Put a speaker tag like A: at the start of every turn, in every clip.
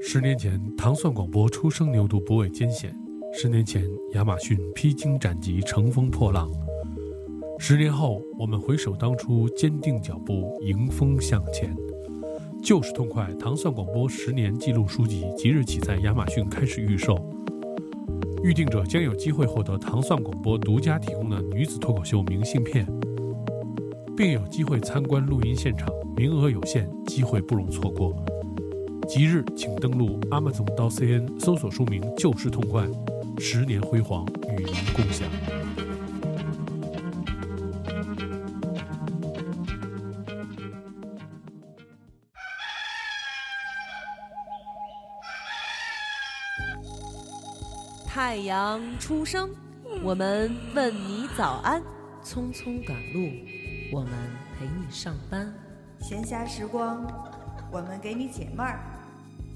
A: 十年前，糖蒜广播初生牛犊不畏艰险；十年前，亚马逊披荆斩棘，乘风破浪；十年后，我们回首当初，坚定脚步，迎风向前。就是痛快！糖蒜广播十年记录书籍即日起在亚马逊开始预售，预定者将有机会获得糖蒜广播独家提供的女子脱口秀明信片，并有机会参观录音现场，名额有限，机会不容错过。即日请登录 amazon 到 cn 搜索书名《就是痛快》，十年辉煌与您共享。
B: 太阳初升，我们问你早安；匆匆赶路，我们陪你上班；
C: 闲暇时光，我们给你解闷儿。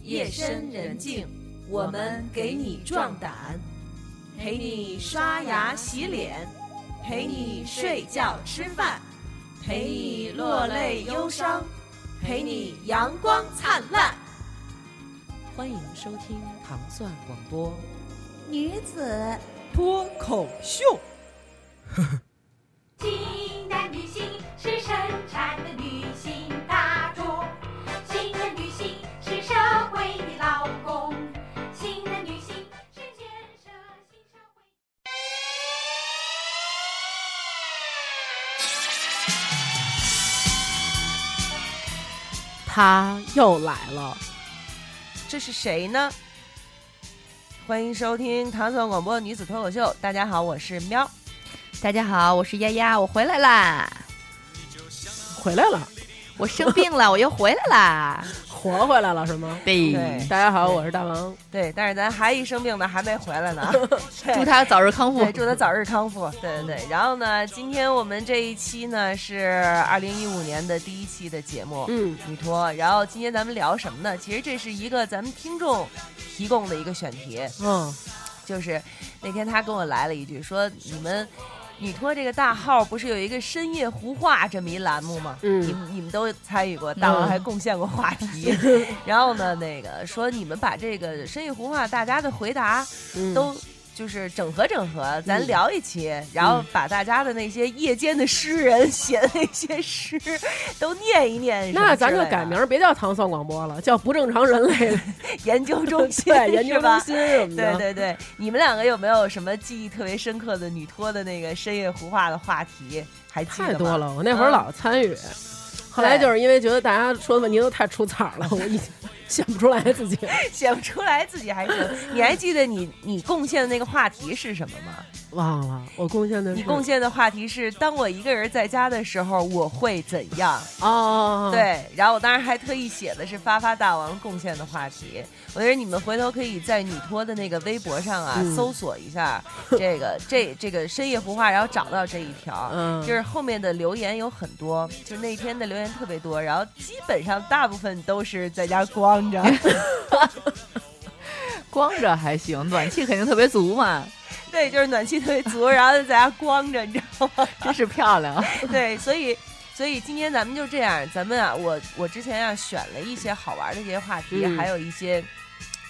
B: 夜深人静，我们给你壮胆；陪你刷牙洗脸，陪你睡觉吃饭，陪你落泪忧伤，陪你阳光灿烂。欢迎收听糖蒜广播。
C: 女子
B: 脱口秀。
D: 新的旅行是生产的女性大众，新的女性是社会的劳工，新的女性是建设新社会。
E: 他又来了，
B: 这是谁呢？欢迎收听糖蒜广播女子脱口秀。大家好，我是喵。
F: 大家好，我是丫丫，我回来啦！
E: 回来了，
F: 我生病 了，我又回来啦！
E: 活回来了是吗？
F: 对
B: 对
E: 大家好，我是大王。
B: 对，但是咱还一生病呢，还没回来 呢。
F: 祝他早日康复
B: 对，。祝他早日康复。对对对。然后呢，今天我们这一期呢是二零一五年的第一期的节目。
E: 嗯，
B: 女托，然后今天咱们聊什么呢？其实这是一个咱们听众提供的一个选题，
E: 嗯，
B: 就是那天他跟我来了一句，说你们女托这个大号不是有一个深夜胡话这么一栏目吗？
E: 嗯
B: 你们你们都参与过，大王还贡献过话题。 然后呢，那个说你们把这个深夜胡话大家的回答
E: 嗯
B: 都。就是整合整合，咱聊一期，然
E: 嗯
B: 后把大家的那些夜间的诗人写的那些诗都念一念什么之类的。
E: 那咱就改名儿，别叫糖蒜广播了，叫不正常人类
B: 研究中 心，
E: 对研究
B: 是吧
E: 中心什么的。
B: 对对对，你们两个有没有什么记忆特别深刻的女托的那个深夜胡话的话题？还记得
E: 太
B: 吗
E: 多。了，我那会儿
B: 嗯
E: 老参与。后来就是因为觉得大家说的问题都太出彩儿了，我已经想不出来 自己。
B: 写不出来自己还行。你还记得你你贡献的那个话题是什么吗？
E: 忘了，我贡献的是
B: 你贡献的话题是：当我一个人在家的时候，我会怎样？
E: 哦，，
B: 对，然后我当时还特意写的是发发大王贡献的话题，我觉得你们回头可以在女托的那个微博上啊、
E: 嗯
B: 搜索一下这 个这这个深夜胡话，然后找到这一条，
E: 嗯
B: 就是后面的留言有很多，就是那天的留言特别多，然后基本上大部分都是在家光着，
F: 光着还行，暖气肯定特别足 嘛，
B: 对，就是暖气特别足，然后就在家光着，你知道吗？
F: 真是漂亮。
B: 对，所以所以今天咱们就这样，咱们啊，我我之前啊选了一些好玩的这些话题，
E: 嗯
B: 还有一些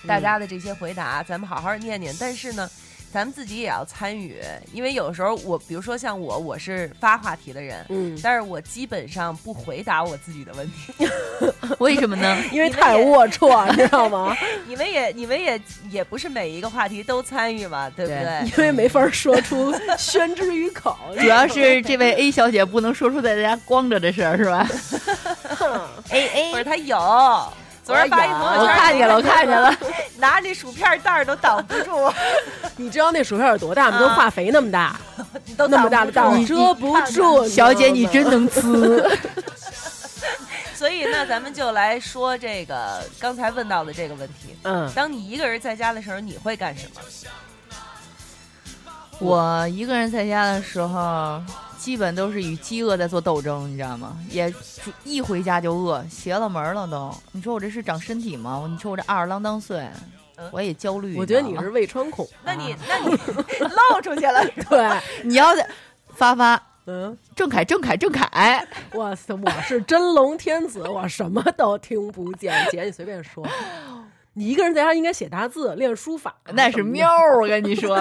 B: 大家的这些回答，咱们好好念念。但是呢，咱们自己也要参与，因为有时候我，比如说像我，我是发话题的人。
E: 嗯，
B: 但是我基本上不回答我自己的问题，
F: 为什么呢？
E: 因为太龌龊，你知道吗？
B: 你们也你们也也不是每一个话题都参与嘛，对不
F: 对
B: 对？
E: 因为没法说出宣之于口。
F: 主要是这 位 A 小姐不能说出在家光着的事儿，是吧？
B: 哎 哎，不是他有，昨儿发一朋友圈，
F: 我看见了，我看见了，
B: 拿着那薯片袋儿都挡不住，
E: 你知道那薯片有多大吗？跟化肥那么大，
B: 你都
E: 那
B: 挡
E: 么大
B: 不
E: 的
B: 住
E: 大，你遮不住。
F: 小姐你真
E: 知道吗
F: 能呲。
B: 所以那咱们就来说这个刚才问到的这个问题。
E: 嗯，
B: 当你一个人在家的时候，你会干什么？
F: 我一个人在家的时候，基本都是与饥饿在做斗争，你知道吗？也主一回家就饿，邪了门了都。你说我这是长身体吗？你说我这二十郎当岁
B: 嗯，
F: 我也焦虑。
E: 我觉得
F: 知
E: 你
F: 道吗
E: 是胃穿 孔。
B: 那你那 你漏出去了，
E: 对，
F: 你要在发发
E: 嗯，
F: 郑恺郑恺郑恺，
E: 哇 塞，我是真龙天子，我什么都听不见。姐，你随便说。你一个人在家应该写大字、练书法，
F: 那是喵儿，我跟你说，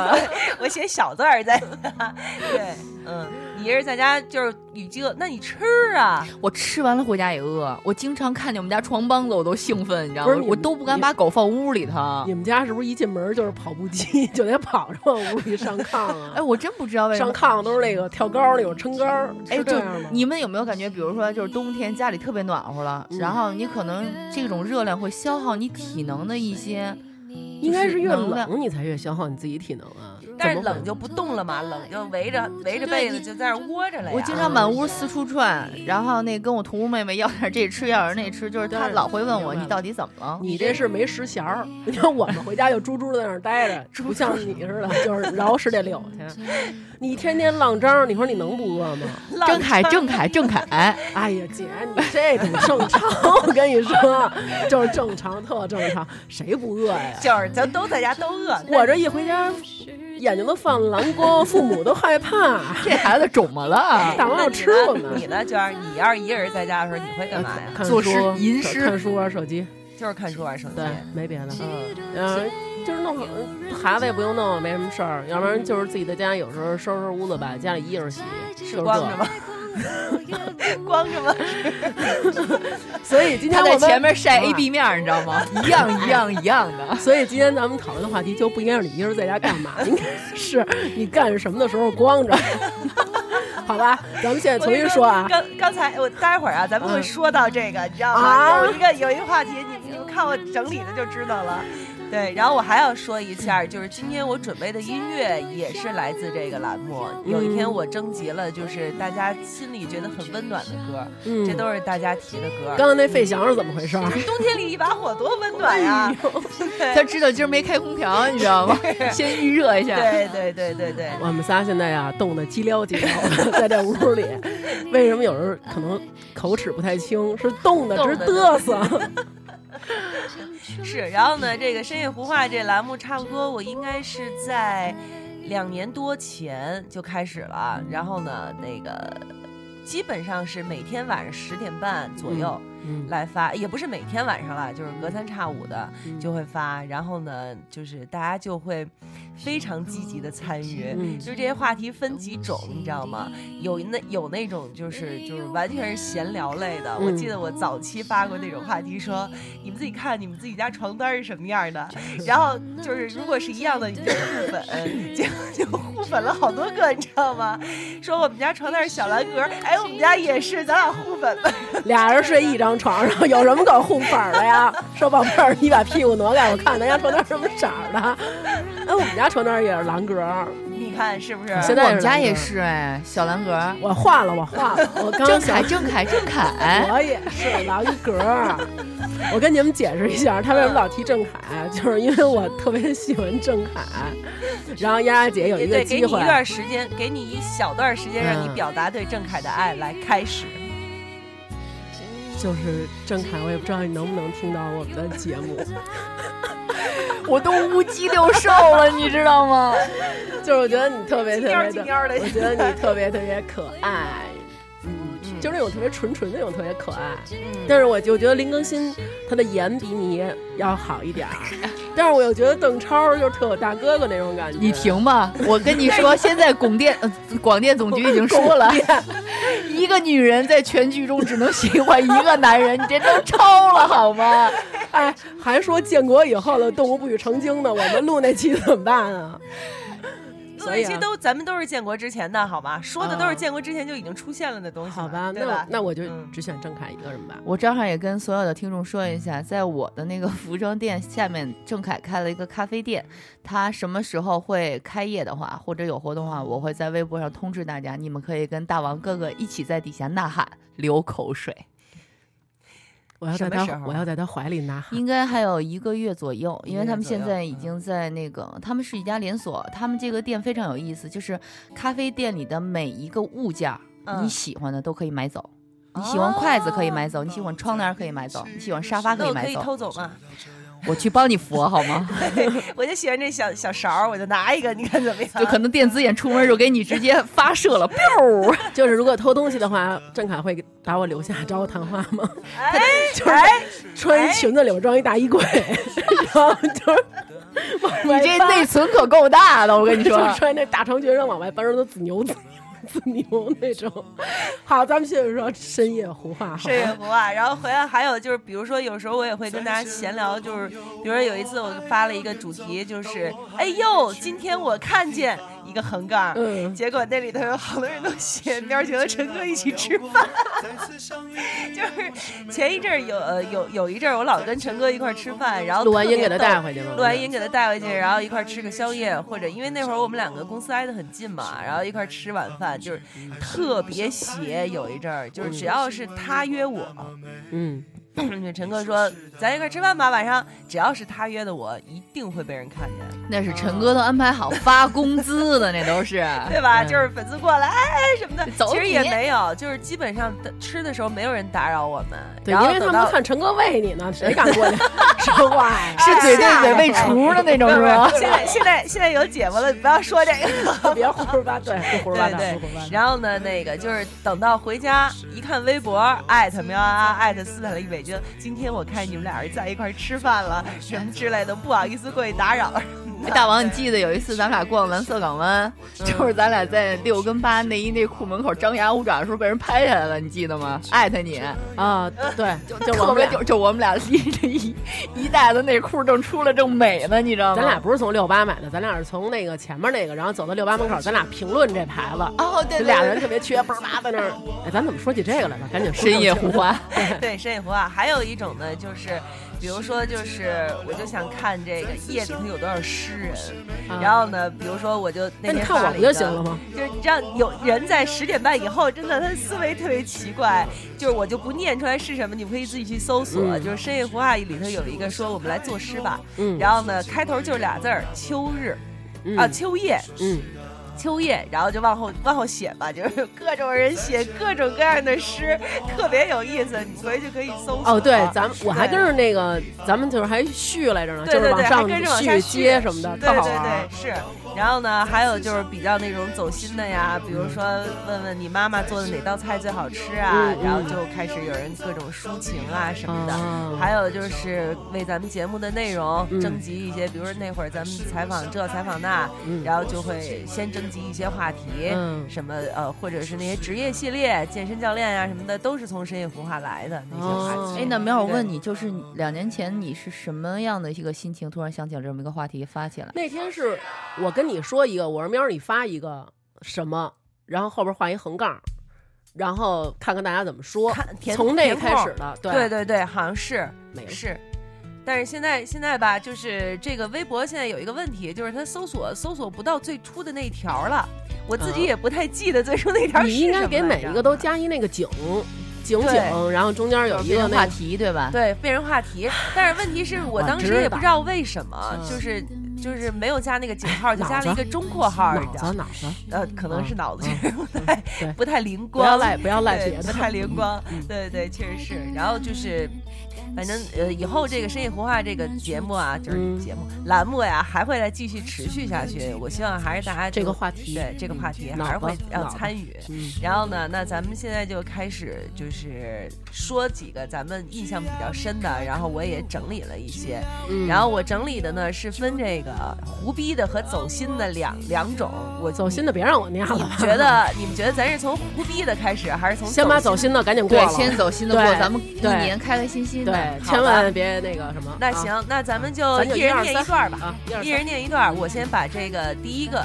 B: 我写小字儿在家， 对，嗯，你一人在家就是与饥饿，那你吃啊？
F: 我吃完了回家也饿，我经常看见我们家床帮子我都兴奋，你知道
E: 不
F: 吗
E: 是？你
F: 我都不敢把狗放屋里头
E: 你。们家是不是一进门就是跑步机， 就得跑着往屋里上炕啊？
F: 哎，我真不知道为什
E: 上
F: 么。
E: 炕都是那个跳高那种撑杆儿，
F: 哎，
E: 是这
F: 就
E: 样吗？
F: 你们有没有感觉，比如说就是冬天家里特别暖和了，
E: 嗯
F: 然后你可能这种热量会消耗你体能的一些，
E: 应该是越
F: 能量
E: 冷你才越消耗你自己体能啊。
B: 但是
E: 怎么会嗯
B: 冷就不动了嘛，冷就围着围着被子就在那儿窝着
E: 啊
B: 了呀。
F: 我经常满屋四处转，然后那跟我同屋妹妹要点这吃，要点那吃，就是她老会问我
E: 明白了
F: 你到底怎么了。
E: 你这是没食弦儿， 你看我们回家就猪猪在那儿待着，不像你似 的，就是饶是得溜去。你天天浪张，你说你能不饿吗？
F: 郑恺，郑恺，郑恺，
E: 哎呀，姐，你这挺正常，我跟你说，就是正常，特正常，谁不饿呀？
B: 就是咱都在家都饿，
E: 我这一回家，眼睛都放蓝光，父母都 害怕，
F: 这孩子肿么了？
E: 大王
B: 那
E: 要
B: 你
E: 吃
B: 呢
E: 我们
B: 你。呢，娟儿？你要是一个人在家的时候，你会干嘛呀？
E: 看
F: 作诗
E: 书、
F: 吟
E: 手
F: 诗
E: 看书、玩手机，
B: 就是看书啊玩手机
E: 对。，没别的。
B: 嗯，
E: 嗯，就是弄好孩子也不用弄，没什么事儿。要不然就是自己在家，有时候收拾屋子，把家里衣裳洗，就是
B: 光着 吗
E: 这。？
B: 光着吗？
E: 所以 今天
F: 他
E: 我
F: 在
E: 们嗯
F: 前面晒 A B 面儿，你知道吗？一样一样一样的。
E: 所以今天咱们讨论的话题就不应该是你一个人在家干嘛，应该是你干什么的时候光着， 好吧？咱们现在重新说啊
B: 我跟你，刚刚才我待会儿啊，咱们会说到这个，你知道
E: 啊
B: 吗？有一个有一个话题，你你们看我整理的就知道了。对，然后我还要说一下，就是今天我准备的音乐也是来自这个栏目。
E: 嗯
B: 有一天我征集了，就是大家心里觉得很温暖的歌，
E: 嗯
B: 这，都是大家提的歌。
E: 刚才那费翔是怎么回 事儿？
B: 冬天里一把火多温暖啊呀！
E: 哎
F: 他知道今儿没开空调，你知道吗？先预热一下。
B: 对对对对对，
E: 我们仨现在呀、冻得鸡撩鸡撩， 在这屋里，为什么有时候可能口齿不太清？是冻得直
B: 冻得
E: 嘚瑟。
B: 是，然后呢，这个深夜胡话这栏目差不多，我应该是在两年多前就开始了。然后呢，那个基本上是每天晚上十点半左右
E: 嗯
B: 来发，也不是每天晚上啦，就是隔三差五的
E: 嗯
B: 就会发。然后呢，就是大家就会非常积极的参与。
E: 嗯
B: 就是这些话题分几种，你知道吗？有那有那种就是就是完全是闲聊类的。我
E: 嗯
B: 记得我早期发过那种话题说，你们自己看你们自己家床单是什么样的，然后就是如果是一样的，你就互粉，结果就互粉了好多个，你知道吗？说我们家床单是小蓝格，哎，我们家也是，咱俩互粉吧。
E: 俩人睡一张床上，有什么可互粉儿的呀？ 说宝贝儿，你把屁股挪开，我看咱家床单什么色儿的。哎，我们家床单也是蓝格儿，
B: 你看是不是？
E: 现在
F: 我们家也是哎，小蓝格。
E: 我换了，我换 了，我刚
F: 郑
E: 想
F: 恺，郑恺，郑恺，
E: 我也是狼格儿。 我跟你们解释一下，他为什么老提郑恺，就是因为我特别喜欢郑恺。然后丫丫姐有一个
B: 对，给你
E: 机
B: 一
E: 会，啊
B: 段时间，给你一小段时间，让你
E: 嗯
B: 表达对郑恺的爱，来开始。
E: 就是郑恺，我也不知道你能不能听到我们的 节目，
F: 我都乌鸡六兽了，你知道吗？
E: 就是我觉得你特别特别
B: 鸡
E: 的
B: 喵儿鸡喵儿，的
E: 我觉得你特别特别可 爱，嗯，就是那种特别纯纯的那种特别可爱。
B: 嗯
E: 但是我就觉得林更新他的颜比你要好 一点儿，但是我又觉得邓超就是特有大哥哥那种感觉。
F: 你停吧，我跟你说，现在广电呃广电总局已经说了， 一个女人在全剧中只能喜欢一个男人，你这都超了好吗？
E: 哎，还说建国以后的动物不语成精呢，我们录那期怎么办 啊？
B: 录
E: 所
B: 那
E: 以
B: 期
E: 啊嗯
B: 都咱们都是建国之前的好吗？说的都是建国之前就已经出现了的东西嘛，
E: 好吧，
B: 对
E: 那
B: 吧
E: 我？那我就
B: 嗯
E: 只选郑恺一个人吧。
F: 我正好也跟所有的听众说一下，在我的那个 服装店下面，郑恺开了一个咖啡店。他什么时候会开业的话，或者有活动的话，我会在微博上通知大家，你们可以跟大王哥哥一起在底下呐喊、流口水。
E: 我要在
B: 什么时
E: 他，
B: 候啊
E: 我要在他怀里拿。
F: 应该还有一个月左右，因为他们现在
B: 一
F: 已
B: 个月左右嗯
F: 经在那个，他们是一家连锁，他们这个店非常有意思，就是咖啡店里的每一个物件儿，
B: 嗯哦
F: 你喜欢的都可以买走。你喜欢筷子可以买走，你喜欢窗帘可以买走，你喜欢沙发可
B: 嗯那
F: 以
B: 我
F: 买
B: 可以
F: 走。
B: 偷走吗？
F: 我去帮你扶好吗？
B: 我就喜欢这小小勺儿，我就拿一个，你看怎么样？
F: 就可能电子眼出门就给你直接发射 了，biu！
E: 就是如果偷东西的话，郑恺会把我留下找我谈话吗？
B: 哎
E: 就是
B: 哎，
E: 穿一裙子里边装一大衣柜，然后就是往
F: 你
E: 外
F: 这
E: 搬
F: 内存可够大的，我跟你说
E: 就。穿那大长裙，然后往外搬着都紫牛紫牛紫牛那种。好，咱们接着说深夜胡 话，好
B: 这也
E: 吧？
B: 不啊，然后回来还有就是，比如说有时候我也会跟大家闲聊，就是比如说有一次我发了一个主题，就是哎呦，今天我看见一个横杠，
E: 嗯
B: 结果那里头有好多人都写喵姐和陈哥一起吃饭， 就是前一阵儿有呃有有一阵儿我老跟陈哥一块儿吃饭，然后
E: 录完音给他
B: 特别逗
E: 带回去吗？
B: 录完音给他带回去，然后一块儿吃个宵夜，或者因为那会儿我们两个公司挨得很近嘛，然后一块儿吃晚饭，就是特别邪。有一阵儿，就是只要是他约我，
E: 嗯，
B: 陈哥说咱一块儿吃饭吧，晚上只要是他约的我，一定会被人看见，
F: 那是陈哥都安排好发工资的，那都是，
E: 哎
B: 对吧？
F: 嗯
B: 就是粉丝过来哎什么的，
F: 走
B: 其实也
F: 你
B: 没有，就是基本上吃的时候没有人打扰我们，
E: 对，
B: 然后
E: 因为他
B: 等
E: 们
B: 到
E: 看陈哥喂你呢，谁敢过来说话呀？
F: 是嘴对嘴喂厨的那种，是吧？
B: 现在现在现在有姐夫了，你不要说这个。
E: 别胡说八道，对，胡说八道，
B: 对对
E: 胡说八道。
B: 然后呢，那个就是等到回家一看微博，艾特喵啊，艾特斯坦利北京，今天我看你们俩人在一块儿吃饭了，什么之类的，不好意思过去打扰。
F: 大王，你记得有一次咱们俩逛蓝色港湾，就是咱俩在六跟八内衣内裤门口张牙舞爪的时候被人拍下来了，你记得吗？艾特你，
E: 啊，对，就就我
F: 特
E: 们
F: 别
E: 俩
F: 就就我们俩拎着一 一袋子内裤正出来正美呢，你知道吗？
E: 咱俩不是从六八买的，咱俩是从那个前面那个，然后走到六八门口，咱俩评论这牌子，
F: 哦，对，
E: 就
F: 对
E: 俩人特别缺，嘣儿吧在那儿。哎，咱怎么说起这个来了？赶紧说
F: 深夜胡话，
B: 对，深夜胡话。啊还有一种呢，就是比如说，就是我就想看这个叶子里有多少诗人，
E: 啊
B: 然后呢，比如说我就那
E: 那你
B: 天
E: 看
B: 发
E: 我
B: 了
E: 不
B: 一
E: 就
B: 个
E: 行了吗？
B: 就是你知道，有人在十点半以后，真的他的思维特别奇怪。就是我就不念出来是什么，你们可以自己去搜索。
E: 嗯
B: 就是《深夜胡话》啊里头有一个说我们来作诗吧，
E: 嗯
B: 然后呢开头就是俩字儿秋日、
E: 嗯
B: 啊秋夜
E: 嗯，
B: 秋夜，然后就往后往后写吧，就是各种人写各种各样的诗，特别有意思，你回去可以搜索。啊
E: 哦，对，咱们我还
B: 对
E: 跟着那个，咱们就是还续来着呢，
B: 对对
E: 就是
B: 对，
E: 往
B: 还
E: 上
B: 跟着往下
E: 续接什么的，
B: 对
E: 特
B: 对
E: 好玩啊儿
B: 对，。是。然后呢，还有就是比较那种走心的呀，比如说问问你妈妈做的哪道菜最好吃啊
E: 嗯，嗯
B: 然后就开始有人各种抒情啊什么的。
E: 啊
B: 还有就是为咱们节目的内容
E: 嗯
B: 征集一些，比如说那会儿咱们采访这采访那，
E: 嗯
B: 然后就会先征集一些话题，
E: 嗯
B: 什么呃，或者是那些职业系列、健身教练呀、什么的，都是从深夜胡话来的那些话
E: 哦
B: 题。
F: 哎，那苗，我问你，就是两年前你是什么样的一个心情，突然想起了这么一个话题发起来？
E: 那天是我跟你说一个，我说喵儿你发一个什么，然后后边画一横杠，然后看看大家怎么说
B: 看，填
E: 从那
B: 填
E: 开
B: 空
E: 始的，
B: 对对对，好像是。
E: 没了
B: 是，但是现在现在吧，就是这个微博现在有一个问题，就是它搜索搜索不到最初的那一条了。我自己
E: 啊
B: 也不太记得最初那条是
E: 你
B: 什
E: 应该
B: 么
E: 给
B: 来
E: 每
B: 着
E: 一个都加一那个井井井，
B: 对
E: 然后中间有一
F: 这
E: 个
F: 个
E: 那
F: 话
E: 个
F: 题对吧？
B: 对变成话题，但是问题是我
E: 嗯我
B: 当时
E: 知
B: 也不
E: 道嗯
B: 知道为什么，就是就是没有加那个井号，就加了一个中括号，你
E: 脑
B: 知
E: 子
B: 道？
E: 脑子，
B: 呃，可能
E: 嗯
B: 是脑子
E: 嗯
B: 确实不太
E: 对
B: 不太灵
E: 不
B: 光，
E: 要赖不要赖
B: 对
E: 别
B: 不
E: 的，嗯
B: 太灵光。对对对，确实是。然后就是，反正呃，以后这个深夜胡话这个节目啊，就是
E: 嗯
B: 节目、栏目呀，还会来继续持续下去。我希望还是大家
E: 这
B: 就
E: 个话题
B: 对这个话题
E: 嗯
B: 还是
E: 脑
B: 会
E: 子
B: 要
E: 脑子
B: 参与。
E: 嗯
B: 然后呢，那咱们现在就开始就是说几个咱们印象比较深的，然后我也整理了一些。
E: 嗯，
B: 然后我整理的呢是分这个胡逼的和走心的两两种。我
E: 走心的别让我念了
B: 你
E: 吧，
B: 们觉得 你们觉得咱是从胡逼的开始，还是从
E: 先把走
B: 心的
E: 心的赶紧过
F: 对
E: 了，，
F: 先走心的过，
E: 对
F: 咱们一
E: 对
F: 年开开心心的，
E: 对，
F: 好
E: 千
F: 吧
E: 万别那个什么。
B: 那
E: 啊，
B: 行，那咱们就
E: 咱就
B: 一
E: 一
B: 人
E: 二
B: 念
E: 三
B: 一段儿吧，
E: 啊，一二
B: 一
E: 三
B: 人念一段儿。我先把这个第一个，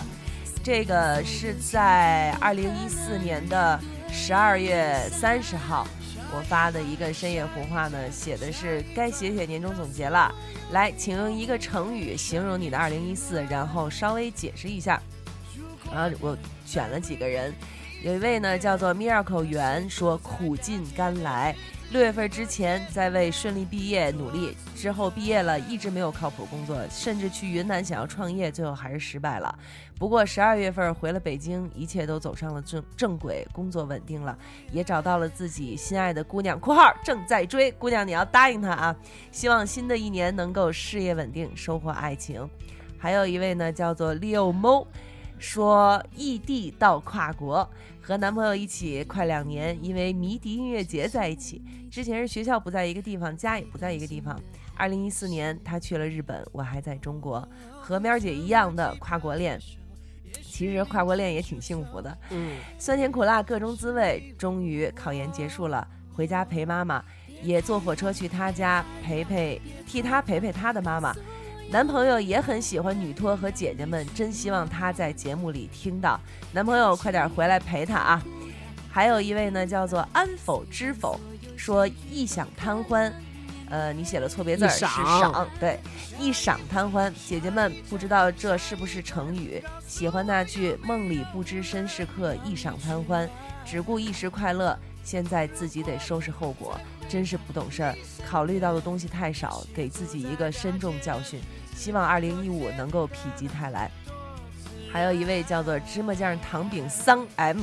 B: 这个是在二零一四年的十二月三十号，我发的一个深夜胡话呢，写的是该写写年终总结了。来，请用一个成语形容你的二零一四，然后稍微解释一下。然后我选了几个人，有一位呢叫做 Miracle 袁，说苦尽甘来。六月份之前在为顺利毕业努力，之后毕业了一直没有靠谱工作，甚至去云南想要创业，最后还是失败了。不过十二月份回了北京，一切都走上了正正轨，工作稳定了，也找到了自己心爱的姑娘（括号正在追姑娘），你要答应她啊！希望新的一年能够事业稳定，收获爱情。还有一位呢，叫做 Leo Mo，说异地到跨国，和男朋友一起快两年，因为迷笛音乐节在一起。之前是学校不在一个地方，家也不在一个地方。二零一四年他去了日本，我还在中国，和喵姐一样的跨国恋。其实跨国恋也挺幸福的，
E: 嗯，
B: 酸甜苦辣各种滋味。终于考研结束了，回家陪妈妈，也坐火车去她家陪陪，替她陪陪她的妈妈。男朋友也很喜欢女托和姐姐们，真希望她在节目里听到。男朋友快点回来陪她啊！还有一位呢，叫做安否知否，说一想贪欢，呃，你写了错别字儿
E: 一
B: 是
E: 赏
B: 赏，对，一赏贪欢。姐姐们不知道这是不是成语，喜欢那句“梦里不知身是客，一晌贪欢，只顾一时快乐”。现在自己得收拾后果，真是不懂事儿，考虑到的东西太少，给自己一个深重教训。希望二零一五能够否极泰来。还有一位叫做芝麻酱糖饼桑 M，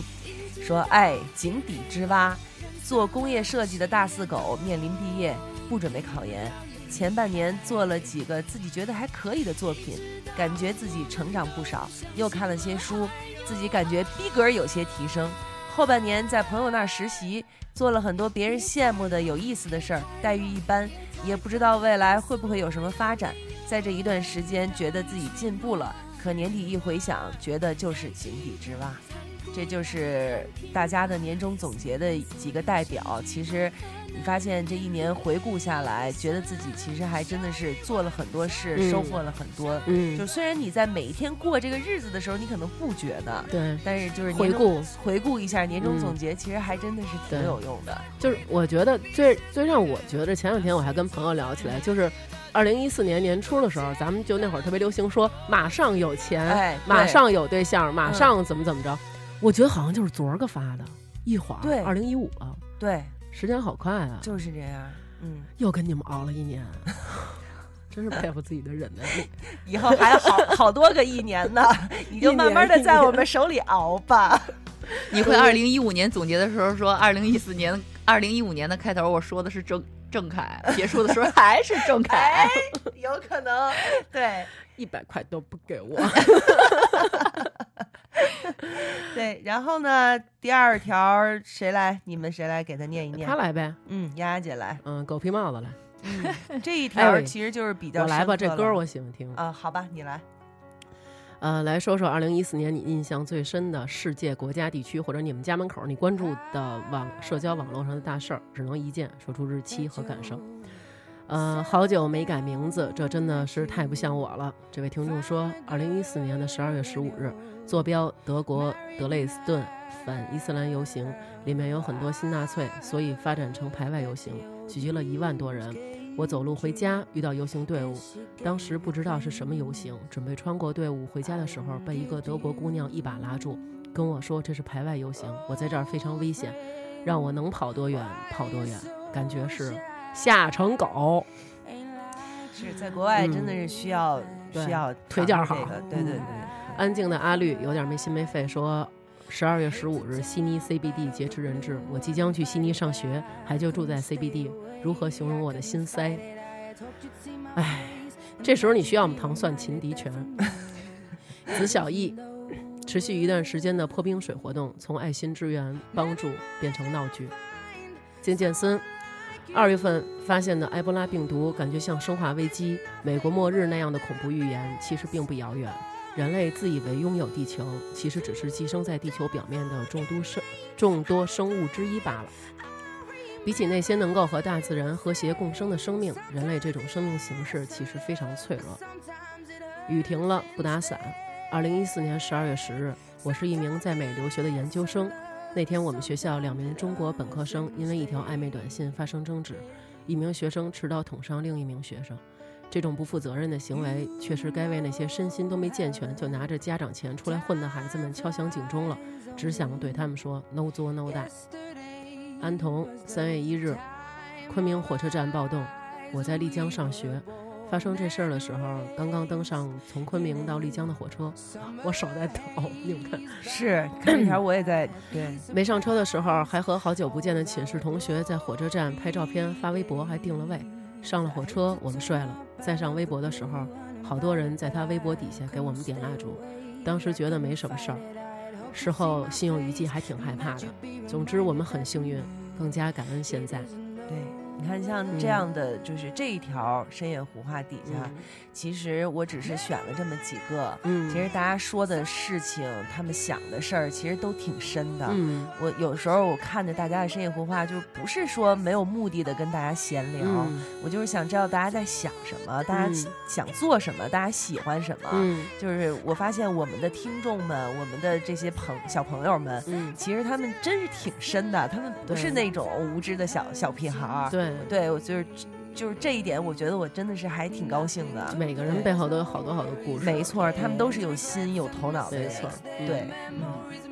B: 说：“哎，井底之蛙，做工业设计的大四狗面临毕业，不准备考研。前半年做了几个自己觉得还可以的作品，感觉自己成长不少，又看了些书，自己感觉逼格有些提升。后半年在朋友那儿实习，做了很多别人羡慕的有意思的事儿，待遇一般，也不知道未来会不会有什么发展。在这一段时间，觉得自己进步了，可年底一回想，觉得就是井底之蛙。这就是大家的年终总结的几个代表。其实，你发现这一年回顾下来，觉得自己其实还真的是做了很多事，
E: 嗯
B: 收获了很多。
E: 嗯
B: 就虽然你在每一天过这个日子的时候，你可能不觉得，
E: 对，
B: 但是就是
E: 回
B: 年终
E: 顾
B: 回顾一下年终
E: 嗯
B: 总结，其实还真的是挺
E: 对
B: 有用的。
E: 就是我觉得最最让我觉得前两天我还跟朋友聊起来，就是二零一四年年初的时候，咱们就那会儿特别流行说马上有钱，
B: 哎，
E: 马
B: 对嗯
E: 上有对象，马上怎么怎么着。我觉得好像就是昨儿个发的，一晃
B: 对
E: 二零一五了，
B: 对，
E: 时间好快啊！
B: 就是这样。嗯，
E: 又跟你们熬了一年， 真是佩服自己的忍耐力。
B: 以 后还有好好多个一年呢，你就
E: 一
B: 慢
E: 年
B: 慢的
E: 一
B: 在我
E: 年
B: 们手里熬吧。
F: 你会二零一五年总结的时候说，二零一四年、二零一五年的开头我说的是郑郑恺，结束的时候还是郑恺
B: 哎。有可能，对
E: 一百块都不给我，
B: 对。然后呢，第二条谁来？你们谁来给他念一念
E: 他？来呗，
B: 嗯，丫丫姐来。
E: 嗯，狗皮帽子来，
B: 这一条
E: 哎
B: 其实就是比较
E: 我来吧，
B: 深
E: 这
B: 刻
E: 歌儿
B: 了
E: 我喜欢听。
B: 啊，好吧，你来。
E: 呃，来说说二零一四年你印象最深的世界、国家、地区，或者你们家门口你关注的网社交网络上的大事儿，只能一键说出日期和感受。呃，好久没改名字，这真的是太不像我了。这位听众说，二零一四年的十二月十五日，坐标德国德累斯顿反伊斯兰游行，里面有很多新纳粹，所以发展成排外游行，聚集了一万多人。我走路回家，遇到游行队伍，当时不知道是什么游行，准备穿过队伍回家的时候，被一个德国姑娘一把拉住，跟我说这是排外游行，我在这儿非常危险，让我能跑多远跑多远，感觉是吓成狗。
B: 是在国外真的是需要、
E: 嗯对
B: 需要
E: 腿脚
B: 尝试
E: 好
B: 这个对对对。
E: 嗯安静的阿绿有点没心没肺说。十二月十五日，悉尼 CBD 劫持人质。我即将去悉尼上学，还就住在 CBD，如何形容我的心塞？唉，这时候你需要我们糖蒜秦迪全。 子小艺持续一段时间的破冰水活动，从爱心支援帮助变成闹剧。金健森，二月份发现的埃博拉病毒，感觉像生化危机、美国末日那样的恐怖预言，其实并不遥远。人类自以为拥有地球，其实只是寄生在地球表面的众多生众多生物之一罢了。比起那些能够和大自然和谐共生的生命，人类这种生命形式其实非常脆弱。雨停了，不打伞。二零一四年十二月十日，我是一名在美留学的研究生。那天，我们学校两名中国本科生因为一条暧昧短信发生争执，一名学生持刀捅伤另一名学生。这种不负责任的行为，确实该为那些身心都没健全就拿着家长钱出来混的孩子们敲响警钟了。只想对他们说 “no 作 no die”。安童，三月一日，昆明火车站暴动，我在丽江上学。发生这事儿的时候，刚刚登上从昆明到丽江的火车， 我手在抖。你们看，
B: 是看这 条我也在对，
E: 没上车的时候，还和好久不见的寝室同学在火车站拍照片、发微博，还定了位。上了火车，我们睡了。再上微博的时候，好多人在他微博底下给我们点蜡烛。当时觉得没什么事儿，事后心有余悸，还挺害怕的。总之，我们很幸运，更加感恩现在。
B: 对，你看像这样的，就是这一条深夜胡话底下，其实我只是选了这么几个。
E: 嗯，
B: 其实大家说的事情，他们想的事儿，其实都挺深的。
E: 嗯，
B: 我有时候我看着大家的深夜胡话，就不是说没有目的的跟大家闲聊，
E: 嗯
B: 我就是想知道大家在想什么，大家
E: 嗯
B: 想做什么，大家喜欢什么。
E: 嗯
B: 就是我发现我们的听众们，我们的这些朋小朋友们，
E: 嗯，
B: 其实他们真是挺深的，他们不是
E: 对
B: 那种无知的小小屁孩儿。
E: 对，
B: 对，我就是就是这一点，我觉得我真的是还挺高兴的。
E: 每个人背后都有好多好多故事。
B: 没错儿，他们都是有心有头脑的人。
E: 没错儿，嗯
B: 对，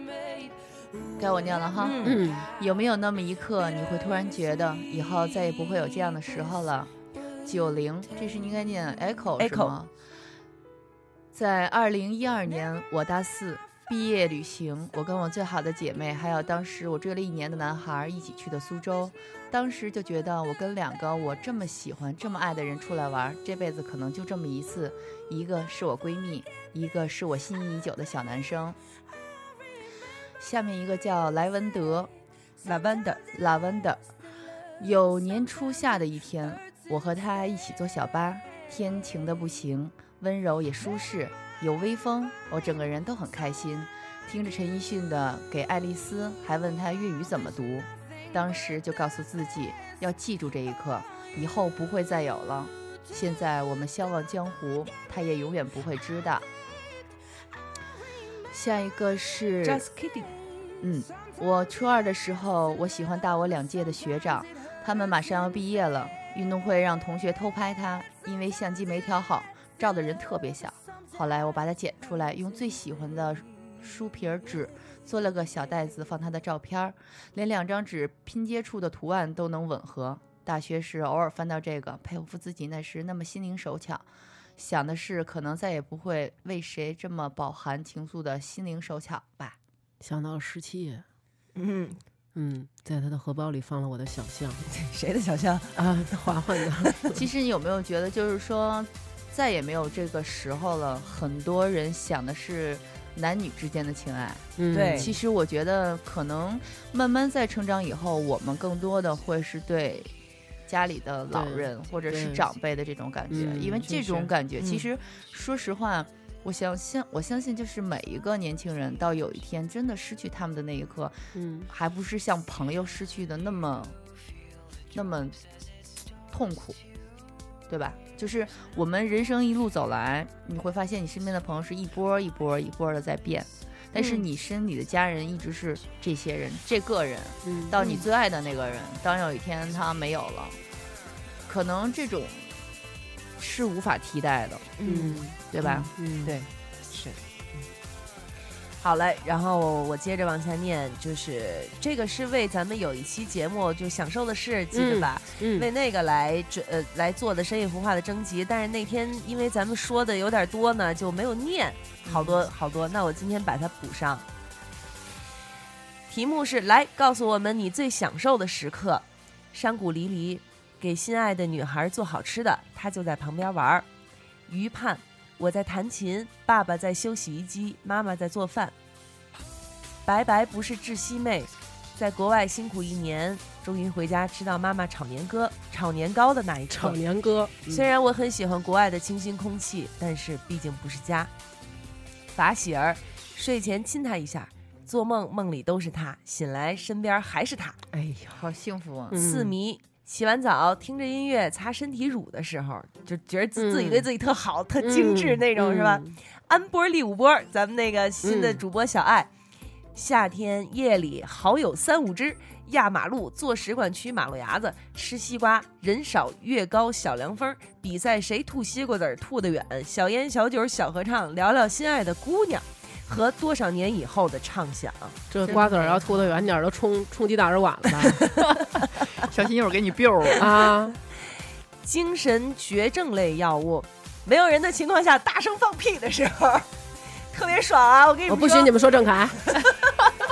F: 该我念了哈。
B: 嗯，
E: 嗯，
F: 有没有那么一刻，你会突然觉得以后再也不会有这样的时候了？九零，这是应该念 echo 是
B: Echo
F: 吗？在二零一二年，我大四毕业旅行，我跟我最好的姐妹，还有当时我追了一年的男孩一起去的苏州。当时就觉得，我跟两个我这么喜欢、这么爱的人出来玩，这辈子可能就这么一次。一个是我闺蜜，一个是我心仪已久的小男生。下面一个叫莱文德，
B: 拉班的，
F: lavender。有年初夏的一天，我和他一起坐小巴，天晴的不行，温柔也舒适，有微风，我整个人都很开心。听着陈奕迅的《给爱丽丝》，还问他粤语怎么读，当时就告诉自己要记住这一刻，以后不会再有了。现在我们相忘江湖，他也永远不会知道。下一个是
B: Just kidding。
F: 嗯，我初二的时候，我喜欢大我两届的学长，他们马上要毕业了。运动会让同学偷拍他，因为相机没调好，照的人特别小。后来我把它剪出来，用最喜欢的书皮儿纸做了个小袋子放他的照片儿，连两张纸拼接处的图案都能吻合。大学时偶尔翻到这个，佩服自己那时那么心灵手巧。想的是，可能再也不会为谁这么饱含情愫的心灵手巧吧。
E: 想到了十七，
B: 嗯，
E: 嗯，在他的荷包里放了我的小象
B: 谁的小象？
E: 啊，嬛嬛的，
F: 其实你有没有觉得，就是说，再也没有这个时候了？很多人想的是男女之间的情爱。
E: 嗯
B: 对
F: 其实我觉得，可能慢慢在成长以后，我们更多的会是对家里的老
E: 对
F: 人或者是
E: 对
F: 长辈的这种感觉，
E: 嗯
F: 因为
B: 确
F: 这
B: 实
F: 种感觉，
B: 嗯
F: 其实说实话。我相信，我相信，就是每一个年轻人到有一天真的失去他们的那一刻，
E: 嗯，
F: 还不是像朋友失去的那么那么痛苦，对吧？就是我们人生一路走来，你会发现你身边的朋友是一波儿一波儿一波的在变，但是
B: 嗯
F: 你身里的家人一直是这些人、这个人，
E: 嗯
F: 到你最爱的那个人，当有一天他没有了，可能这种是无法替代的，
E: 嗯，
F: 对吧？
E: 嗯，
B: 对，是。好嘞，然后我接着往下念，就是这个是为咱们有一期节目就享受的事，记得吧？
E: 嗯，
B: 为那个来准呃来做的深夜胡话的征集，但是那天因为咱们说的有点多呢，就没有念好多好多。那我今天把它补上。题目是来告诉我们你最享受的时刻。山谷离离给心爱的女孩做好吃的，她就在旁边玩儿。于盼，我在弹琴，爸爸在修洗衣机，妈妈在做饭。白白不是窒息妹，在国外辛苦一年，终于回家吃到妈妈炒年糕炒年糕的那一刻
E: 炒。年嗯歌，
B: 虽然我很喜欢国外的清新空气，但是毕竟不是家。法喜儿，睡前亲他一下，做梦梦里都是他，醒来身边还是他。
E: 哎
F: 好幸福啊！
E: 嗯
B: 四迷。洗完澡，听着音乐，擦身体乳的时候，就觉得自自己
E: 嗯
B: 对自己特好、特精致那种，是吧？？安波利五波，咱们那个新的
E: 嗯
B: 主播小爱，夏天夜里好友三五知，压马路，坐使馆区马路牙子，吃西瓜，人少月高小凉风，比赛谁吐西瓜子儿吐得远，小烟小酒小合唱，聊聊心爱的姑娘和多少年以后的畅想。
E: 这瓜子儿要吐得远点儿，都冲冲击大耳碗了吧？
F: 小心一会儿给你 biu 了。
E: 啊，
B: 精神绝症类药物，没有人的情况下大声放屁的时候， 特别爽啊！我跟你
E: 我
B: 们
E: 不
B: 说啊
E: 许你们说 郑恺，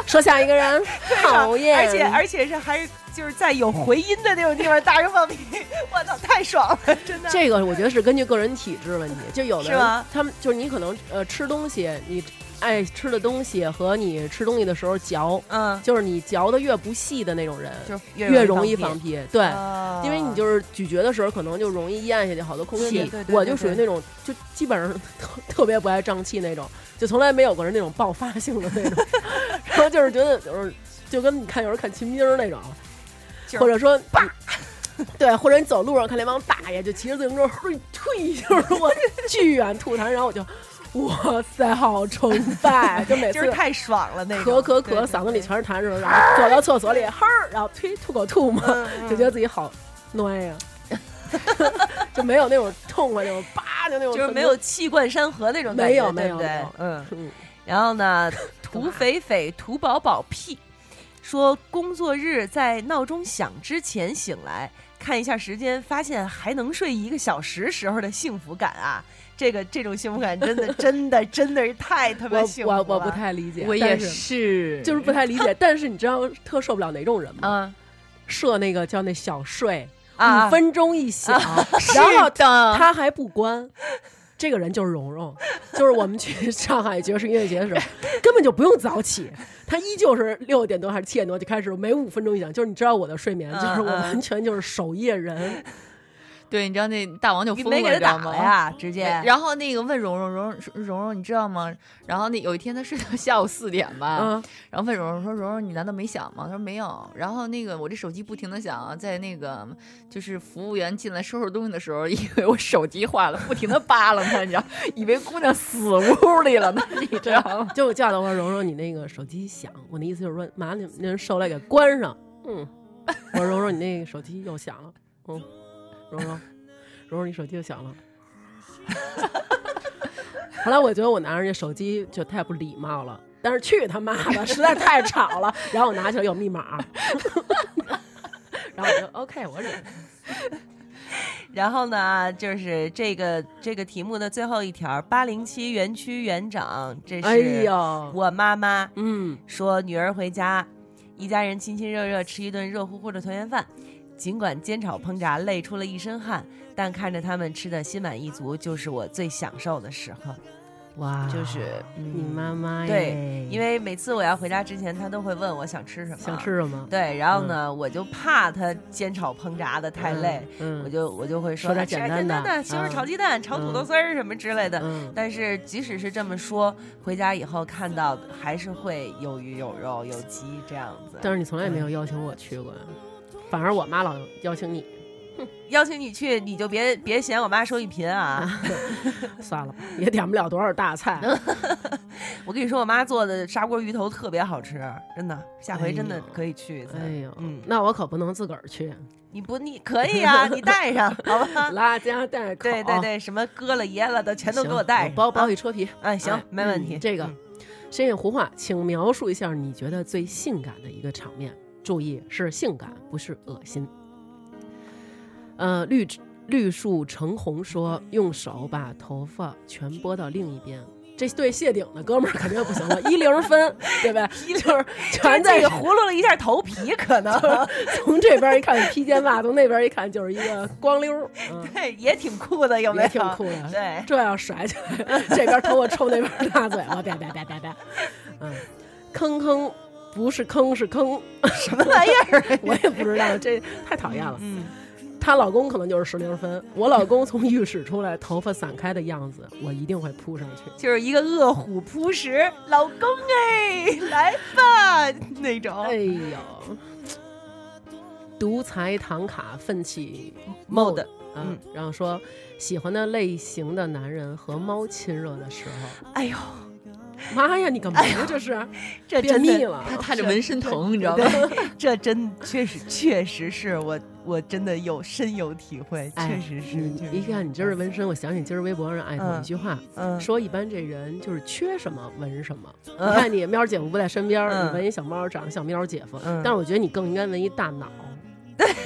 E: 说下一个人，讨厌。
B: 而且而且是还是就是在有回音的那种地方大声放屁， 我操，太爽了，真的。
E: 这个我觉得是根据个人体质问题，就有的
B: 是吗
E: 人他们就是你可能呃吃东西，你爱吃的东西和你吃东西的时候嚼，
B: 嗯，
E: 就是你嚼的越不细的那种人，
B: 就
E: 越容易
B: 易
E: 放
B: 屁，
E: 屁。对，
B: 啊
E: 因为你就是咀嚼的时候可能就容易咽下去好多空
B: 对对
E: 气
B: 对。对
E: 我
B: 对
E: 就属于
B: 对
E: 那种就基本上特特别不爱胀气那种，就从来没有过是那种爆发性的 那种，然后就是觉得就是就跟你看有时候看秦兵那种，
B: 就是
E: 或者说叭，对，或者你走路上看那帮大爷就骑着自行车，嘿，退，就是我巨远吐痰，然后我就，哇塞，好崇拜，就每
B: 就是
E: 次。
B: 太爽了那种，
E: 咳咳
B: 对
E: 咳，嗓子里。全是痰的时候，然后走到厕所里，哈儿，然后呸，吐口吐沫，
B: 嗯
E: 就觉得自己好暖呀， 就没有那种痛快那种叭，就那
B: 对对
E: 种
B: 对就是没有气贯山河那种感觉，
E: 没
B: 对
E: 有
B: 不
E: 没有没
B: 对
E: 有？
B: 嗯，
E: 嗯
B: 然后呢，土肥肥、土宝宝屁说，工作日在闹钟响之前醒来，看一下时间，发现还能睡一个小时时候的幸福感啊！这个这种幸福感真的真的真的是太他妈
E: 我
B: 幸福了。啊
E: 我我不太理解，
F: 我也
E: 但
F: 是，
E: 就是不太理解。但是你知道特受不了哪种人吗？
F: 啊
E: 设那个叫那小睡，
B: 嗯啊
E: 五，分钟一响，然后他还不关。这个人就是蓉蓉，就是我们去 上海爵士音乐节的时候，根本就不用早起，他依旧是六点多还是七点多就开始，每五分钟一响，就是你知道我的睡眠，
B: 嗯
E: 就是我
B: 嗯
E: 完全就是守夜人，
F: 对，你知道那大王就
B: 你
F: 疯了，
B: 没
F: 你
B: 给他
F: 知道
B: 打
F: 吗？
B: 了呀？直接
F: 对然后那个问蓉蓉，蓉蓉说蓉蓉，你知道吗？然后那有一天她睡到 下午四点
B: 啊
F: 吧，
E: 嗯，
F: 然后问蓉蓉说：“蓉蓉，你难道没响吗？”她说：“没有。”然后那个我这手机不停的响啊，在那个就是服务员进来收拾东西的时候，以为我手机坏了，不停的扒拉它，你知道，以为姑娘死屋里了呢， 你知道吗？
E: 就我叫他，我说蓉蓉，你那个手机响，我的意思就是说，麻烦你您受累给关上。嗯，我说蓉蓉，你那个手机又响了。嗯，蓉蓉，蓉蓉，你手机又响了。后来我觉得我拿着这手机就太不礼貌了，但是去他妈的，实在太吵了。然后我拿起来有密码， 然后我就 OK，我忍。
B: 然后呢，就是这个这个题目的最后一条，八零七园区园长，这
E: 哎
B: 是
E: 呦，
B: 我妈妈
E: 嗯，
B: 说女儿回家，一家人亲亲热热吃一顿热乎乎的团圆饭。尽管煎炒烹炸累出了一身汗，但看着他们吃的心满意足，就是我最享受的时候。
E: 哇
B: 就是、嗯、
E: 你妈妈
B: 对，因
E: 为
B: 为每次我要回家之前，她都会问我想吃什么，
E: 哎想吃什么？
B: 对，然后呢，我就怕她煎炒烹炸的太累，
E: 嗯，嗯，
B: 我就我就会说
E: 说点
B: 啊吃点
E: 简单的
B: 的，西红柿
E: 嗯
B: 炒鸡蛋、炒土豆
E: 嗯
B: 丝儿什么之类的。
E: 嗯
B: 但是即使是这么说，回家以后看到还是会有鱼有肉有鸡这样子。
E: 但是你从来没有邀请我去过呀，反而我妈老邀请你，
B: 邀请你去，你就别别嫌我妈说你贫啊！
E: 算了吧，也点不了多少大菜。
B: 嗯我跟你说，我妈做的砂锅鱼头特别好吃，真的，下
E: 哎
B: 回真的
E: 呦
B: 可以去一次。
E: 哎呦，
B: 嗯，
E: 那我可不能自个儿去，
B: 你不你可以 啊，你带上 好吧？
E: 拉家带口。
B: 对对，对，什么割了爷了的全都
E: 行
B: 给我带上。
E: 包包一车皮。
B: 哎，行
E: 哎，
B: 没问题。
E: 嗯这个
B: 嗯
E: 深夜胡话，请描述一下你觉得最性感的一个场面。注意是性感，不是恶心。呃，绿绿树橙红说，用手把头发全拨到另一边。这对谢顶的哥们儿肯定不行了，一零分，对吧？就是全
B: 这
E: 在
B: 个葫芦了一下头皮，可 能
E: 从这边一看披肩袜，从那边一看就是一个光溜儿， 嗯，
B: 对也挺酷的，有没
E: 也
B: 有？
E: 挺酷的。
B: 对，
E: 这要甩起来，这边头发抽那边大嘴巴，别别别别别，嗯，坑坑不是坑是坑，
B: 什么玩意儿？
E: 我也不知道，这太讨厌了。
B: 嗯，
E: 她老公可能就是十零分，我老公从浴室出来，头发散开的样子，我一定会扑上去。
B: 就是一个饿虎扑食，老公哎，来吧那
E: 哎
B: 种。
E: 呦，独裁唐卡奋起
B: mode
E: 啊
B: 嗯，
E: 然后说喜欢的类型的男人和猫亲热的 时候，
B: 哎呦，
E: 妈呀，你干嘛
B: 哎
E: 呀？这是
B: 这
E: 便
B: 真
E: 秘
B: 的，
E: 了。
F: 她踏着纹身疼，你知道吗？
B: 这真确实确实是我我真的有深有体会，确
E: 哎
B: 实是。
E: 你
B: 确实
E: 一看你今儿纹身，我想起今儿微博上艾特
B: 嗯
E: 一句话，
B: 嗯，
E: 说一般这人就是缺什么纹什么。
B: 嗯
E: 你看你喵儿姐夫不在身边儿，
B: 嗯
E: 你纹一小猫，长得像喵儿姐夫。
B: 嗯
E: 但是我觉得你更应该纹一大脑。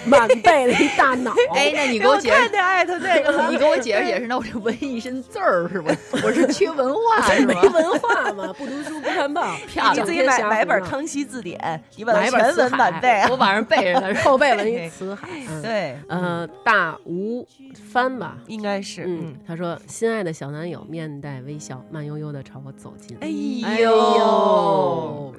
E: 满背了一大脑。
F: 哎，那你
B: 你
F: 给我解释
B: 太，艾特那 个了，
F: 你给我解释解释，那我这文一身字儿是吧？我 是缺文化是
E: 没
F: 吗？
E: 文化嘛，不读书不看报，
F: 漂
B: 你
F: 亮
B: 自己买买本《
E: 康，
B: 康熙字典》，你把它
E: 嗯买本
B: 全
E: 辞
B: 文
E: 海
B: 满背啊。
F: 我晚上背着它。
E: 后背 文一辞海。嗯，
B: 对，
E: 呃，大吴帆吧，
B: 应该是
E: 嗯，，他说：“心爱的小男友面带微笑，慢悠悠的朝我走近。
B: 哎
E: 哎
B: 呦，
E: 呦，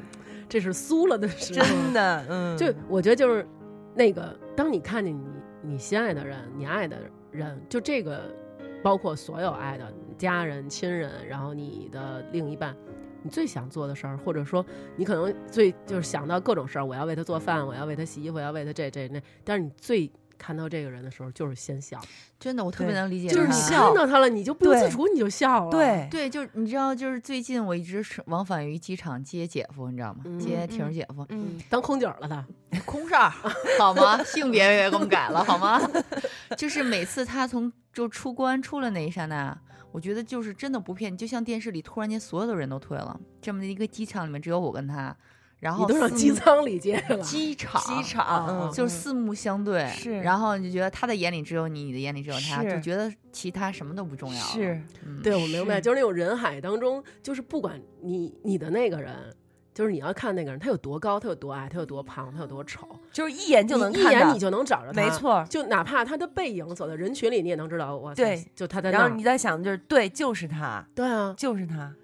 E: 这是酥了的时候。
B: 真的，嗯，
E: 就我觉得就是那个，当你看见你你心爱的人，你爱的人，就这个包括所有爱的家人、亲人，然后你的另一半。你最想做的事儿，或者说你可能最就是想到各种事儿，我要为他做饭，我要为他洗衣服，我要为他这这那。但是你最看到这个人的时候，就是先笑，
F: 真的，我特别
B: 对
F: 能理解他，
E: 就是你看到他了，你就不由自
B: 对
E: 主你就笑了。，
B: 对，
F: 对，就是你知道，就是最近我一直是往返于机场接姐夫，你知道吗？
E: 嗯
F: 接婷儿姐夫，
B: 嗯，
E: 当空姐儿了他，
F: 空少儿好吗？性别也给我们改了好吗？ 就是每次他从就出关出了那一刹那，我觉得就是真的不骗你，就像电视里突然间所有的人都退了，这么一个机场里面只有我跟他，然
E: 你
F: 后
E: 都让
F: 四
E: 机
F: 目
E: 舱里接 了。
F: 机场
B: 机场，嗯，
F: 就是四目相对，
B: 是
F: 然后你就觉得他的眼里只有你，你的眼里只有他，
B: 是
F: 就觉得其他什么都不重要了。
B: 是，
F: 嗯、
E: 对，我明白，
B: 是
E: 就是那种人海当中，就是不管你你的那个人，就是你要看那个人他有多高，他有多矮，他有多胖，他有多丑，
B: 就是一眼就能
E: 你
B: 看
E: 一
B: 到，
E: 眼你就能找着他，
B: 没。错。
E: 就哪怕他的背影走在人群里，你也能知道，哇塞，
B: 对
E: 就他在那
B: 然后
E: 儿
B: 你。在想，就是对，就是他，
E: 对啊，
B: 就是他，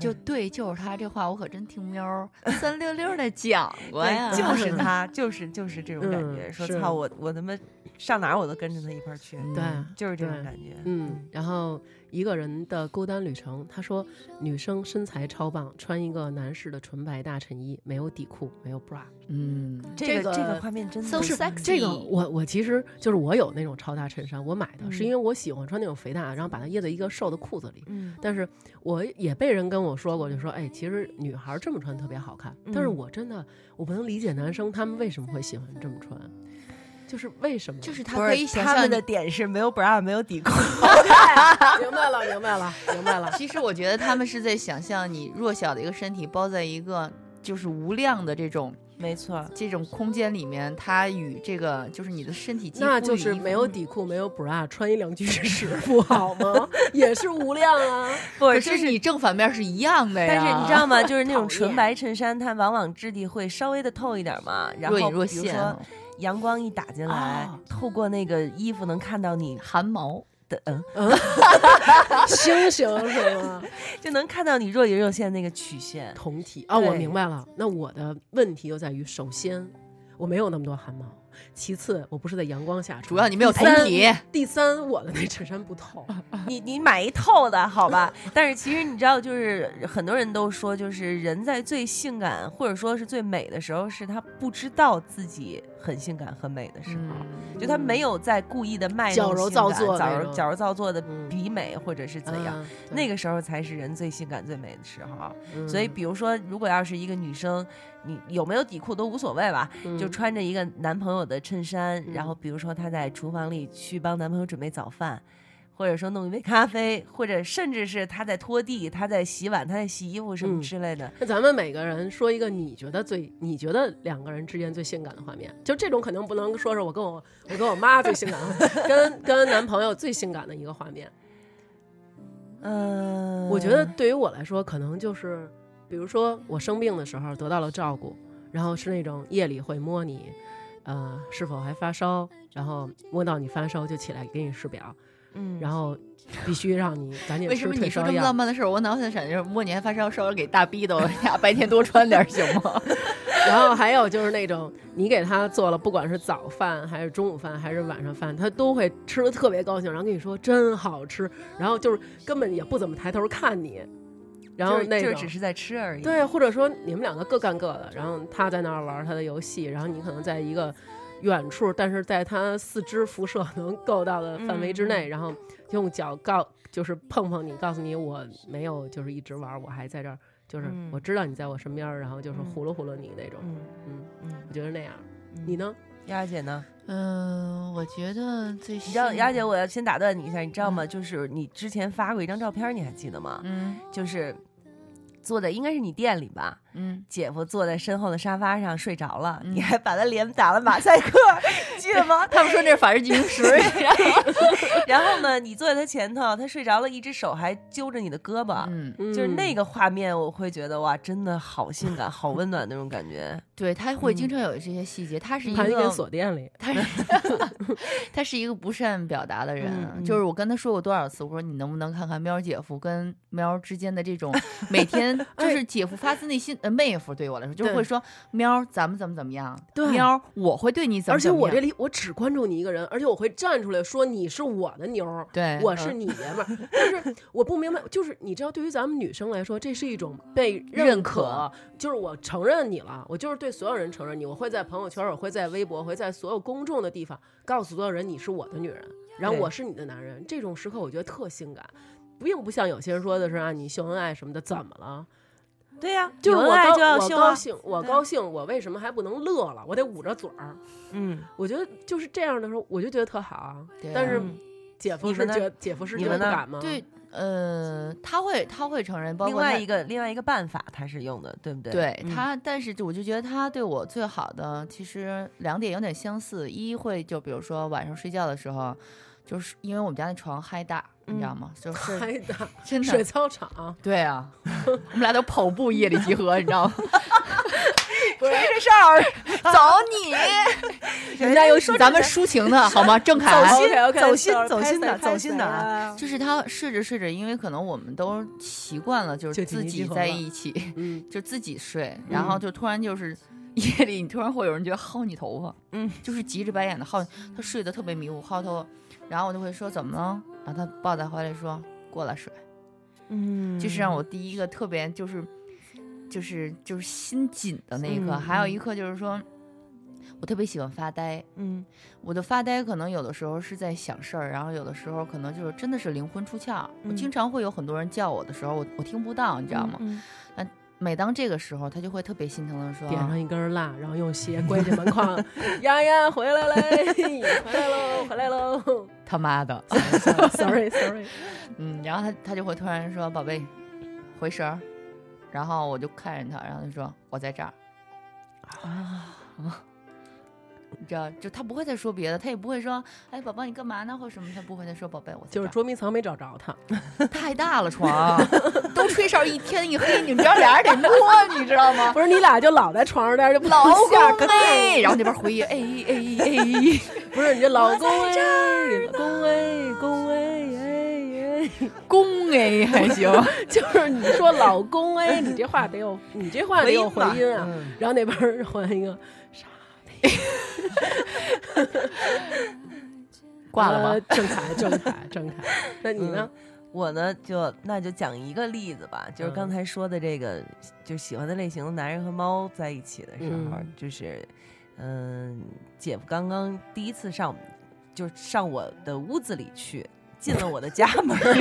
F: 就对，就是他这话我可真听喵儿三溜溜 的讲过呀，
B: 对，就是他，就是就是这种感觉。
E: 嗯
B: 说
E: 是
B: 操，我我他妈上哪儿我都跟着他一块儿去，
E: 对啊。
B: 就是这种
E: 对
B: 感觉。
E: 嗯，然后一个人的孤单旅程，他说女生身材超棒，穿一个男士的纯白大衬衣，没有底裤，没有 bra，
F: 嗯，
B: 这个
E: 这
B: 这
E: 个
B: 个画面真的
F: So
B: 不是
F: sexy
E: 这个我我其实就是我有那种超大衬衫，我买的是因为我喜欢穿那种肥大，然后把它掖在一个瘦的裤子里。
B: 嗯
E: 但是我也被人跟我说过，就说哎，其实女孩这么穿特别好看。但是
B: 嗯
E: 我真的我不能理解男生他们为什么会喜欢这么穿，就是为什么？
F: 就是他
B: 不
F: 可以
B: 是
F: 想
B: 他
F: 象
B: 们
F: 你
B: 的。点是没有 bra 没有底裤，
E: 明白了，明白了，明白了。
F: 其实我觉得他们是在想象你弱小的一个身体包在一个就是无量的这种
B: 没错，
F: 这种空间里面，它与这个就是你的身体肌肤
E: 那就是
F: 与衣
E: 没有底裤，没有 bra，穿一两居室不好吗？也是无量啊。
B: 不
F: 服。可
B: 就是
F: 你正反面是一样的呀，
B: 但是你知道吗？就是那
E: 讨
B: 种 纯
E: 厌
B: 白衬衫，它往往质地会稍微的透一点嘛，然后
F: 若隐若
B: 比如
F: 现
B: 说
F: 啊，
B: 阳光一打进来，
F: 啊
B: 透过那个衣服能看到你
F: 汗毛。
B: 的，嗯，
E: 星星是吗？
B: 就能看到你若隐若现的那个曲线。
E: 同体啊，我
B: 对
E: 明白了。那我的问题就在于，首先我没有那么多汗毛，其次我不是在阳光下穿，
F: 主要你没有
E: 第三
F: 同体
E: 第三，我的那衬衫不透，
B: 你你买一透的好吧？ 但是其实你知道，就是很多人都说，就是人在最性感或者说是最美的时候，是他不知道自己很性感很美的时候。
F: 嗯，
B: 就他没有在故意的卖弄
E: 矫揉
B: 性
E: 造
B: 感
E: 作
B: 矫
E: 那
B: 揉
E: 种
B: 矫揉造作的
E: 嗯
B: 比美或者是怎样，
E: 啊
B: 那个时候才是人最性感最美的时候。
E: 对
B: 所以，比如说，如果要是一个女生，你有没有底裤都无所谓吧，
E: 嗯
B: 就穿着一个男朋友的衬衫，
E: 嗯
B: 然后比如说她在厨房里去帮男朋友准备早饭，或者说弄一杯咖啡，或者甚至是她在拖地、她在洗碗、她在洗衣服什
E: 嗯
B: 么之类的。
E: 那咱们每个人说一个你觉得最你觉得两个人之间最性感的画面，就这种肯定不能说是我跟我我跟我妈最性感的画面，跟跟男朋友最性感的一个画面。
B: 嗯、
E: 我觉得对于我来说，可能就是，比如说我生病的时候得到了照顾，然后是那种夜里会摸你，呃，是否还发烧，然后摸到你发烧就起来给你试表，
B: 嗯，
E: 然后必须让你赶紧
F: 为什
E: 吃
F: 么
E: 退
F: 你说
E: 烧
F: 这么
E: 药
F: 浪。漫的事儿？我脑子闪就是摸年发烧，稍微给大逼的，我 俩白天多穿点儿行吗？
E: 然后还有就是那种你给他做了，不管是早饭还是中午饭还是晚上饭，他都会吃的特别高兴，然后跟你说真好吃，然后就是根本也不怎么抬头看你，然后
B: 就是
E: 那
B: 就是
E: 种
B: 只是在吃而已。
E: 对，啊或者说你们两个各干各的，然后他在那儿玩他的游戏，然后你可能在一个远处，但是在他四肢辐射能够到的范
B: 嗯
E: 围之内，然后用脚告就是碰碰你，告诉你我没有就是一直玩，我还在这儿，就是
B: 嗯
E: 我知道你在我身边儿，然后就是
B: 嗯
E: 呼噜呼噜你那种，
B: 嗯，
E: 嗯，
B: 嗯
E: 我觉得那样。
B: 嗯，
E: 你呢？
B: 丫姐呢？
F: 嗯，我觉得最
B: 你知道，
F: 性
B: 丫姐，我要先打断你一下，你知道
E: 嗯
B: 吗？就是你之前发过一张照片，你还记得吗？
F: 嗯
B: 就是坐在应该是你店里吧，
F: 嗯，
B: 姐夫坐在身后的沙发上睡着了，
F: 嗯
B: 你还把他脸打了马赛克，结 记得 吗？
F: 他们说那是法制进行 时，然后
B: 然后呢，你坐在他前头，他睡着了，一只手还揪着你的胳膊，
F: 嗯，
B: 就是那
E: 个，
B: 个画面，我会觉得哇，真的好性感，好温暖那种感觉。
F: 对，他会
E: 嗯
F: 经常有这些细节，他是一
E: 盘根
F: 个
E: 锁店里，
F: 他 是他是一个不善表达的人，啊
B: 嗯嗯
F: 就是我跟他说过多少次，我说你能不能看看喵儿姐夫跟喵儿之间的这种每 天就是姐夫发自内心呃妹夫对我来说就是
E: 哎对
F: 会说喵儿咱们怎么怎么样，
E: 对
F: 喵儿我会对你怎么
E: 而且
F: 怎么
E: 我
F: 样，
E: 这里我只关注你一个人，而且我会站出来说你是我的妞儿，
F: 对嗯
E: 我是你爷们儿。但是我不明白，就是你知道，对于咱们女生来说，这是一种被
F: 认
E: 可，
F: 可
E: 就是我承认你了，我就是对所有人承认你，我会在朋友圈，我会在微博，我会在所有公众的地方告诉所有人你是我的女人，然后
B: 对
E: 我是你的男人。这种时刻我觉得特性感。并不像有些人说的是啊，你秀恩爱什么的，怎么了？
B: 对呀、
E: 就是
B: 有
E: 我
B: 恩爱
E: 高
B: 就要
E: 我
B: 秀
E: 高
B: 啊。
E: 兴，我
B: 对
E: 高兴，我为什么还不能乐了？我得捂着嘴儿，
B: 嗯，
E: 我觉得就是这样的时候，我就觉得特好啊。
F: 对啊
E: 但是
B: 嗯
E: 姐夫
B: 你
E: 是
B: 们呢
E: 觉姐夫是
B: 你
E: 真的
B: 们
E: 不
B: 呢
E: 敢吗？
F: 对，呃，他会他会承认，包
B: 另
F: 括他
B: 外一个另外一个办法，他是用的，对不对？
F: 对
B: 嗯
F: 他，但是就我就觉得他对我最好的其实两点有点相似，一会就比如说晚上睡觉的时候，就是因为我们家那床嗨大，你知道
B: 嗯
F: 吗？就是
E: 嗨 的，
F: 真
E: 水
F: 的，
E: 操场
F: 对 啊，我们俩都跑步夜里集合，你知道吗？
B: 吹着哨儿，
F: 走你， 人家有咱们抒情的好吗？郑
B: 走
F: 恺。
B: 心
E: OK，OK，
B: 走心
E: 走
B: 嗯走心
E: 拍
B: 的
E: 死
B: 走心的啊！
F: 就是他睡着睡着，因为可能我们都习惯了，就
E: 就是
F: 自
E: 紧急集
F: 己
E: 合
F: 在
E: 了
F: 一起，
E: 嗯，
F: 就自己睡，然
B: 嗯
F: 后就突然就是 夜里，你突然会有人觉得薅你头发，
B: 嗯，
F: 就是急着白眼的薅，他睡得特别迷糊，薅头发，然后我就会说怎么了，把他抱在怀里说过来睡，
B: 嗯，
F: 这是让我第一个特别就是就是就是心紧的那一刻，
B: 嗯
F: 还有
B: 嗯
F: 一刻就是说。我特别喜欢发呆，
B: 嗯
F: 我的发呆可能有的时候是在想事儿，然后有的时候可能就是真的是灵魂出窍。我
B: 嗯
F: 经常会有很多人叫我的时候，我我听不到，你知道吗？
B: 嗯
F: 每当这个时候，他就会特别心疼的说：“
E: 点上一根蜡，然后用鞋关起门 框，丫丫回来嘞， 回来喽，回来喽
F: 他妈的，
E: ，sorry sorry，
F: 嗯，然后他他就会突然说宝贝，回神儿，然后我就看着他，然后他就说我在这儿，
B: 啊，
F: 你知道，就他不会再说别的，他也不会说哎宝宝你干嘛呢或什么，他不会再说宝贝我在
E: 就是
F: 这
E: 捉迷藏没找着他，
F: 儿太大了床， 都吹哨一天一黑，你们这俩人得摸，你知道吗？
E: 不是你俩就老在床上待着，就
F: 老
E: 下
F: 公
E: 课，
F: 哎，然后那边回忆哎哎哎，
E: 不是你这老公哎，你公哎
B: 嗯
E: 公哎哎
F: 公哎还行，
E: 哎， 就是你说老公哎，你这话 得有，你这话得有回
B: 回
E: 音啊，
F: 嗯
E: 然后那边儿换一个
F: 挂了吧。
E: 吧，郑恺郑恺郑恺，那你呢？
B: 我呢就那就讲一个例子吧，就是
E: 嗯
B: 刚才说的这个，就喜欢的类型的男人和猫在一起的时候，
E: 嗯
B: 就是，嗯，姐夫刚刚第一次上，就是上我的屋子里去，进了我的家门儿，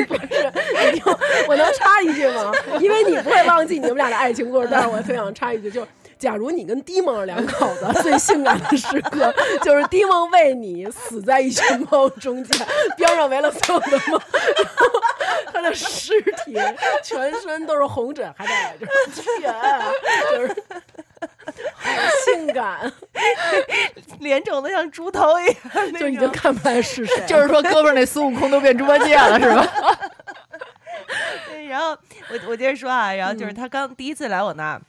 E: 我能插一句吗？因为你不会忘记你们俩的爱情故事，但是我特想插一句，就是假如你跟迪蒙两口子最性感的时刻，就是迪蒙为你死在一群猫中间，边上围了所有的猫，然后他的尸体全身都是红疹，还在这卷， 就是好性感，
B: 脸肿的像猪头一样那种，
E: 就已经看不出来是谁，
F: 就是说，胳膊那孙悟空都变猪八戒了，是吧？
B: 对，然后我我接着说啊，然后就是他刚第一次来我那儿，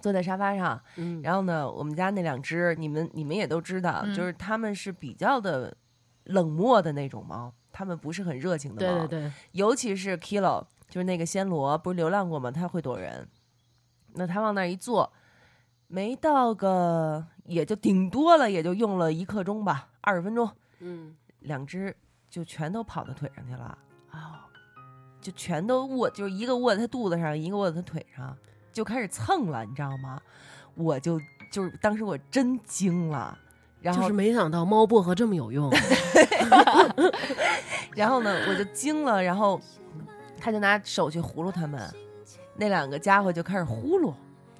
B: 坐在沙发上，
E: 嗯
B: 然后呢，我们家那两只，你们你们也都知道，就是
E: 嗯
B: 他们是比较的冷漠的那种猫，他们不是很热情的
E: 对
B: 猫，
E: 对对，
B: 尤其是 Kilo，就是那个暹罗，不是流浪过吗？它会躲人，那它往那儿一坐，没到个也就顶多了，也就用了一刻钟吧，二十分钟，
E: 嗯。
B: 两只就全都跑到腿上去了，啊、
F: 哦
B: 就全都握，就是一个握在他肚子上，一个握在他腿上，就开始蹭了，你知道吗？我就就是当时我真惊了，然
E: 就
B: 后
E: 是没想到猫薄荷这么有用，
B: 然后呢，我就惊了，然后他就拿手去呼噜他们，那两个家伙就开始呼噜，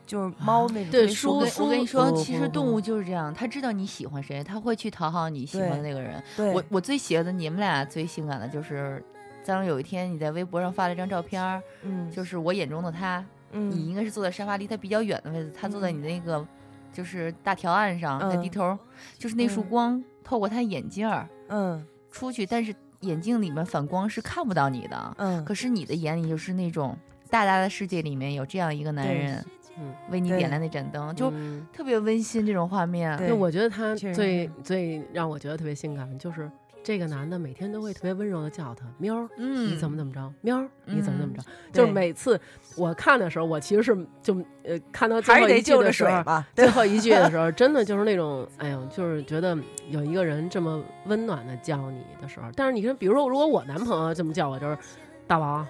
B: 就是猫那种特别
F: 我
B: 舒
F: 跟
B: 服。
F: 我跟你啊说，
B: 不
F: 其实动物，就是这样，它知道你喜欢谁，它会去讨好你喜欢的那个人。
B: 嗯不不不对，
F: 我我最邪的，你们俩最性感的就是，当有一天你在微博上发了一张照片儿，
B: 嗯
F: 就是我眼中的他，你
B: 嗯
F: 应该是坐在沙发离他比较远的位置，他坐在你那个就是大条岸上，在低
B: 嗯
F: 头儿，就是那束
B: 嗯
F: 光透过他眼镜儿
B: 嗯
F: 出去，但是眼镜里面反光是看不到你的。
B: 嗯，
F: 可是你的眼里就是那种大大的世界里面有这样一个男
B: 对
F: 人，
B: 嗯
F: 为你
B: 对
F: 点亮那盏灯，就
B: 嗯
F: 特别温馨这种画面。
B: 对
E: 那我觉得他
B: 确实
E: 最最让我觉得特别性感，就是这个男的每天都会特别温柔的叫他喵儿，
F: 嗯，
E: 你怎么怎么着，喵儿，你怎么怎么着，
B: 嗯对
E: 就是每次我看的时候，我其实是就呃看到
B: 还
E: 最
B: 是
E: 后
B: 得
E: 一句
B: 就
E: 的
B: 着
E: 时
B: 水
E: 候，
B: 吧，对
E: 最后一句的时候，真的就是那种哎呦，就是觉得有一个人这么温暖的叫你的时候，但是你看，比如说如果我男朋友这么叫我，就是。大王，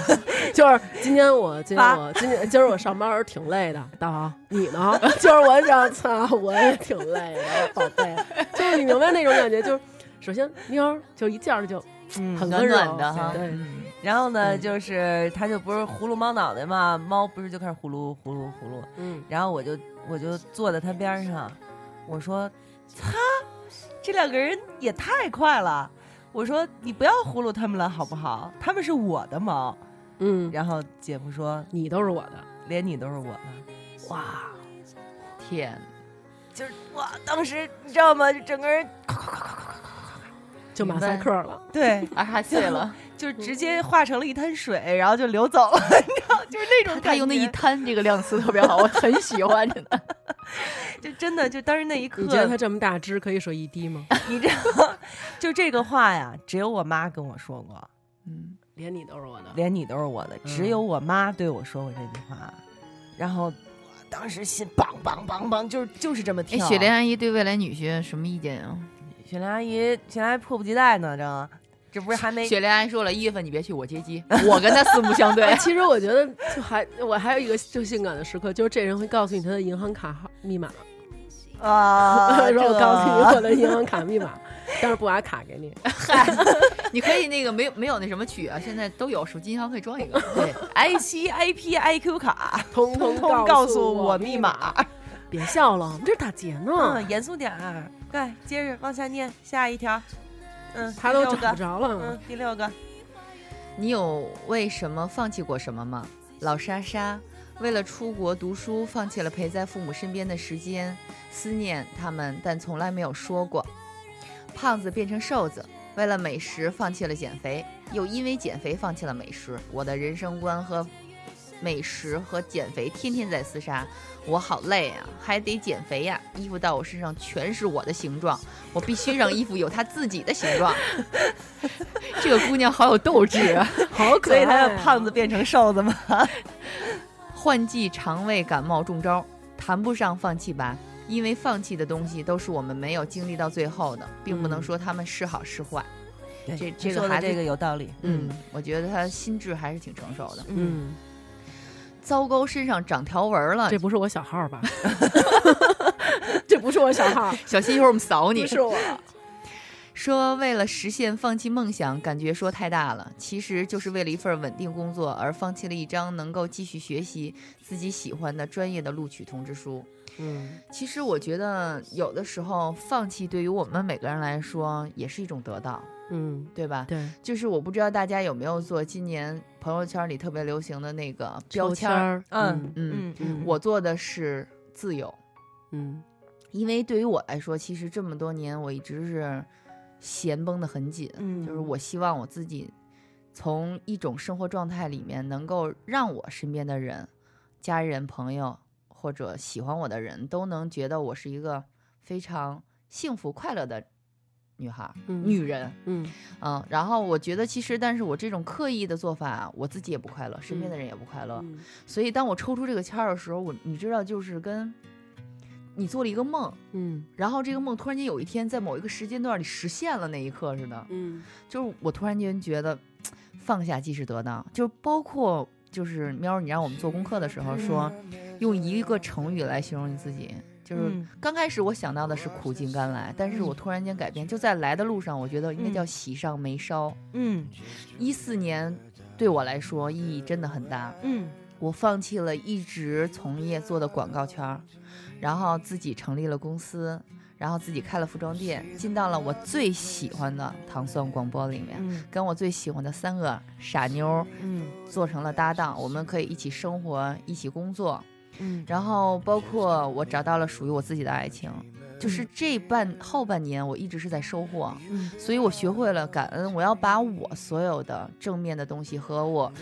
E: 就是今天我今天我今天今儿我上班儿挺累的，大王你呢？ 就是我想操，我也挺累的，宝 贝，就是你明白那种感觉，就是首先喵儿就一叫就
B: 嗯
E: 很
F: 暖
E: 温柔
F: 暖的哈
E: 对，
B: 然后呢，
E: 嗯
B: 就是它就不是葫芦猫脑袋嘛，猫不是就开始呼噜呼噜呼噜。
E: 嗯，
B: 然后我就我就坐在它边上，我说：“擦，这两个人也太快了。”我说：“你不要呼噜他们了，好不好？他们是我的猫。”
E: 嗯，
B: 然后姐夫说
E: 你都是我的，：“
B: 连你都是我的。
E: 哇，
F: 天，”
B: 就是哇，当时你知道吗？就整个人
E: 就马赛克了。
B: 对，
F: 而还碎了，
B: 就直接化成了一滩水，然后就流走了，你知道，就是那种
F: 他
B: 感
F: 他用那一
B: 觉
F: 摊这个量词特别 好，我很喜欢真的。
B: 就真的就当时那一刻，
E: 你觉得他这么大只可以说一滴吗？
B: 你知道， 就这个话呀，只有我妈跟我说过，
F: 嗯，
E: 连你都是我的，
B: 连你都是我的，只有我妈对我说过这句话。然后我当时心梆梆梆梆，就是就是这么
F: 哎，
B: 跳。
F: 雪莲阿姨对未来女婿什么意见啊？
B: 雪莲阿姨，雪莲阿姨迫不及待呢，这这不是还没
F: 雪莲阿姨说了，伊芬你别去，我接 机，我跟他四目相对
E: 哎。其实我觉得就还我还有一个就性感的时刻，就是这人会告诉你他的银行卡号密码，
B: 啊？
E: 说我
B: 这
E: 告诉你我的银行卡密码，但是不把卡给 你。
F: 你可以那个没有没有那什么取啊，现在都有，手机银行可以装一个。
B: 对 I 七 I P I Q 卡，
E: 通
B: 通
E: 通
B: 通告
E: 告
B: 诉
E: 诉
B: 我
E: 我
B: 密
E: 密
B: 码
E: 码。别笑了，我们这是打劫呢，
B: 嗯，严肃点儿，快接着往下念下一条。嗯，
E: 他
B: 第
E: 都
B: 六
E: 找不
B: 个。
E: 着了
B: 嗯。，第六个。
F: 你有为什么放弃过什么吗？老莎莎为了出国读书，放弃了陪在父母身边的时间，思念他们，但从来没有说过。胖子变成瘦子，为了美食放弃了减肥，又因为减肥放弃了美食。我的人生观和美食和减肥天天在厮杀，我好累啊，还得减肥呀、衣服到我身上全是我的形状，我必须让衣服有它自己的形状。这个姑娘好有斗志啊！
E: 好可
B: 所
E: 爱
B: 以
E: 啊，
B: 他的胖子变成瘦子嘛。
F: 换季肠胃感冒中招，谈不上放弃吧，因为放弃的东西都是我们没有经历到最后的，并不
E: 嗯
F: 能说他们是好是坏。
B: 对
F: 这
B: 他
F: 这个
B: 说的
F: 孩子
B: 这个有道理。
F: 嗯，我觉得他心智还是挺成熟的。
B: 嗯，
E: 嗯，
F: 糟糕，身上长条纹了
E: 这，不是我小 号吧？ 这不是我小号，
F: 小心一会儿我们扫你
E: 不。是我。
F: 说为了实现放弃梦想，感觉说太大了，其实就是为了一份稳定工作而放弃了一张能够继续学习自己喜欢的专业的录取通知书。
E: 嗯，
F: 其实我觉得有的时候放弃对于我们每个人来说也是一种得到，
E: 嗯，
F: 对吧？
E: 对，
F: 就是我不知道大家有没有做今年朋友圈里特别流行的那个标
E: 抽
F: 签
E: 签
F: 儿，
E: 儿，
B: 嗯
F: 嗯
B: 嗯嗯，
F: 我做的是自由，
E: 嗯
F: 因为对于我来说，其实这么多年我一直是弦绷得很紧，
B: 嗯
F: 就是我希望我自己从一种生活状态里面，能够让我身边的人、家人、朋友或者喜欢我的人都能觉得我是一个非常幸福快乐的女孩儿、
E: 嗯
F: 女人。
E: 嗯
F: 嗯，然后我觉得其实，但是我这种刻意的做法，啊我自己也不快乐，身边的人也不快乐。
E: 嗯，
F: 所以当我抽出这个签儿的时候，我你知道，就是跟你做了一个梦，
E: 嗯
F: 然后这个梦突然间有一天在某一个时间段里实现了那一刻似的，
E: 嗯
F: 就是我突然间觉得放下即是得当，就是包括就是喵儿，你让我们做功课的时候说，用一个成语来形容你自己。就是
B: 嗯
F: 刚开始我想到的是苦尽甘来，但是我突然间改变，就在来的路上，我觉得应该叫
B: 嗯
F: 喜上眉梢。
B: 嗯
F: 一四年对我来说意义真的很大，
B: 嗯
F: 我放弃了一直从业做的广告圈儿，然后自己成立了公司，然后自己开了服装店，进到了我最喜欢的糖蒜广播里面，
B: 嗯
F: 跟我最喜欢的三个傻妞儿
B: 嗯
F: 做成了搭档，我们可以一起生活，一起工作。
B: 嗯
F: 然后包括我找到了属于我自己的爱情，就是
B: 嗯
F: 这半后半年我一直是在收获，所以我学会了感恩，我要把我所有的正面的东西和我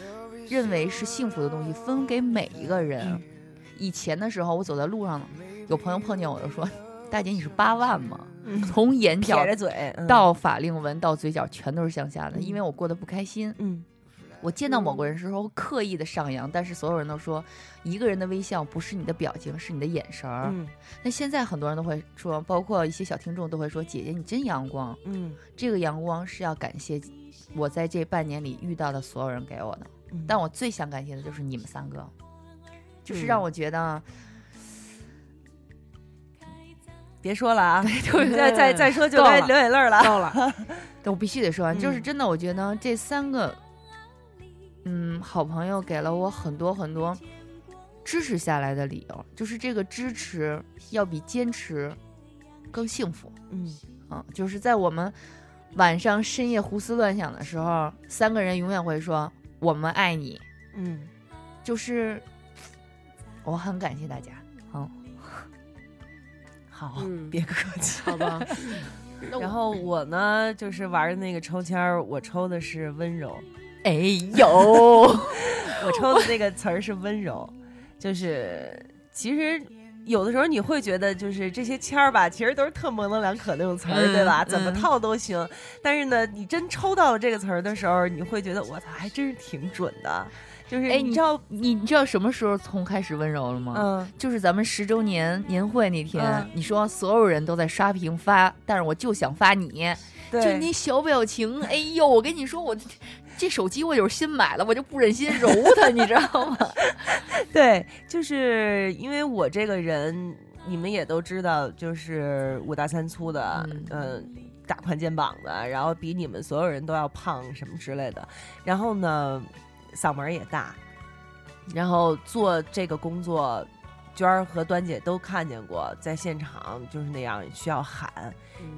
F: 认为是幸福的东西分给每一个
B: 嗯
F: 人。以前的时候，我走在路上，有朋友碰见我就说：“大姐，你是八万吗？”从眼角
B: 嗯撇着嗯嘴嗯
F: 到法令纹到嘴角全都是向下的，因为我过得不开心。
B: 嗯
F: 我见到某个人时候刻意的上扬，但是所有人都说，一个人的微笑不是你的表情，是你的眼神儿。
B: 嗯
F: 那现在很多人都会说，包括一些小听众都会说：“姐姐，你真阳光。
B: 嗯”
F: 这个阳光是要感谢我在这半年里遇到的所有人给我的，
B: 嗯，
F: 但我最想感谢的就是你们三个，就是
B: 嗯
F: 让我觉得
B: 别说了 啊， 再再再说就该
F: 够了
B: 流眼泪儿了。
F: 到了，我必须得说完，就是
B: 嗯
F: 真的，我觉得这三个，嗯，好朋友给了我很多很多支持下来的理由，就是这个支持要比坚持更幸福。
B: 嗯
F: 嗯，就是在我们晚上深夜胡思乱想的时候，三个人永远会说“我们爱你
B: 嗯，”，
F: 就是我很感谢大家。嗯，
B: 好，
E: 嗯，
B: 别客气。
E: 好吧。那我
B: 然后我呢，就是玩的那个抽签儿，我抽的是温柔，
F: 哎呦，
B: 我抽的那个词儿是温柔，就是其实。有的时候你会觉得，就是这些签儿吧，其实都是特模棱两可那种词儿，
F: 嗯
B: 对吧？怎么
F: 嗯
B: 套都行。但是呢，你真抽到了这个词儿的时候，你会觉得我操，还真是挺准的。就是
F: 哎
B: 你
F: 你
B: 知道，
F: 你知道什么时候从开始温柔了吗？
B: 嗯，
F: 就是咱们十周年年会那天，
B: 嗯
F: 你说所有人都在刷屏发，但是我就想发你，
B: 对，
F: 就那小表情，哎呦，我跟你说，我这这手机我有时新买了，我就不忍心揉它，你知道吗？
B: 对，就是因为我这个人，你们也都知道，就是五大三粗的，
F: 嗯
B: 嗯、大宽肩膀的，然后比你们所有人都要胖什么之类的。然后呢，嗓门儿也大，然后做这个工作。娟儿和端姐都看见过，在现场就是那样需要喊，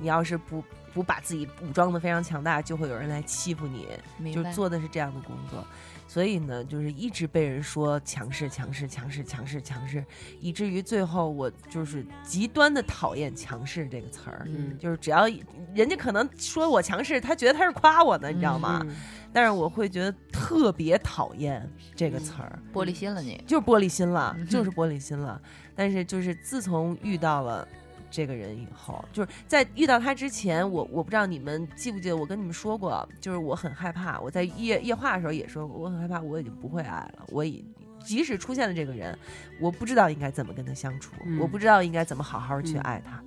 B: 你
E: 嗯
B: 要是不不把自己武装的非常强大，就会有人来欺负你。就
F: 明白，
B: 做的是这样的工作，所以呢，就是一直被人说强势、强势、强势、强势、强势，以至于最后我就是极端的讨厌“强势”这个词儿。
F: 嗯，
B: 就是只要人家可能说我强势，他觉得他是夸我呢，你知道吗？
E: 嗯
B: 但是我会觉得特别讨厌这个词儿，
F: 玻璃心了你，
B: 就是玻璃心了
F: 嗯，哼
B: 就是玻璃心了。但是就是自从遇到了。这个人以后，就是在遇到他之前，我我不知道你们记不记得我跟你们说过，就是我很害怕。我在夜夜话的时候也说过，我很害怕我已经不会爱了。我已即使出现了这个人，我不知道应该怎么跟他相处，
E: 嗯
B: 我不知道应该怎么好好去
E: 嗯
B: 爱他。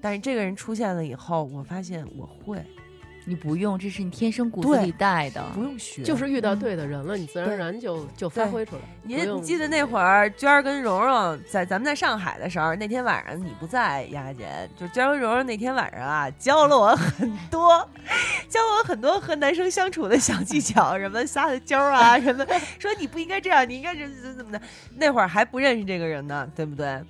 B: 但是这个人出现了以后，我发现我会，
F: 你不用，这是你天生骨子
B: 对
F: 里带的，
B: 不用学，
E: 就是遇到对的人了，
B: 嗯
E: 你自然而然就就发挥 出来。
B: 你
E: 不
B: 你
E: 用
B: 记得那会儿娟儿跟蓉蓉在咱们在上海的时候，那天晚上你不在，丫姐，就娟儿跟蓉蓉那天晚上啊，教了我很多，教了我很多和男生相处的小技巧，什么撒的娇啊，什么说你不应该这样，你应该怎怎怎么的。那会儿还不认识这个人呢，对不对？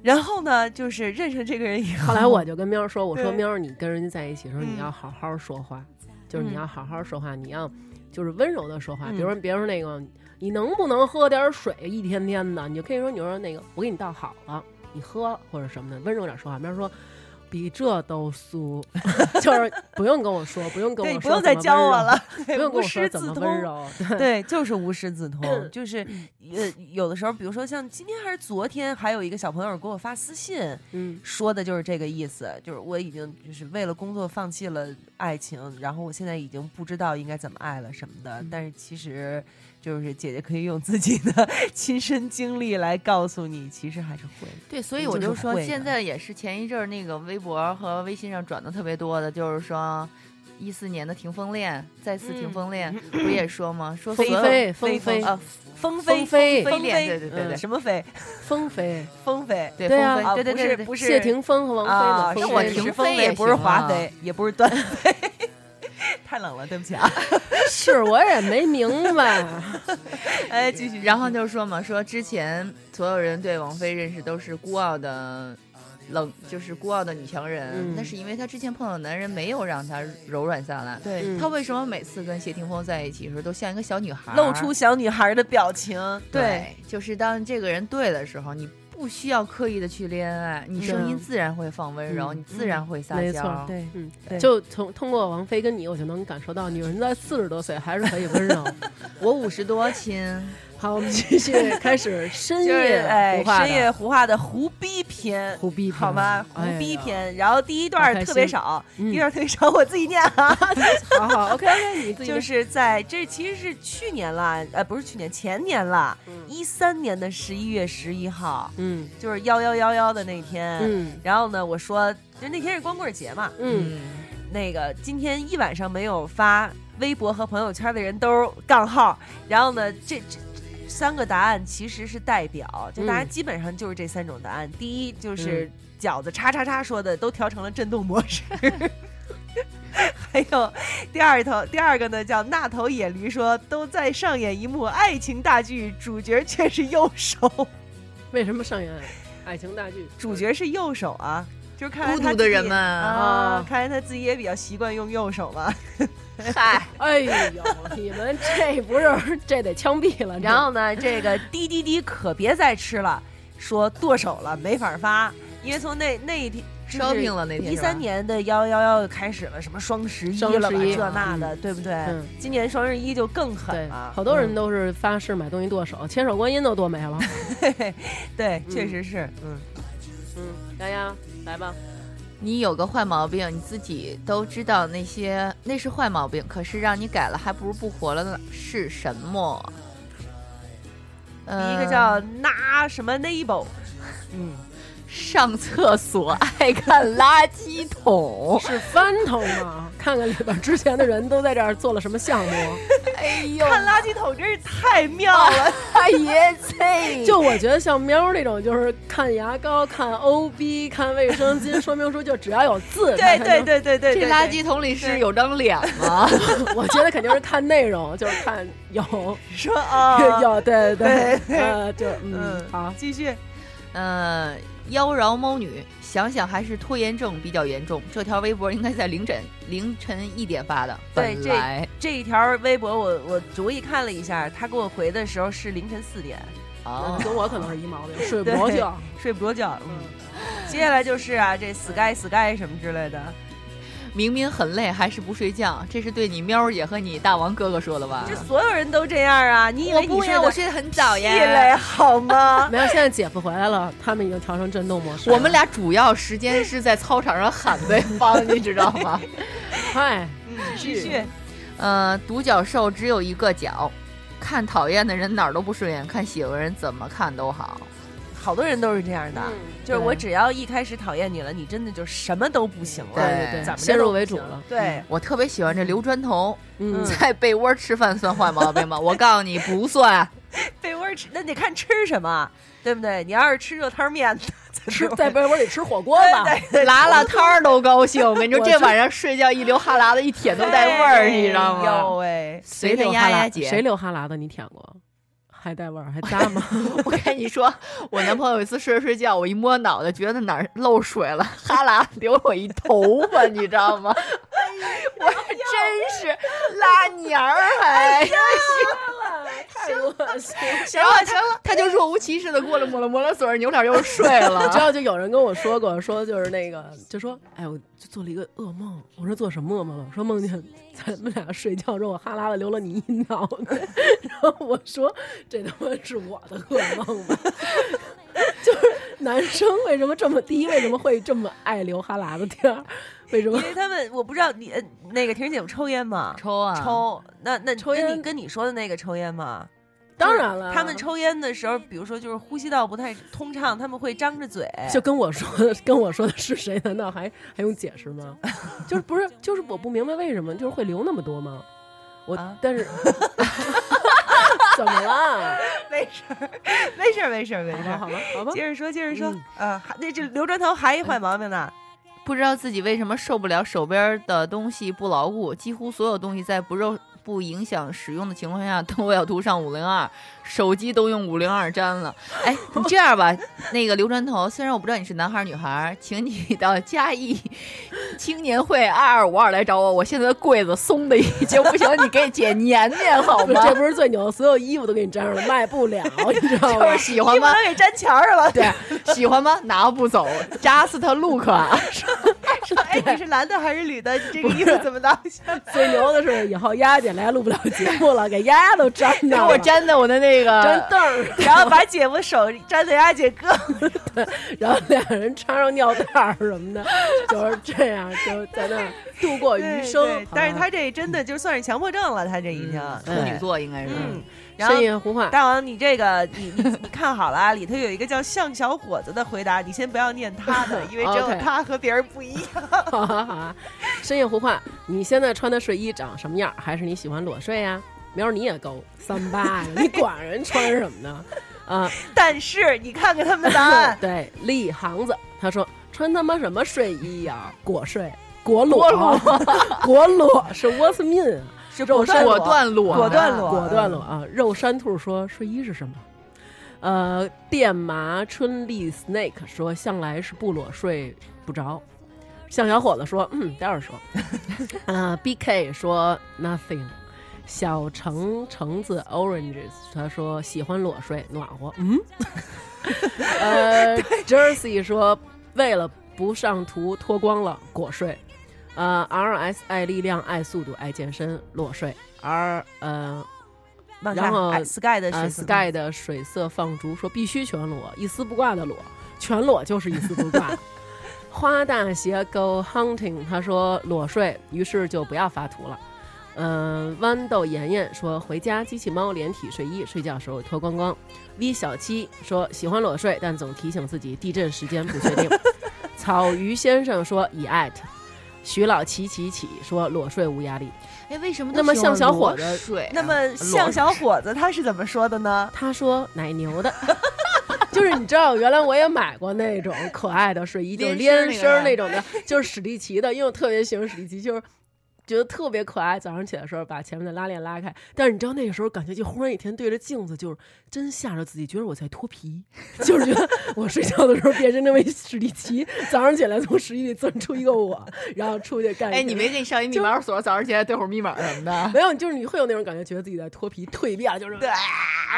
B: 然后呢，就是认识这个人以后，
E: 后来我就跟喵儿说：“我说
B: 对
E: 喵儿，你跟人家在一起的时候，
B: 嗯
E: 你要好好说话，就是你
B: 嗯
E: 要好好说话，你要就是温柔的说话。
B: 嗯
E: 比如说，别说那个，你能不能喝点水？一天天的，你就可以说，你说那个，我给你倒好了，你喝或者什么的，温柔点说话。喵儿说。”比这都酥， 就是不用跟我说，不用跟我
B: 对，你
E: 说，
B: 不用再教我， 了，
E: 不
B: 对
E: 用
B: 无
E: 跟我说
B: 师
E: 怎
B: 自
E: 么
B: 通
E: 温。柔，
B: 对，就是无师自通，就是呃，有的时候，比如说像今天还是昨天，还有一个小朋友给我发私信，
E: 嗯，
B: 说的就是这个意思，就是我已经就是为了工作放弃了爱情，然后我现在已经不知道应该怎么爱了什么的。但是其实，就是姐姐可以用自己的 亲身经历来告诉你，其实还是会的。
F: 对，所以
B: 你
F: 我
B: 就
F: 就是说，
B: 会
F: 现
B: 的
F: 在也是前一阵儿那个微博和微信上转的特别多的，就是说一四年的停风恋，再次停
B: 嗯
F: 风恋，不也说吗？说所
E: 飞
F: 有
B: 飞
E: 飞风
B: 飞
E: 飞
F: 呃
B: 风
E: 风
B: 飞
E: 飞
B: 风
F: 恋对对对
B: 嗯
F: 对
B: 什么飞？
E: 风飞，
B: 风飞。
F: 对
E: 对啊
F: 风
B: 啊，
F: 飞，对
B: 不
F: 对
B: 是
F: 对对，
B: 不是
E: 谢霆锋和王菲
B: 啊
E: 嘛，，
B: 是
E: 风
F: 那
E: 飞
F: 我
E: 是
F: 停
B: 是
F: 飞
B: 风
F: 也
B: 飞，不是
F: 行
B: 华
F: 啊
B: 妃，也不是端妃。 太冷了，对不起啊！
E: 是我也没明白，
B: 哎，继续。
F: 然后就说嘛，说之前所有人对王菲认识都是孤傲的冷，就是孤傲的女强人
E: 嗯，
F: 那、是因为她之前碰到的男人没有让她柔软下来。
B: 对，
E: 嗯
F: 她为什么每次跟谢霆锋在一起的时候都像一个小女孩儿，
B: 露出小女孩的表情，
F: 对，就是当这个人对的时候，你不需要刻意的去恋爱，你
E: 对
F: 声音自然会放温柔，
E: 嗯
F: 你自然会撒
E: 没
F: 娇。
E: 错
B: 对
E: 嗯
B: 对，
E: 就从通过王菲跟你，我就能感受到女人在四十多岁还是可以温 柔。
F: 我五十多，亲，
E: 好，我们继续 开始深
B: 就是
E: 夜
B: 哎
E: 胡话
B: 深夜胡话的胡逼篇，
E: 胡逼篇
B: 好吧，胡
E: 哎
B: 逼
E: 呀
B: 篇。然后第一
E: 好
B: 段
E: 开
B: 特别
E: 心
B: 少，第
E: 嗯
B: 一段特别少，我自己念 啊。
E: 的，好好 OK OK，你自己
B: 就是在这其实是去年啦，呃，不是去年，前年啦，一三年的十一月十一号，
E: 嗯
B: 就是幺幺幺幺的那天。
E: 嗯
B: 然后呢，我说就那天是光棍节嘛，
E: 嗯，
B: 那个今天一晚上没有发微博和朋友圈的人都杠号。然后呢，这这。这三个答案其实是代表，就大家
E: 嗯
B: 基本上就是这三种答案。第一就是饺子叉叉叉说的都调成了震动模式， 还有第二头第二个呢叫那头野驴说都在上演一幕爱情大剧，主角却是右手，
E: 为什么上演爱情大剧？
B: 主角是右手啊，就是看来
F: 嗯孤
B: 他
F: 独的
B: 自己
F: 人们
B: 啊
E: 啊，
B: 看来他自己也比较习惯用右手嘛。
F: 嗨，
E: 哎呦，你们这不是这得枪毙了？这
B: 然后呢，这个滴滴滴可别再吃了，说剁手了，没法发，因为从那那一天。
F: shopping 了那天
B: 一
F: 是吧
B: 三年的幺幺幺开始了，什么双十一
E: 双
B: 了吧，
E: 十一
B: 这那的，对不对？
E: 嗯
B: 今年双十一就更狠
E: 对
B: 了，，嗯
E: 好多人
B: 都、
E: 都是发誓买东西剁手，千手观音都剁没了。
B: 对，确实是，嗯，
E: 嗯，大家来吧，，
F: 你有个坏毛病，你自己都知道那些那是坏毛病，可是让你改了，还不如不活了呢，是什么？
B: 第
F: 呃、
B: 一个叫那什么 nable，嗯，
F: 上厕所爱看垃圾桶
E: 是翻头吗？ 看看里边之前的人都在这儿做了什么项目。
F: 哎呦，
B: 看垃圾桶真是太妙了，
F: 他爷这
E: 就我觉得像喵这种，就是看牙膏、看 O B、看卫生巾 说明书，就只要有字，
B: 对对
E: 它肯定，
B: 对对对对，
F: 这垃圾桶里是有张脸吗？
E: 我觉得肯定是看内容，就是看有
B: 说啊，
E: 有，对对
B: 对，对
E: 呃，就嗯
B: 嗯，
E: 好，
B: 继续，
F: 嗯，妖娆猫女，想想还是拖延症比较严重。这条微博应该在凌晨凌晨一点发的，
B: 对
F: 本
B: 这
F: 来
B: 这一条微博我我逐一看了一下，他给我回的时候是凌晨四点，嗯
F: 哦，
E: 跟嗯我可能是一毛病，睡不着觉。
B: 睡不着觉。嗯，接下来就是啊，这 sky sky 什么之类的，
F: 嗯明明很累还是不睡觉，这是对你喵儿姐和你大王哥哥说的吧
B: 这？所有人都这样啊！你以
F: 我
B: 为你
F: 不
B: 睡
F: 呀，我
B: 的
F: 睡得很早
B: 屁嘞
F: 呀。
B: 好吗？
E: 没有，现在姐夫回来了，他们已经调成震动模式了。
F: 我们俩主要时间是在操场上喊对方，你知道吗？
E: 嗨，
F: 嗯
B: 继续，
F: 呃，独角兽只有一个角，看讨厌的人哪儿都不顺眼，看喜欢的人怎么看都好。
B: 好多人都是这样的，就是我
F: 嗯对
B: 只要一开始讨厌你了，你真的就什么都不行了，
E: 对
B: 怎
E: 对对，
B: 么着
E: 先
B: 都
E: 入
B: 不
E: 为主
B: 行
E: 了。
B: 对，
F: 我特别喜欢这刘砖头，
E: 嗯，
F: 在被窝吃饭算坏毛病 吗？我告诉你不算，
B: 被窝吃那得看吃什么，对不对？你要是吃热汤面，
E: 吃
B: 在
E: 在被窝里吃火锅吧。
F: 拉拉摊儿都高兴。我跟你说，
E: 我
F: 这
E: 知
F: 晚上睡觉一流哈喇子，一舔都带味儿，你知道
B: 哎呦
F: 吗？
B: 喂，
F: 随他
E: 溜
F: 丫
E: 哈
F: 丫
E: 喇谁
F: 姐，
E: 溜哈喇子？你舔过？还带味儿，还 搭吗？
F: 我跟你说，我男朋友有一次睡着睡觉，我一摸脑袋，觉得哪儿漏水了，哈喇流我一头发，你知道吗？ 我真是拉娘儿还。
E: 哎太恶心了！
F: 然后他他就若无其事的过来抹了抹了嘴儿，扭脸又睡
E: 你知
F: 了。
E: 道，就有人跟我说过，说就是那个，就说，哎，我就做了一个噩梦。我说做什么噩梦了？我说梦见 咱们俩睡觉之后，我哈喇子流了你一脑袋。 然后我说，这他妈是我的噩梦吧？ 就是男生为什么这么第一，为什么会这么爱流哈喇子？第二，为什么
B: 因为他们我不知道你呃那个婷儿姐夫抽烟吗？
F: 抽啊
B: 抽，那那
E: 抽烟
B: 那你跟你说的那个抽烟吗？
E: 当然了，
B: 他们抽烟的时候，比如说就是呼吸道不太通畅，他们会张着嘴。
F: 哎
E: 就跟我说 的，跟我说的是谁？难道还还用解释 吗？就是不是？就是我不明白为什么就是会流那么多吗？我、
B: 啊
E: 但是 怎么了？
B: 没事儿，没事儿，没事儿，没
E: 好
B: 事
E: 吧，
B: 儿。
E: 好吧，好吧
B: 接。着说，接着说
E: 嗯，
B: 啊，还那这刘砖头还一坏毛病呢，
F: 不知道自己为什么受不了手边的东西不牢固，几乎所有东西在不肉不影响使用的情况下，都要涂上五零二， 手机都用五零二粘 了。哎，你这样吧，那个刘砖头，虽然我不知道你是男孩儿女孩儿，请你到嘉义青年会二二五二来找我，我现在的柜子松的已经不行，你给姐粘粘好
E: 不是
F: 吗？
E: 这不是最牛，所有衣服都给你粘上了，卖不了，你知 道
F: 就
E: 吗
F: 是？喜
E: 嗯
F: 欢吗？
B: 都给粘 墙上了。
F: 对，喜欢吗？拿不走 ，just look 啊。
B: 哎，你是男的还是女的？你这个衣服怎么拿 不下来？
E: 最牛的是以后丫姐来录不了节 目了，给丫丫都粘
F: 给
E: 上了，
F: 我粘的我的那个
E: 粘凳儿，
B: 然后把姐夫手粘在丫姐胳 膊，
E: 然后两人插上尿袋儿什么的，就是这样，就在那儿度过余生嗯
B: 对。
E: 好吧
B: 但是他这真的就算是强迫症了，他这已经。
F: 嗯处女座应该是。
B: 嗯，然后
E: 深夜胡话，
B: 大王，你这个你你你看好了啊，里头有一个叫“像小伙子”的回答，你先不要念他 的，因为只有
E: 哦 OK
B: 他和别人不一样。
E: 好啊好啊， 深夜胡话。你现在穿的睡衣长什么样？还是你喜欢裸睡呀、苗儿你也够三八呀，你管人穿什么呢？啊，
B: 但是你看看他们的啊答 案，
E: 对，立行子他说穿他妈什么睡衣呀、裸睡，裹裸，裹裸是 what's mean？啊
B: 是
E: 肉
B: 果
E: 身
B: 断
F: 果
B: 裸
F: 断裸，嗯
B: 果断裸，
E: 啊果断裸啊！肉山兔说睡衣是什么？呃，电麻春丽 snake 说向来是不裸睡不着。像小伙子说，嗯，待会儿说。 啊、b k 说 nothing。小橙橙子 oranges 他说喜欢裸睡暖和， 嗯。呃，Jersey 说为了不上图脱光了裸睡。呃，RS 爱力量爱速度爱健身裸睡，R 呃
B: 往
E: 然
B: 下
E: 后
B: 哎 Sky 的
E: 呃
B: 是什么
E: Sky 的水色放逐说必须全裸，一丝不挂的裸，全裸就是一丝不挂。花大鞋 Go Hunting，他说裸睡，于是就不要发图了。嗯、豌豆妍妍说回家机器猫连体睡衣，睡觉时候脱光光。V 小七说喜欢裸睡，但总提醒自己地震时间不确定。 草鱼先生说已 at。徐老齐齐起说裸睡无压力。
F: 哎，为什么
E: 那么像小伙子
F: 水？
B: 那
E: 嗯
B: 么像小伙子他是怎么说的 呢？
E: 他说奶牛的， 就是你知道，原来我也买过那种可爱的睡衣，就是连
F: 连
E: 身儿
F: 身
E: 那
F: 那
E: 种 的，就是史迪奇的，因为我特别喜欢史迪奇，就是。觉得特别可爱，早上起来的时候把前面的拉链拉开，但是你知道那个时候感觉就忽然一天对着镜子，就是真吓着自己，觉得我在脱皮， 就是觉得我睡觉的时候变身成为史迪奇，早上起来从史迪里钻出一个我，然后出去干。
F: 哎，你没给你上一密码锁，早上起来对会儿密码什么 的。
E: 没有，就是你会有那种感觉，觉得自己在脱皮蜕变了，就是
B: 对
E: 啊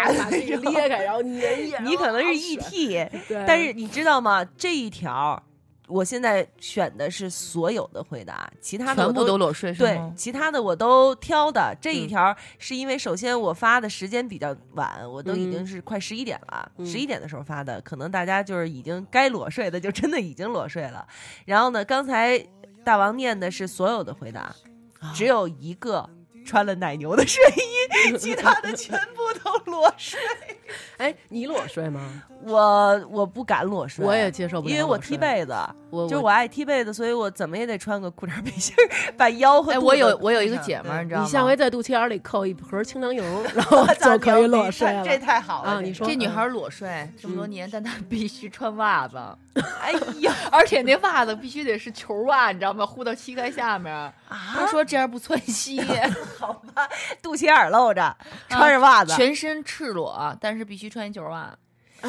E: 把自己裂开，然后粘液。
B: 你可能是
E: 啊
B: ET，
E: 对
B: 但是你知道吗？这一条我现在选的是所有的回答，其他的我
F: 全部都裸睡是
B: 对
F: 吗，？
B: 其他的我都挑的。这一条是因为首先我发的时间比较晚，我都已经是快十一点了，
E: 嗯
B: 十一、点的时候发的，可能大家就是已经该裸睡的就真的已经裸睡了。然后呢，刚才大王念的是所有的回答，只有一个。穿了奶牛的睡衣， 其他的全部都裸睡。
E: 哎，你裸睡吗？
B: 我我不敢裸睡，
E: 我也接受不了
B: 因为我
E: 裸睡
B: 踢被子，
E: 我
B: 就是
E: 我
B: 我爱踢被子，所以我怎么也得穿个裤衩背心儿， 把腰和
F: 哎，
B: 肚
F: 我
B: 子
F: 有我有一
B: 顾
F: 个
B: 上
F: 姐们儿，你知道
E: 你
F: 吗？
E: 下回在肚脐眼里扣一盒清凉油，然后 就可以裸睡了。
B: 这太好了！
E: 啊你说
F: 这女孩裸睡这么多年，但她必须穿袜子，
B: 哎呀，
F: 而且那袜子必须得是球袜，你知道吗？护到膝盖下面。她说这样不窜 稀，
B: 好吧，肚脐眼儿露
E: 啊
B: 着，穿着袜子，
F: 全身赤裸，啊但是必须穿一球袜。
E: 哎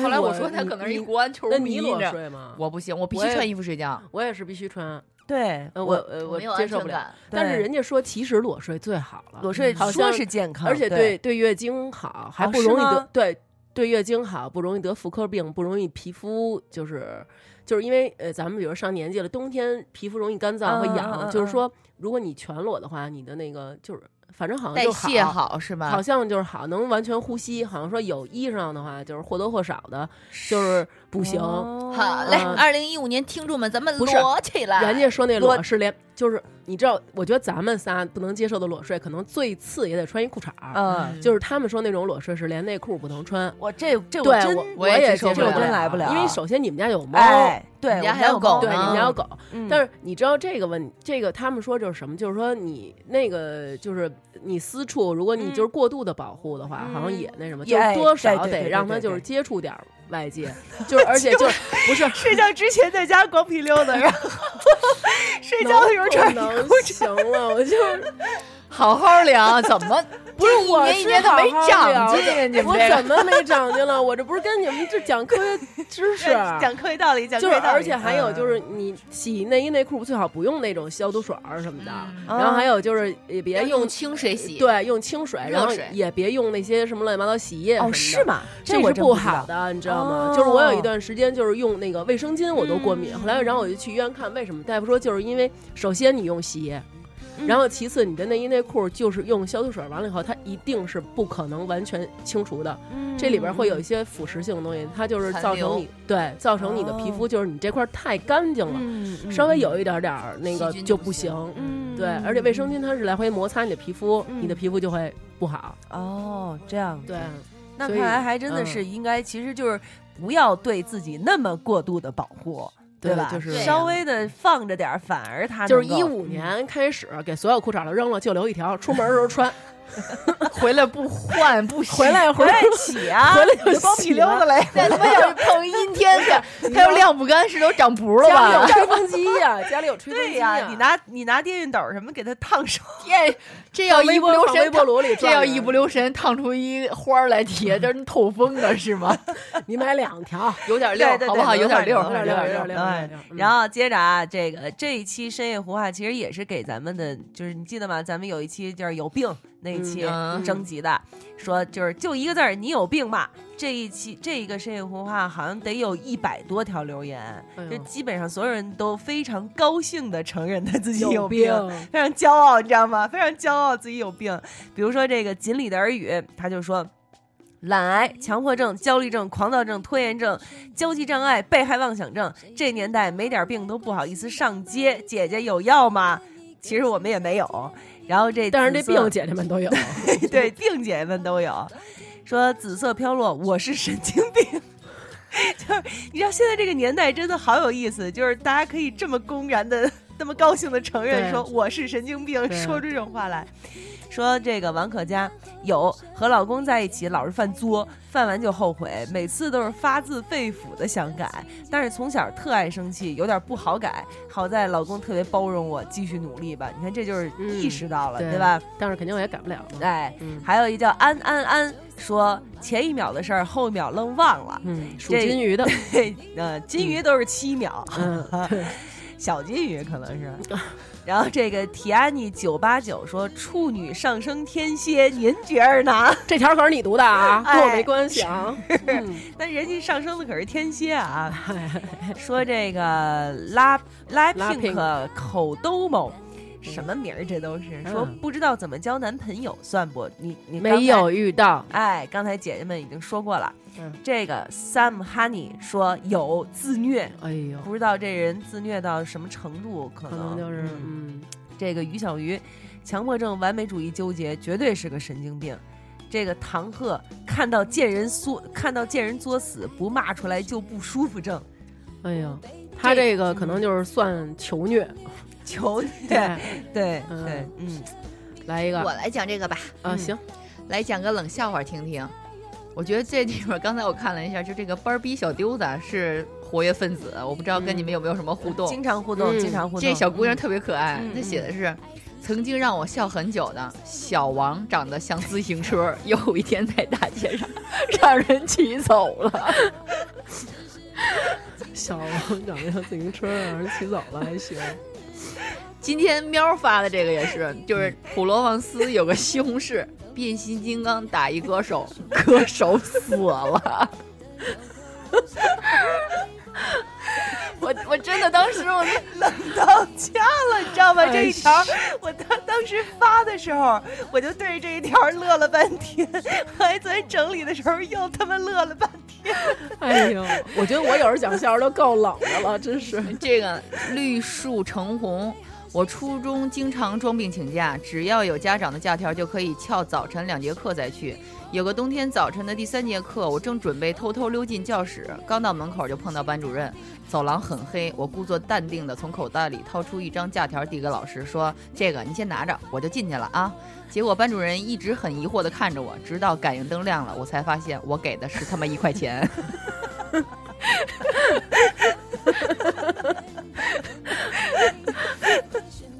F: 后来
E: 我
F: 我说她可能是一
E: 你
F: 国安球
E: 那
F: 迷
E: 你
F: 你
E: 裸
F: 知道
E: 睡吗？
F: 我不行，我必须
E: 我也
F: 穿衣服睡觉，
E: 我也是必须穿，
B: 对
E: 呃
B: 我
E: 呃
F: 没有
E: 接
F: 安
E: 受
F: 全
E: 不了。
F: 感。
E: 但是
B: 对
E: 人家说，其实裸睡最好了，
B: 裸睡
E: 好
B: 说
E: 像
B: 是健康，
E: 而且对
B: 对
E: 对月经好，还
B: 哦
E: 不容易
B: 是吗
E: 得对对月经好，不容易得妇科病，不容易皮肤就是就是因为呃，咱们比如上年纪了，冬天皮肤容易干燥
B: 嗯
E: 会
B: 嗯
E: 痒，
B: 嗯
E: 就是
B: 嗯
E: 说如果你全裸的话，你的那个就是反正好像
F: 代
E: 就
F: 谢好是吧？
E: 好像就是好，能完全呼吸。好像说有衣裳的话，就是或多或少的，就是不行。
B: 哦
F: 好嘞，
E: 嗯
F: 二零一五年听众们，咱们
E: 不是
F: 裸起来！
E: 人家说那裸
B: 裸
E: 是连，就是你知道，我觉得咱们仨不能接受的裸睡，可能最次也得穿一裤衩儿。
B: 嗯，
E: 就是他们说那种裸睡是连内裤不能穿，
B: 我这这
E: 对
B: 真
E: 我
F: 我也
E: 也
F: 接受不
E: 接受
F: 了
E: 不
B: 真来不了
E: 因为首先你们家有猫，
B: 哎，对，
F: 你
B: 我
F: 家
B: 们
F: 还有狗
E: 对，你们家有狗，
B: 嗯
E: 但是你知道这个问，这个他们说就是什么？就是说你那个就是你私处，如果你就是过度的保护的话，
B: 嗯
E: 好像也那什么，
B: 也
E: 就是多少
B: 对对对
E: 得
B: 对
E: 让它
B: 对对
E: 就是接触点儿外界，就是而且就是不是
B: 睡觉之前在家光 屁溜达，然后睡觉的时候穿
E: 能不能行了，我就是
F: 好好聊，怎么
E: 不是
F: 这一
E: 我
F: 年一
E: 是
F: 年的
E: 好
F: 没
E: 好
F: 长
E: 聊
F: 进啊？你
E: 我
F: 们这
E: 怎
F: 个
E: 么没长进了？我这不是跟你们这讲科学 知识，
B: 讲科学道理，讲科
E: 啊就是
B: 学道理。
E: 而且还有就是
B: 嗯，
E: 你洗内衣内裤最好不用那种消毒水儿什么的，
F: 嗯
E: 然后还有就是也别
F: 要
E: 用
F: 用清水洗，
E: 对，用清水，然后
F: 热水
E: 也别用那些什么乱七八糟洗衣液什么
G: 哦，
E: 的
G: 是？吗？
E: 这
G: 我
E: 是
G: 真
E: 不
G: 知道
E: 好。的，你知道
G: 哦
E: 吗？就是我有一段时间就是用那个卫生巾，我都过敏。后
G: 嗯
E: 来，然后我就去医院看，为什么？大夫说就是因为首先你用洗液，
G: 嗯
E: 然后其次你的内衣内裤就是用消毒水，完了以后它一定是不可能完全清除的，
B: 嗯
E: 这里边会有一些腐蚀性的东西，它就是
F: 残
E: 造
F: 留
E: 成你对造成你的皮肤就是你这块儿太干净了，
G: 嗯
E: 稍微有一点点儿那个
F: 细菌
E: 就
F: 就
E: 不
F: 不行
E: 行。
G: 嗯
E: 对，而且卫生巾它是来回摩擦你的皮肤，
G: 嗯
E: 你的皮肤就会不好。嗯
G: 哦，这样
E: 对，
B: 那
E: 所
B: 看
E: 以嗯
B: 来还真的是应该，其实就是不要对自己那么过度的保护，
E: 对
B: 吧？
E: 就是
F: 对
B: 稍微的放着点儿，反而它
E: 就是
B: 能够
E: 一五年开始给所有裤衩都扔了，就留一条，出门的时候穿，
F: 回来不换不洗，
E: 回来
B: 回
E: 回
B: 来
E: 来
B: 起啊，
E: 回来
B: 你
E: 就
B: 就光
E: 洗
B: 屁溜子
E: 了
B: 来，
F: 再他妈要是碰阴天去，它要晾不干是都长蹼了
E: 家里有
F: 吧？
E: 吹风机呀，家里有吹风
B: 对
E: 机
B: 呀，你拿你拿电熨斗儿什么给它烫手，
F: 这这要一
E: 微
F: 不
E: 波
F: 留
E: 放
F: 神
E: 微波
F: 烫，
E: 炉里，
F: 这要一不，留神烫出一花儿来，底下这是透风的是吗？
E: 你买两条，
F: 有点溜
B: 对，对
F: 好不好？
B: 对
F: 有点溜，
B: 有点
E: 溜
B: 有
E: 有
B: 点溜
E: 点溜
B: 有
E: 有
B: 点
E: 点
B: 溜
E: 溜嗯
B: 然后接着啊，这个这一期深夜胡话其实也是给咱们的，就是你记得吗？咱们有一期就是有病那一期
F: 嗯嗯
B: 征集的，说就是就一个字儿，你有病吧？这一期这一个深夜胡话好像得有一百多条留言，
E: 哎
B: 就
E: 呦
B: 基本上所有人都非常高兴的承认他自己
E: 有
B: 病。非常骄傲，你知道吗？非常骄傲自己有病。比如说这个锦鲤的耳语，他就说。懒癌、强迫症、焦虑症、狂躁症、拖延症、交际障碍、被害妄想症，这年代没点病都不好意思上街。姐姐有药吗？其实我们也没有。然后这
E: 但是这
B: 紫色
E: 病姐姐们都有，
B: 对，病姐们都有。说紫色飘落，我是神经病。 就是你知道现在这个年代真的好有意思，就是大家可以这么公然的、这么高兴的承认
E: 对
B: 说我是神经病，
E: 对
B: 说出这种话来。说这个王可佳有和老公在一起老是犯作，犯完就后悔，每次都是发自肺腑的想改，但是从小特爱生气，有点不好改。好在老公特别包容我，继续努力吧。你看这就是
E: 嗯
B: 意识到了，
E: 对
B: 对吧？
E: 但是肯定我也改不了 嘛。
B: 哎，
E: 嗯
B: 还有一叫安安安说前一秒的事儿，后一秒愣忘了。
E: 嗯，属金鱼的，
B: 嘿，呃，金鱼都是七秒，
E: 嗯，
B: 小金鱼可能是。然后这个提安妮九八九说处女上升天蝎，您觉着呢？
E: 这条可是你读的啊，跟我
B: 哎
E: 没关系啊。嗯
B: 但人家上升的可是天蝎 啊。说这个拉拉
E: 拉
B: pink 口兜某。什么名儿？这都是说
E: 嗯
B: 不知道怎么交男朋友，算不？你你刚才
E: 没有遇到，
B: 哎，刚才姐姐们已经说过了，
E: 嗯
B: 这个 Sam Honey 说有自虐，
E: 哎呦，
B: 不知道这人自虐到什么程度，可
E: 可
B: 能
E: 能就是
B: 嗯
E: 嗯，
B: 这个于小鱼，强迫症、完美主义纠结，绝对是个神经病。这个唐鹤看到见人作看到见人作死不骂出来就不舒服症，
E: 哎呦，他这个可能就是算求虐。
B: 求
E: 对
B: 虐，，对
E: 嗯
B: 对，嗯，
E: 来一个
F: 我来讲这个吧，
E: 啊，行，
F: 来讲个冷笑话听听。我觉得这地方刚才我看了一下，就这个班儿逼小丢子啊是活跃分子，我不知道跟你们有没有什么互动。
B: 经常互动，
E: 嗯
B: 经常互动。
F: 这小姑娘特别可爱，
B: 嗯
F: 她写的是。曾经让我笑很久的小王长得像自行车，有一天在大街上 让人骑走了。
E: 小王长得像自行车，让人骑走了，还行。
F: 今天喵发的这个也是，就是普罗旺斯有个西红柿，变形金刚打一歌手，歌手死了。我我真的当时我就
B: 到家了，你知道
E: 哎
B: 吗？这一条，我当当时发的时候，我就对着这一条乐了半天。 后来昨天整理的时候，又他妈乐了半天。
E: 哎呦，我觉得我有时候讲笑话都够冷的了，真 是。
F: 这个绿树成红。我初中经常装病请假，只要有家长的假条就可以翘早晨两节课再去。有个冬天早晨的第三节课，我正准备偷偷溜进教室，刚到门口就碰到班主任。走廊很黑，我故作淡定的从口袋里掏出一张假条递给老师，说：“这个你先拿着，我就进去了啊。”结果班主任一直很疑惑的看着我，直到感应灯亮了，我才发现我给的是他妈一块钱。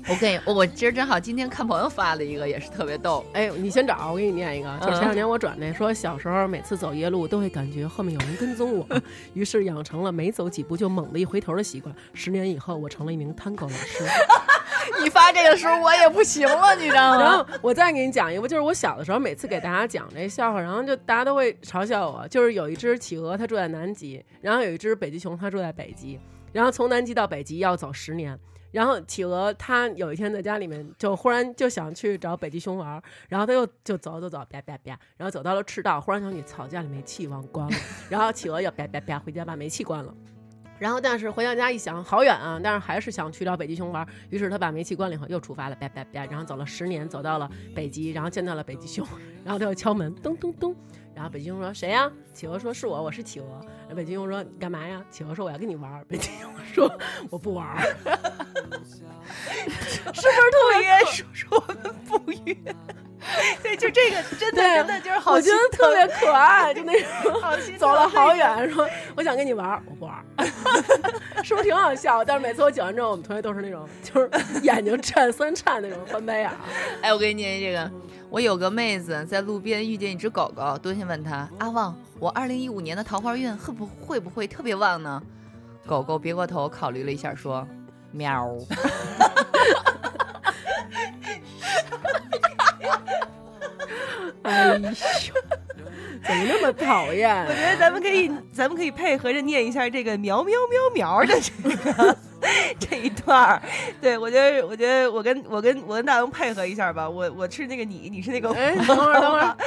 F: 我跟你，我我今儿正好今天看朋友发了一个，也是特别逗。
E: 哎，你先找，我给你念一个，就是前两天我转那，说小时候每次走夜路都会感觉后面有人跟踪 我，于是养成了每走几步就猛地一回头的习惯。十年以后，我成了一名 tango 老师。
F: 你发这个时候我也不行了，你知道
E: 然
F: 吗？
E: 后我再给你讲一个，就是我小的时候每次给大家讲这笑话，然后就大家都会嘲笑我。就是有一只企鹅，它住在南极，然后有一只北极熊，它住在北极，然后从南极到北极要走十年。然后企鹅它有一天在家里面就忽然就想去找北极熊玩儿，然后它又就走走走啪啪啪，然后走到了赤道，忽然想起草家里煤气忘关了，然后企鹅 又啪啪啪回家把煤气关了。然后，但是回到家一想，好远啊！但是还是想去找北极熊玩。于是他把煤气关了以后，又出发了，叭叭叭，然后走了十年，走到了北极，然后见到了北极熊， 然后他又敲门，咚咚咚。然后北极熊说：“谁呀、企鹅说：“是我，我是企鹅。”然后北极熊说：“你干嘛呀？”企鹅说：“我要跟你玩。”北极熊说：“我 不玩。
B: 是不是特别叔叔我们不约？对，就这个真的
E: 对啊
B: 真的就是”好
E: 我觉
B: 心
E: 得特别可爱，就那种
B: 好心疼
E: 走了好远，说：“我想跟你玩，我不玩。” 是不是挺好笑？但是每次我讲完之后，我们同学都是那种就是眼睛颤 三颤那种翻白眼儿。
F: 哎，我给你念一这个，我有个妹子在路边遇见一只狗狗，蹲下问她：“阿旺，我二零一五年的桃花运会不会不会特别旺呢？”狗狗别过头考虑了一下，说：“喵。
E: 哎呦，怎么那么讨厌
B: 我？觉得咱们可以， 咱们可以配合着念一下这个“喵喵喵喵”的这个 这一段儿。对我觉得，我觉得我跟我跟我跟大龙配合一下吧。我我是那个你，你是那个我。
E: 哎，等会儿，等会儿，等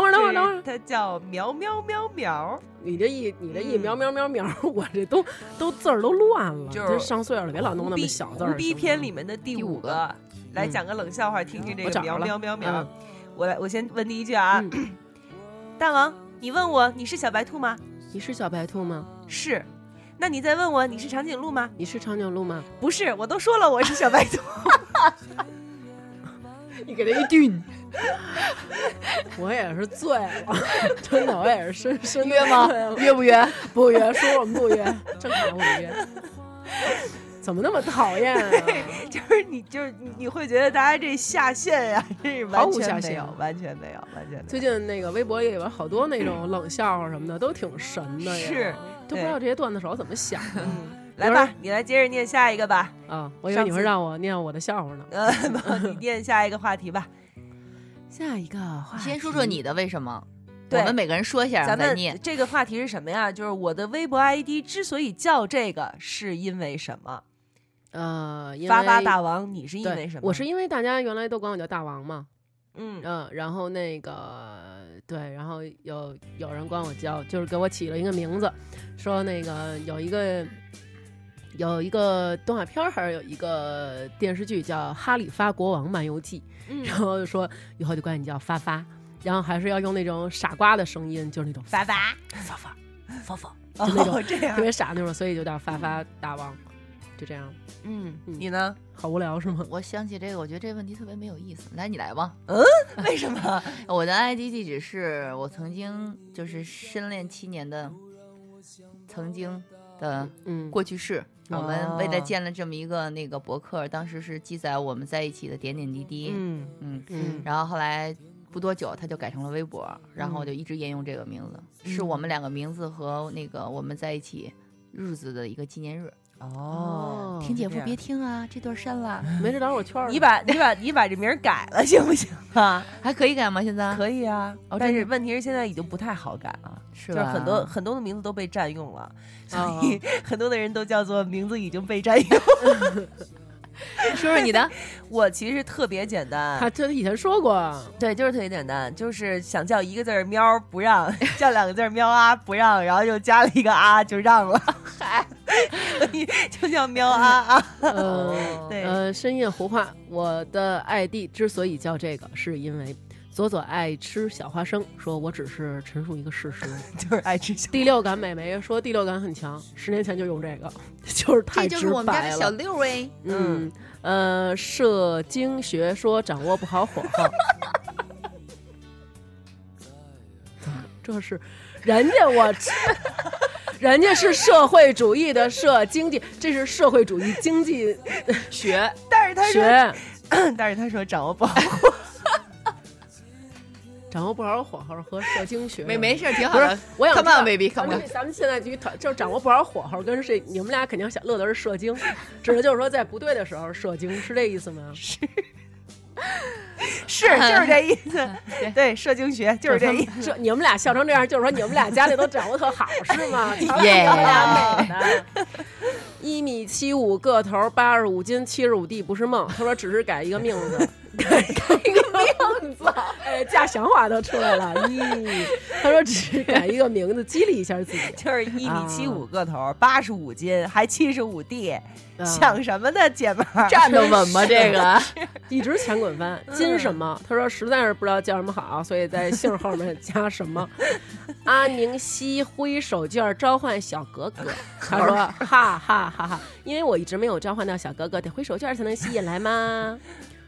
E: 会儿，等会儿，等会儿，
B: 它叫“喵喵喵喵
E: 你这一你这一瞄瞄瞄瞄，我这都都字儿都乱了，
B: 就是
E: 真上岁数了，”，别老弄那么
B: 逼
E: 小字儿。
B: 胡逼篇里面的第
F: 第
B: 五
F: 五
B: 个，
F: 个
B: 来
E: 嗯
B: 讲个冷笑话，听听这
E: 我
B: 个“
E: 找
B: 喵
E: 着了
B: 喵喵喵”
E: 嗯
B: 我来，我先问第一句啊， 大王，你问我你是小白兔吗？
E: 你是小白兔吗？
B: 是。那你再问我你是长颈鹿吗？
E: 你是长颈鹿吗？
B: 不是，我都说了我是小白兔。
E: 你给他一顿，我也是醉了， 真的，我也是深深
F: 约吗
E: 醉了？
F: 约不约？
E: 不约，说我们不约，正好我们约。怎么那么讨厌啊？
B: 就是你，就是你，你会觉得大家这下限呀、这是完
E: 毫
B: 全
E: 无下
B: 没有
E: 限，
B: 完全没有，完全没
E: 最近那个微博里边好多那种冷笑话什么的，都挺神
B: 有。
E: 的呀。
B: 是，
E: 都不知道这些段子手怎么想的
B: 嗯，来吧，你来接着念下一个吧。
E: 啊！我以为你会让我念我的笑话呢。
B: 呃，不你念下一个话题吧。
E: 下一个话题
F: 先说说你的为什么？
B: 对
F: 我们每个人说一下，然后
B: 咱
F: 再
B: 们
F: 念。
B: 这个话题是什么呀？就是我的微博 ID 之所以叫这个，是因为什么？
E: 呃，因为
B: 发发大王，你是因
E: 对
B: 为什么？
E: 我是因为大家原来都管我叫大王嘛，
B: 嗯，
E: 嗯，然后那个对，然后有有人管我叫，就是给我起了一个名字，说那个有一个。有一个动画片儿，还是有一个电视剧叫《哈里发国王漫游记》，然后说以后就管你叫发发，然后还是要用那种傻瓜的声音，就是那种
B: 发发
E: 发发发发，就那
B: 哦
E: 种，
B: 这样
E: 特，别傻那种，所以就叫发发大王，就这样，
B: 嗯，
E: 嗯
B: 你呢？
E: 好无聊是吗？
F: 我想起这个，我觉得这问题特别没有意思。来，你来吧。
B: 为什么？
F: 我的 ID 地址是我曾经就是深恋七年的曾经的
E: 嗯，
F: 过去式。我们为了
B: 哦
F: 建了这么一个那个博客，当时是记载我们在一起的点点滴滴。
B: 嗯，
F: 嗯
E: 嗯
F: 然后后来不多久，他就改成了微博，然
B: 嗯
F: 后我就一直沿用这个名字，是我们两个名字和那个我们在一起日子的一个纪念日。
B: 哦
F: 听姐
B: 这
F: 夫
B: 样
F: 别听啊，这段 删了，
E: 没事，等会儿我圈儿
B: 你把你把你把这名儿改了行不行啊？
F: 还可以改吗？现在
B: 可以啊，
F: 哦
B: 但
F: 真
B: 是
F: 的
B: 问题是现在已经不太好改了，
F: 是
B: 就
F: 吧？
B: 是很多很多的名字都被占用了，所
E: 哦
B: 以 很多的人都叫做名字已经被占用。
F: 说说你的，
B: 我其实特别简
E: 他
F: 啊
B: 单，
E: 这以前说过，
B: 对，就是特别简单，就是想叫一个字儿喵不让， 叫两个字儿喵啊不让，然后又加了一个啊就让了， 嗨，所以就叫喵啊 啊。
E: 呃
B: 对
E: 呃，深夜胡话，我的 ID 之所以叫这个，是因为。左左爱吃小花生，说我只是陈述一个 事实。
B: 就是爱吃小。
E: 第六感美眉说第六感很强，十年前就用这个， 就是太
F: 这就是
E: 直
F: 我们家
E: 白
F: 的
E: 了。
F: 小六哎。
E: 嗯，呃，社经学说掌握不好火候。这是人家我吃， 人家是社会主义的社经济，这是社会主义经济
F: 学，
B: 但是他
F: 哎
B: 说，
E: 学，
B: 但是他说掌握不好，
E: 掌握不好火候和射精学。
F: 没没事儿，挺好
E: 不
F: 的
E: 是。，我想
F: Come
E: 知
F: on,
E: 道
F: baby,
E: 咱
F: come
E: 们
F: on
E: 咱们现在就讨就掌握不好火候跟这，你们俩肯定想乐的是射精，指的就是说在不对的时候射精，是这意思吗？
B: 是就是这意 思，
E: 嗯
B: 对，社经学就是这意思。
E: 这你们俩笑成这样，就是说你们俩家里都掌握特好是吗？
F: 耶
E: 你们俩美的，一米七五个头，八十五斤，七十五 D 不是梦。他说只是改一个名字， 改改一个名字，哎，假想法都出来了。咦，他说只是改一个名字，激励一下自己。
B: 就是一米七五
E: 啊
B: 个头，八十五斤，还七十五 D，
E: 啊
B: 想什么呢，姐们 儿？
F: 站得稳 吗？这个嗯
E: 一直前滚翻，金什么？他说实在是不知道叫什么好，所以在姓后面加 什么。阿宁西挥手绢召唤小格格，他 说哈哈哈哈，因为我一直没有召唤到小格格，得挥手绢才能吸引来吗？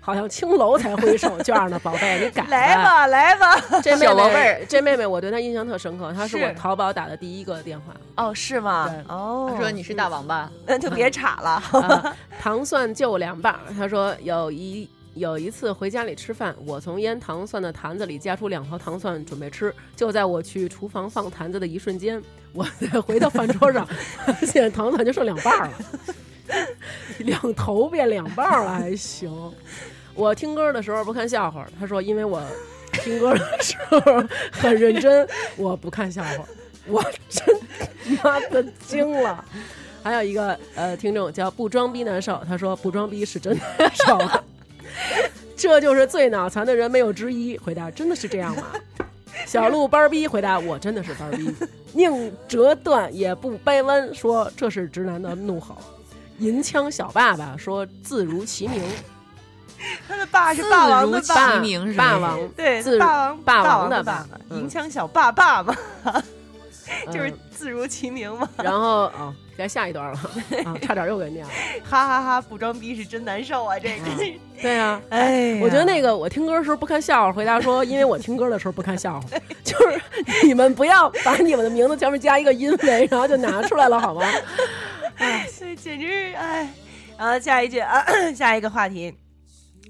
E: 好像青楼才挥手绢呢，宝贝，你改
B: 来。吧，
E: 吧
B: 来吧，
E: 这妹
F: 小宝贝
E: 妹
F: 儿，
E: 这妹妹，我对她印象特深刻，她是
B: 是
E: 我淘宝打的第一个电话。
B: 哦，是吗
E: 对
B: 哦，
F: 说你是大王八，
B: 那就别岔了。
E: 啊，糖蒜就两棒。他说有一有一次回家里吃饭，我从腌糖蒜的坛子里夹出两条糖蒜准备吃，就在我去厨房放坛子的一瞬间，我再回到饭桌上， 发现糖蒜就剩两半儿了， 两头变两半儿了，还行。我听歌的时候不看笑话，他说因为我听歌的时候很认真，我不看笑话，我真妈的惊了。还有一个呃听众叫不装逼难受，他说不装逼是真难 受啊，这就是最脑残的人没有之一。回答真的是这样吗？小鹿班儿逼回答我真的是班儿逼，宁折断也不掰弯，说这是直男的怒吼。银枪小爸爸说自如其名，
B: 他的爸是霸王的
F: 自如
B: 爸，
F: 其
E: 霸
F: 名是
E: 霸
F: 不是
E: 王
B: 对
E: 自，如
B: 霸王
E: 霸
B: 王
E: 王的
B: 爸
E: 爸，
B: 爸，
E: 嗯
B: 银枪小爸爸嘛， 就是
E: 嗯
B: 自如其名嘛。
E: 然后啊，该下一段了啊，差点又给念了。
B: 哈哈哈，不装逼是真难受啊，这个。
E: 对
F: 啊
E: 呀、
B: 哎 呀，
E: 我觉得那个我听歌的时候不看笑话，回答说因为我听歌的时候不看笑话， 就是你们不要把你们的名字前面加一个因为，然后就拿出来了 好吗？
B: 这简直哎！然后下一句啊， 下一个话题，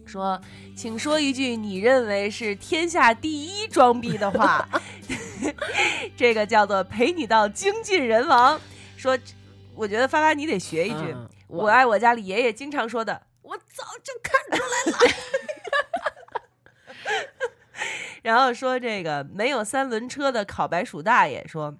B: 说，请说一句你认为是天下第一装逼的 话，这个叫做陪你到精尽人亡。说，我觉得发发你得学一句，
E: 嗯
B: 我爱我家里爷爷经常说的，我早就看出来了。 然后说这个没有三轮车的烤白薯大爷说，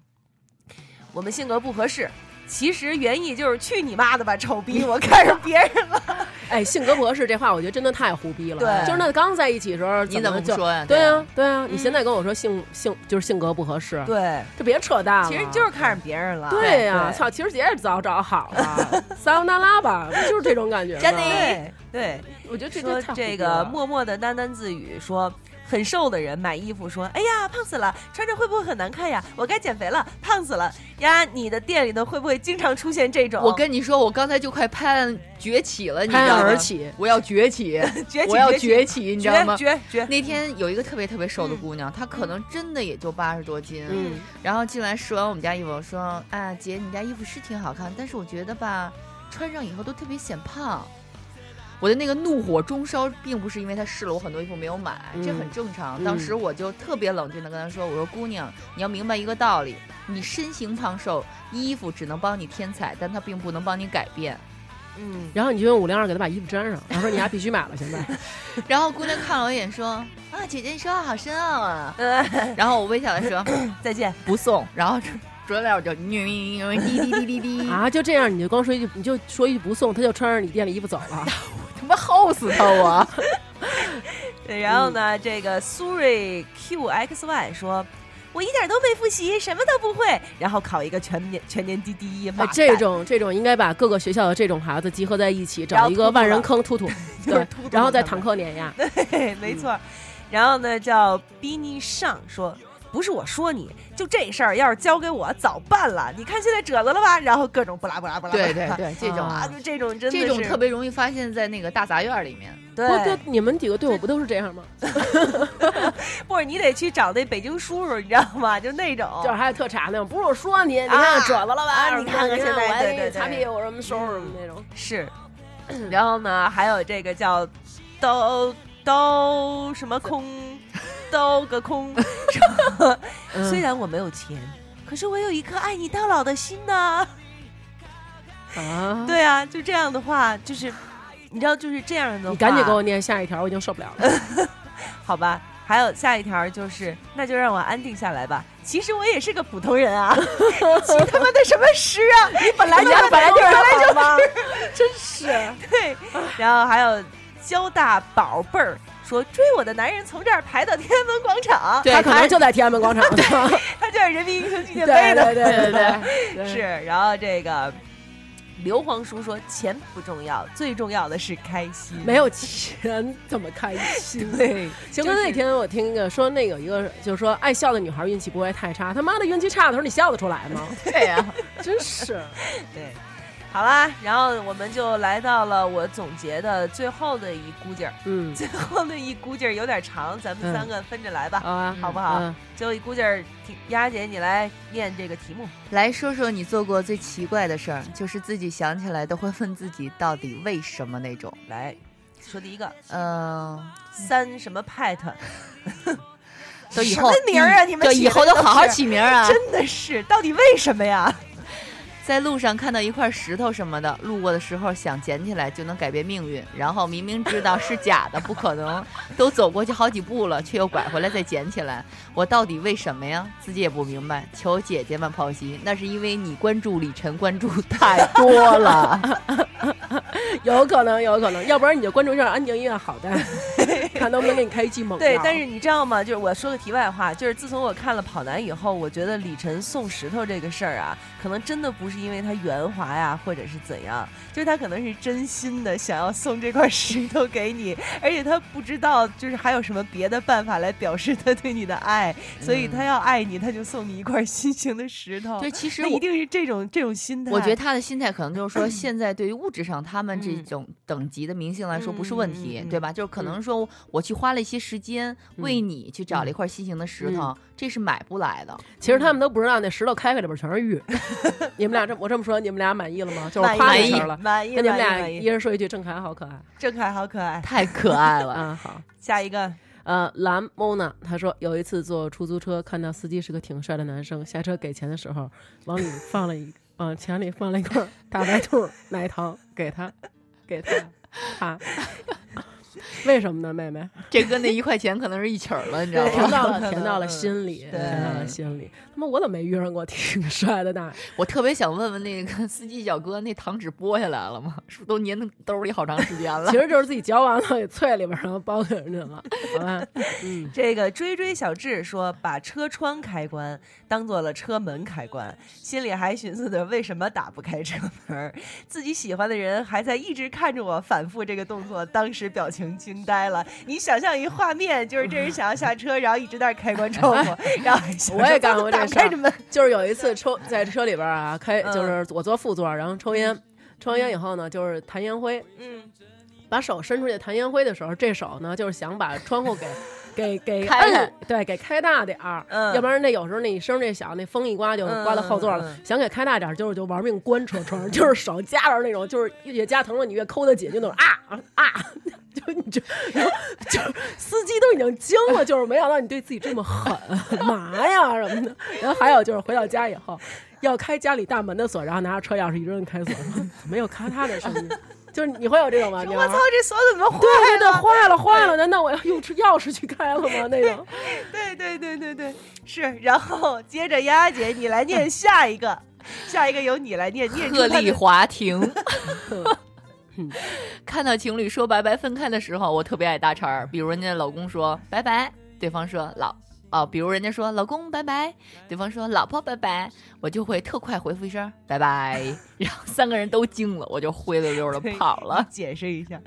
B: 我们性格不合适。其实原意就是去你妈的吧，丑逼！我看上别人 了。
E: 哎，性格不合适这话，我觉得真的太胡逼了。
B: 对
E: 就是那刚在一起的时候，
F: 你怎么不
E: 就
F: 说呀
E: 对
F: 对
E: 啊
F: 啊，
E: 对啊，你现在跟我说性性就是性格不合 适，
B: 对，
E: 这别扯淡了。
B: 其实就是看上别人了。
E: 对啊呀、操，情人节也早找好了， 撒由那拉吧，不就是这种感觉吗？
F: 真的
B: 对对，
E: 我觉得这
B: 说
E: 这太胡
B: 这
E: 逼
B: 个
E: 了
B: 默默的喃喃自语说。很瘦的人买衣服说：“哎呀，胖死了，穿着会不会很难看呀？我该减肥了，胖死了呀！你的店里头会不会经常出现这种？
F: 我跟你说，我刚才就快攀崛起了，你知
E: 拍
F: 道
E: 案
F: 吗
E: 而，起，
F: 我要崛起，
B: 崛起
F: 我要
B: 崛
F: 崛起，你知道
B: 绝
F: 吗？
B: 绝绝，
F: 那天有一个特别特别瘦的姑娘，她可能真的也就八十多斤，
E: 嗯，
F: 然后进来试完我们家衣服，我说：“啊，姐，你家衣服是挺好看，但是我觉得吧，穿上以后都特别显胖。”我的那个怒火中烧，并不是因为她试了我很多衣服没有买，这很正常。
E: 嗯
F: 当时我就特别冷静的跟她说：“我说姑娘，你要明白一个道理，你身形胖瘦，衣服只能帮你添彩，但它并不能帮你改变。”
B: 嗯，
E: 然后你就用五零二给他把衣服粘上，然后说你还必须买了，现在
F: 然后姑娘看了我一眼说：“啊，姐姐你说话好深奥啊。
B: 呃，”
F: 然后我微笑的说
B: 再见。：“
F: 不送。”然后佐料就滴滴滴滴滴，
E: 啊，就这样，你就光说一句，你就说一句不送，他就穿着你店里衣服走 了。
F: 他妈齁死他我！
B: 对，然后呢，这个苏瑞 QXY 说。我一点都没复习，什么都不会，然后考一个全年全年级第一。妈
E: 哎，
B: 蛋
E: 这种这种应该把各个学校的这种孩子集合在一起，
B: 然
E: 找
B: 后
E: 一个
B: 突突
E: 万人
B: 了
E: 坑突突，
B: 就是
E: 对
B: 突突，
E: 然后
B: 他
E: 再
B: 们
E: 坦克碾压。
B: 对，
E: 嗯
B: 没错。然后呢，叫 Bini 上说，不是我说你，就这事儿要是交给我早办了。你看现在褶子了吧？然后各种不拉不拉 不拉。
F: 对对对，这种
B: 啊，
E: 啊
B: 就这种真的
F: 这种
B: 是
F: 特别容易发现在那个大杂院里 面。
B: 对
E: 不对，你们几个对我不都是这样吗？
B: 或者你得去找那北京叔叔，你知道吗？就那种，
E: 就是还有特查那种，不是我说你，你看
B: 哦啊
E: 褶子了吧？
B: 啊
E: 什么
B: 你看看
E: 的
B: 现在
E: 我还
B: 对
E: 给
B: 对对
E: 你擦屁股什么收拾什么那种。
B: 是，然后呢，还有这个叫刀刀什么空，刀个空。
E: 嗯
B: 虽然我没有钱，可是我有一颗爱你到老的心呢。
E: 啊，，
B: 对啊，就这样的话，就是你知道，就是这样的话。
E: 你赶紧给我念下一条，我已经受不了了。
B: 好吧。还有下一条就是，那就让我安定下来吧。其实我也是个普通人啊， 急他妈的什么诗啊？你本来
E: 人家
B: 他妈的
E: 本来就是
B: 本来
E: 好吗？
B: 真是对。然后还有交大宝贝儿说，追我的男人从这儿排到天安门广场，
E: 他可能就在天安门广场。对
B: 他就是人民英雄纪念碑
E: 对
B: 的。
E: 对对对对，
B: 是，然后这个硫磺叔说，钱不重要，最重要的是开心。
E: 没有钱怎么开 心？
B: 对，
E: 行哥那天我听个说，那有一个就是说，爱笑的女孩运气不会太差。他妈的运气差的时候，你笑得出来 吗？
F: 对呀、
E: 真是，
B: 对，好啦，然后我们就来到了我总结的最后的一股劲儿，
E: 嗯，
B: 最后的一股劲儿有点长，咱们
E: 嗯
B: 三个分着来吧，
E: 好啊，
B: 好不好？
E: 嗯
B: 最后一股劲儿，提丫姐你来念这个题目。
F: 来说说你做过最奇怪的事儿，就是自己想起来都会问自己到底为什么那种。
B: 来说第一个
F: 嗯、
B: 三什么 pat，
F: 都以
B: 什
F: 后
B: 么名儿啊？你们
F: 对
B: 起
F: 以后
B: 的
F: 都
B: 都
F: 好好
B: 是，
F: 起名儿 啊！
B: 真的是，到底为什么呀？
F: 在路上看到一块石头什么的，路过的时候想捡起来就能改变命运，然后明明知道是假的，不可能，都走过去好几步了，却又拐回来再捡起来，我到底为什么呀？自己也不明白，求姐姐们剖析。那是因为你关注李晨关注太多了，
E: 有可能，有可能，要不然你就关注一下安静音乐好的， 看能不能给你开一剂猛药。
B: 对，但是你知道吗？就是我说个题外话，就是自从我看了《跑男》以后，我觉得李晨送石头这个事儿啊，可能真的不是因为他圆滑呀，或者是怎样，就是他可能是真心的想要送这块石头给你，而且他不知道就是还有什么别的办法来表示他对你的爱，所以他要爱你，他就送你一块心形的石头。
F: 嗯对，其实
B: 那
F: 我
B: 一定是这种这种心态。
F: 我觉得他的心态可能就是说，现在对于物质上他们这
B: 嗯
F: 种等级的明星来说不是问题，
B: 嗯嗯嗯
F: 对吧？就是可能说我去花了一些时间为你去找了一块新型的石头，这是买不来的。
E: 其实他们都不知道那石头开开里边全是 玉。你们俩这我这么说，你们俩满意了吗？就是我夸
B: 满
E: 你
B: 意
E: 一下了，
B: 满意，
E: 那你们
B: 满意
E: 俩
B: 满
E: 一
B: 意
E: 人说一句“郑恺好可爱
B: 郑恺好可爱”。。
F: 太可爱
B: 嗯
F: 了，
E: 啊，好。
B: 下一个，
E: 呃，蓝 Mona 他说有一次坐出租车，看到司机是个挺帅的男生，下车给钱的时候，往里放了一 往钱里放了一块大白兔奶糖给他，给他，他。 为什么呢，妹妹？
F: 这跟那一块钱可能是一曲儿了，你知道
B: 对
E: 甜
F: 吗？
E: 到
B: 有可
E: 了，
B: 能
E: 甜到了
B: 嗯
E: 心里，
B: 对
E: 甜到了心里。他妈，我怎么没遇上过挺帅 的呢？
F: 我特别想问问那个司机小哥，那糖纸剥下来了吗？是不是都粘在兜里好长时间了
E: 其？实就是自己嚼完了，给啐里边儿，然后包给人家了，好吧？ 嗯，
B: 这个追追小智说，把车窗开关当做了车门开关，心里还寻思着为什么打不开车门儿，自己喜欢的人还在一直看着我反复这个动作，当时表情惊呆了。你想象一画面，就是这人想要下车，然后一直在那儿开关窗户，然后还想
E: 我也干过这
B: 打不
E: 事儿
B: 开这门，
E: 就是有一次抽在车里边儿啊，开
B: 嗯
E: 就是我坐副座，然后抽烟，抽完烟以后呢，就是弹烟灰，
B: 嗯，
E: 把手伸出去弹烟灰的时候，这手呢就是想把 窗户给给给
F: 开开
E: 摁对，给开大点儿，
B: 嗯
E: 要不然那有时候那一声那小，那风一刮就刮到后座了，
B: 嗯嗯嗯
E: 想给开大点儿，就是就玩命关车窗， 就是手夹着那种，就是越夹疼了你越抠得紧，就那种啊啊。 就你就，然后就是司机都已经惊了，就是没想到你对自己这么狠， 嘛呀什么的。然后还有就是回到家以后，要开家里大门的锁，然后拿着车钥匙一扔开锁， 怎么有咔嗒的声音？就是你会有这种吗？你
B: 我操，这锁怎么坏
E: 对对对，
B: 了？
E: 坏了坏了，难道我要用出钥匙去开了吗？那种
B: 对对对对对，是。然后接着丫姐，你来念下一个，下一个由你来念，念出
F: 鹤
B: 他
F: 立
B: 的
F: 华亭。看到情侣说拜拜分开的时候，我特别爱搭茬儿。比如人家老公说拜拜，对方说老哦，比如人家说老公拜拜，对方说老婆拜拜，我就会特快回复一声拜拜，然后三个人都惊了，我就灰溜溜的
B: 对
F: 跑了
B: 你。解释一下，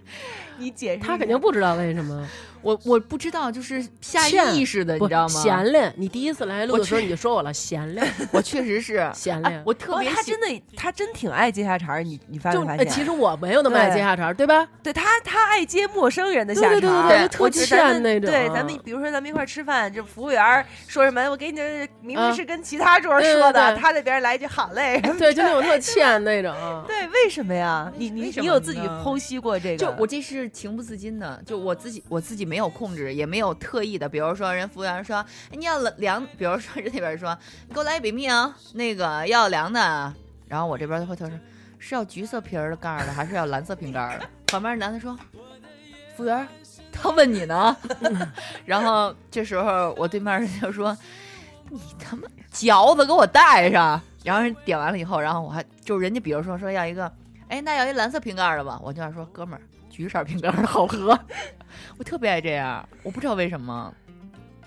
B: 你解释一下。
E: 他肯定不知道为什么，
F: 我我不知道，就是下
E: 欠
F: 意识的，你
E: 不
F: 知道吗？
E: 闲练，你第一次来录
F: 我
E: 的时候
F: 去
E: 你就说我了，闲练，
F: 我确实是
E: 闲
F: 哎
E: 练。
F: 我特
B: 哦
F: 别
B: 他
F: 喜
B: 真的，他真挺爱接下茬儿，你你发
E: 就
B: 没发
E: 呃
B: 现？啊
E: 其实我没有那么爱接下茬儿，对吧？
B: 对他，他爱接陌生人的下茬儿，
E: 对对对
F: 对
E: 对，就
B: 我
E: 特
B: 觉得
E: 欠
B: 咱
E: 那
B: 们
E: 种。嗯
B: 对，咱们比如说咱们一块儿吃饭，就服务员儿说什么，我给你的明明是跟其他桌儿
E: 嗯啊对对
B: 说的，
E: 对
B: 他那边儿来一句好嘞，
E: 对，就那种特欠那种。
B: 对，为什么呀？你
F: 为
B: 你
F: 什
B: 你
F: 么
B: 有自己
F: 呢
B: 剖析过这个？
F: 就我这是情不自禁的，就我自己我自己没有控制，也没有特意的。比如说人服务员说哎你要凉，比如说人那边说你给我来一杯面啊，那个要凉的啊，然后我这边就会头说是要橘色瓶儿的盖儿的，还是要蓝色瓶盖儿的？旁边男的说，服务员，他问你呢。 然后这时候我对面人就说，你他妈嚼子给我带上。然后人点完了以后，然后我还就是人家比如说说要一个。哎，那要一蓝色瓶盖儿的吧？我就想说，哥们儿，橘色瓶盖儿的好喝， 我特别爱这样，我不知道为什么。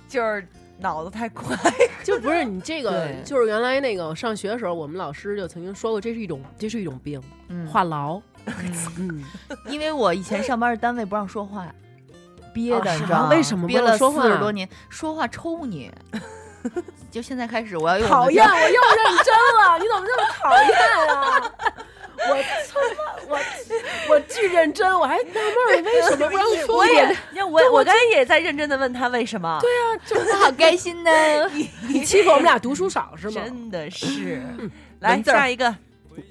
B: 就是脑子太快，
E: 就不是你这个
F: 对，
E: 就是原来那个上学的时候，我们老师就曾经说过，这是一种这是一种病，
F: 嗯，
E: 话痨。
F: 嗯
E: 嗯，
F: 因为我以前上班的单位不让说话，憋的，
E: 啊
F: 你
E: 是
F: 知道
E: 吗
F: 吗？
E: 为什么不
F: 憋
E: 让
F: 了
E: 说话
F: 四十多年，说话抽 你。就现在开始，
B: 哎
F: 我要用我
E: 讨
F: 的
E: 厌，我又认真了，你怎么这么讨厌啊？ 我操！我我巨认真，我还纳闷儿为什么不让 说
B: 我也
E: 点，
B: 那我我刚才也在认真的问他为什么，对，
F: 我 好开心 呢。
E: 你欺负我们俩读书少是吗？
B: 真的是。来
E: 啊嗯文字儿
B: 下一个，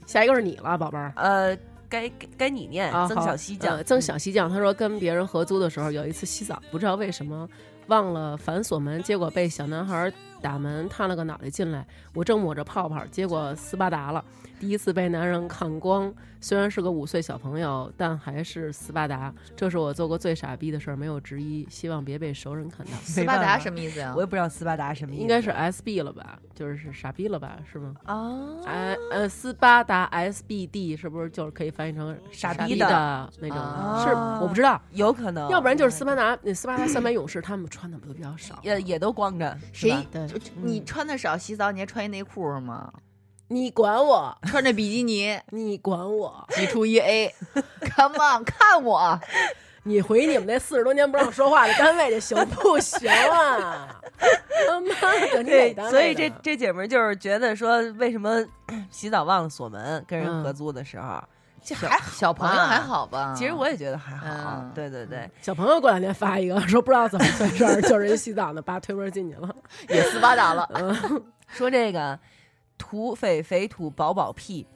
E: 下一个是你了，宝贝儿。
B: 呃，该该该你念
E: 啊，
B: 曾
E: 好
B: 小希讲嗯
E: 呃，曾小希讲，他说跟别人合租的时候，有一次洗澡，不知道为什么忘了反锁门，结果被小男孩打门，探了个脑袋进来。我正抹着泡泡，结果斯巴达了。第一次被男人看光，虽然是个五岁小朋友，但还是斯巴达。这是我做过最傻逼的事儿，没有之一。希望别被熟人 看到。
F: 斯巴达什么意思啊呀
B: 我？也不知道斯巴达什么意思，
E: 应该是 SB 了吧，就是傻逼了吧，是吗？
B: 啊，
E: 哎呃，斯巴达 SBD 是不是就是可以翻译成
B: 傻逼
E: 逼
B: 的
E: 的那种？
F: 啊
E: 是我不知道，
B: 有可能，
E: 要不然就是斯巴达，那斯巴达三百勇士他们穿的都比较少。
B: 也也都光着，是
F: 谁
B: 吧？
E: 对
F: 就你穿的少，洗澡你还穿一内裤是吗？
E: 你管我，
F: 穿着比基尼，
E: 你管我，
F: 你出一 A，Come on，看我。
E: 你回你们那四十多年不让说话的单位去行不行啊？他妈的，你哪
B: 对
E: 单，位
B: 所以这
E: 的
B: 这姐们儿就是觉得说，为什么 洗澡忘了锁门，跟人
E: 嗯
B: 合租的时候，这
F: 小
B: 还好，
F: 小朋友还好吧？
B: 其实我也觉得还好，
F: 嗯
B: 对对对，
E: 小朋友过两天发一个说不知道怎么回事儿，就是人洗澡呢，把推门进去 了。
F: 也斯巴达了。
B: 说这个土匪肥土饱饱屁。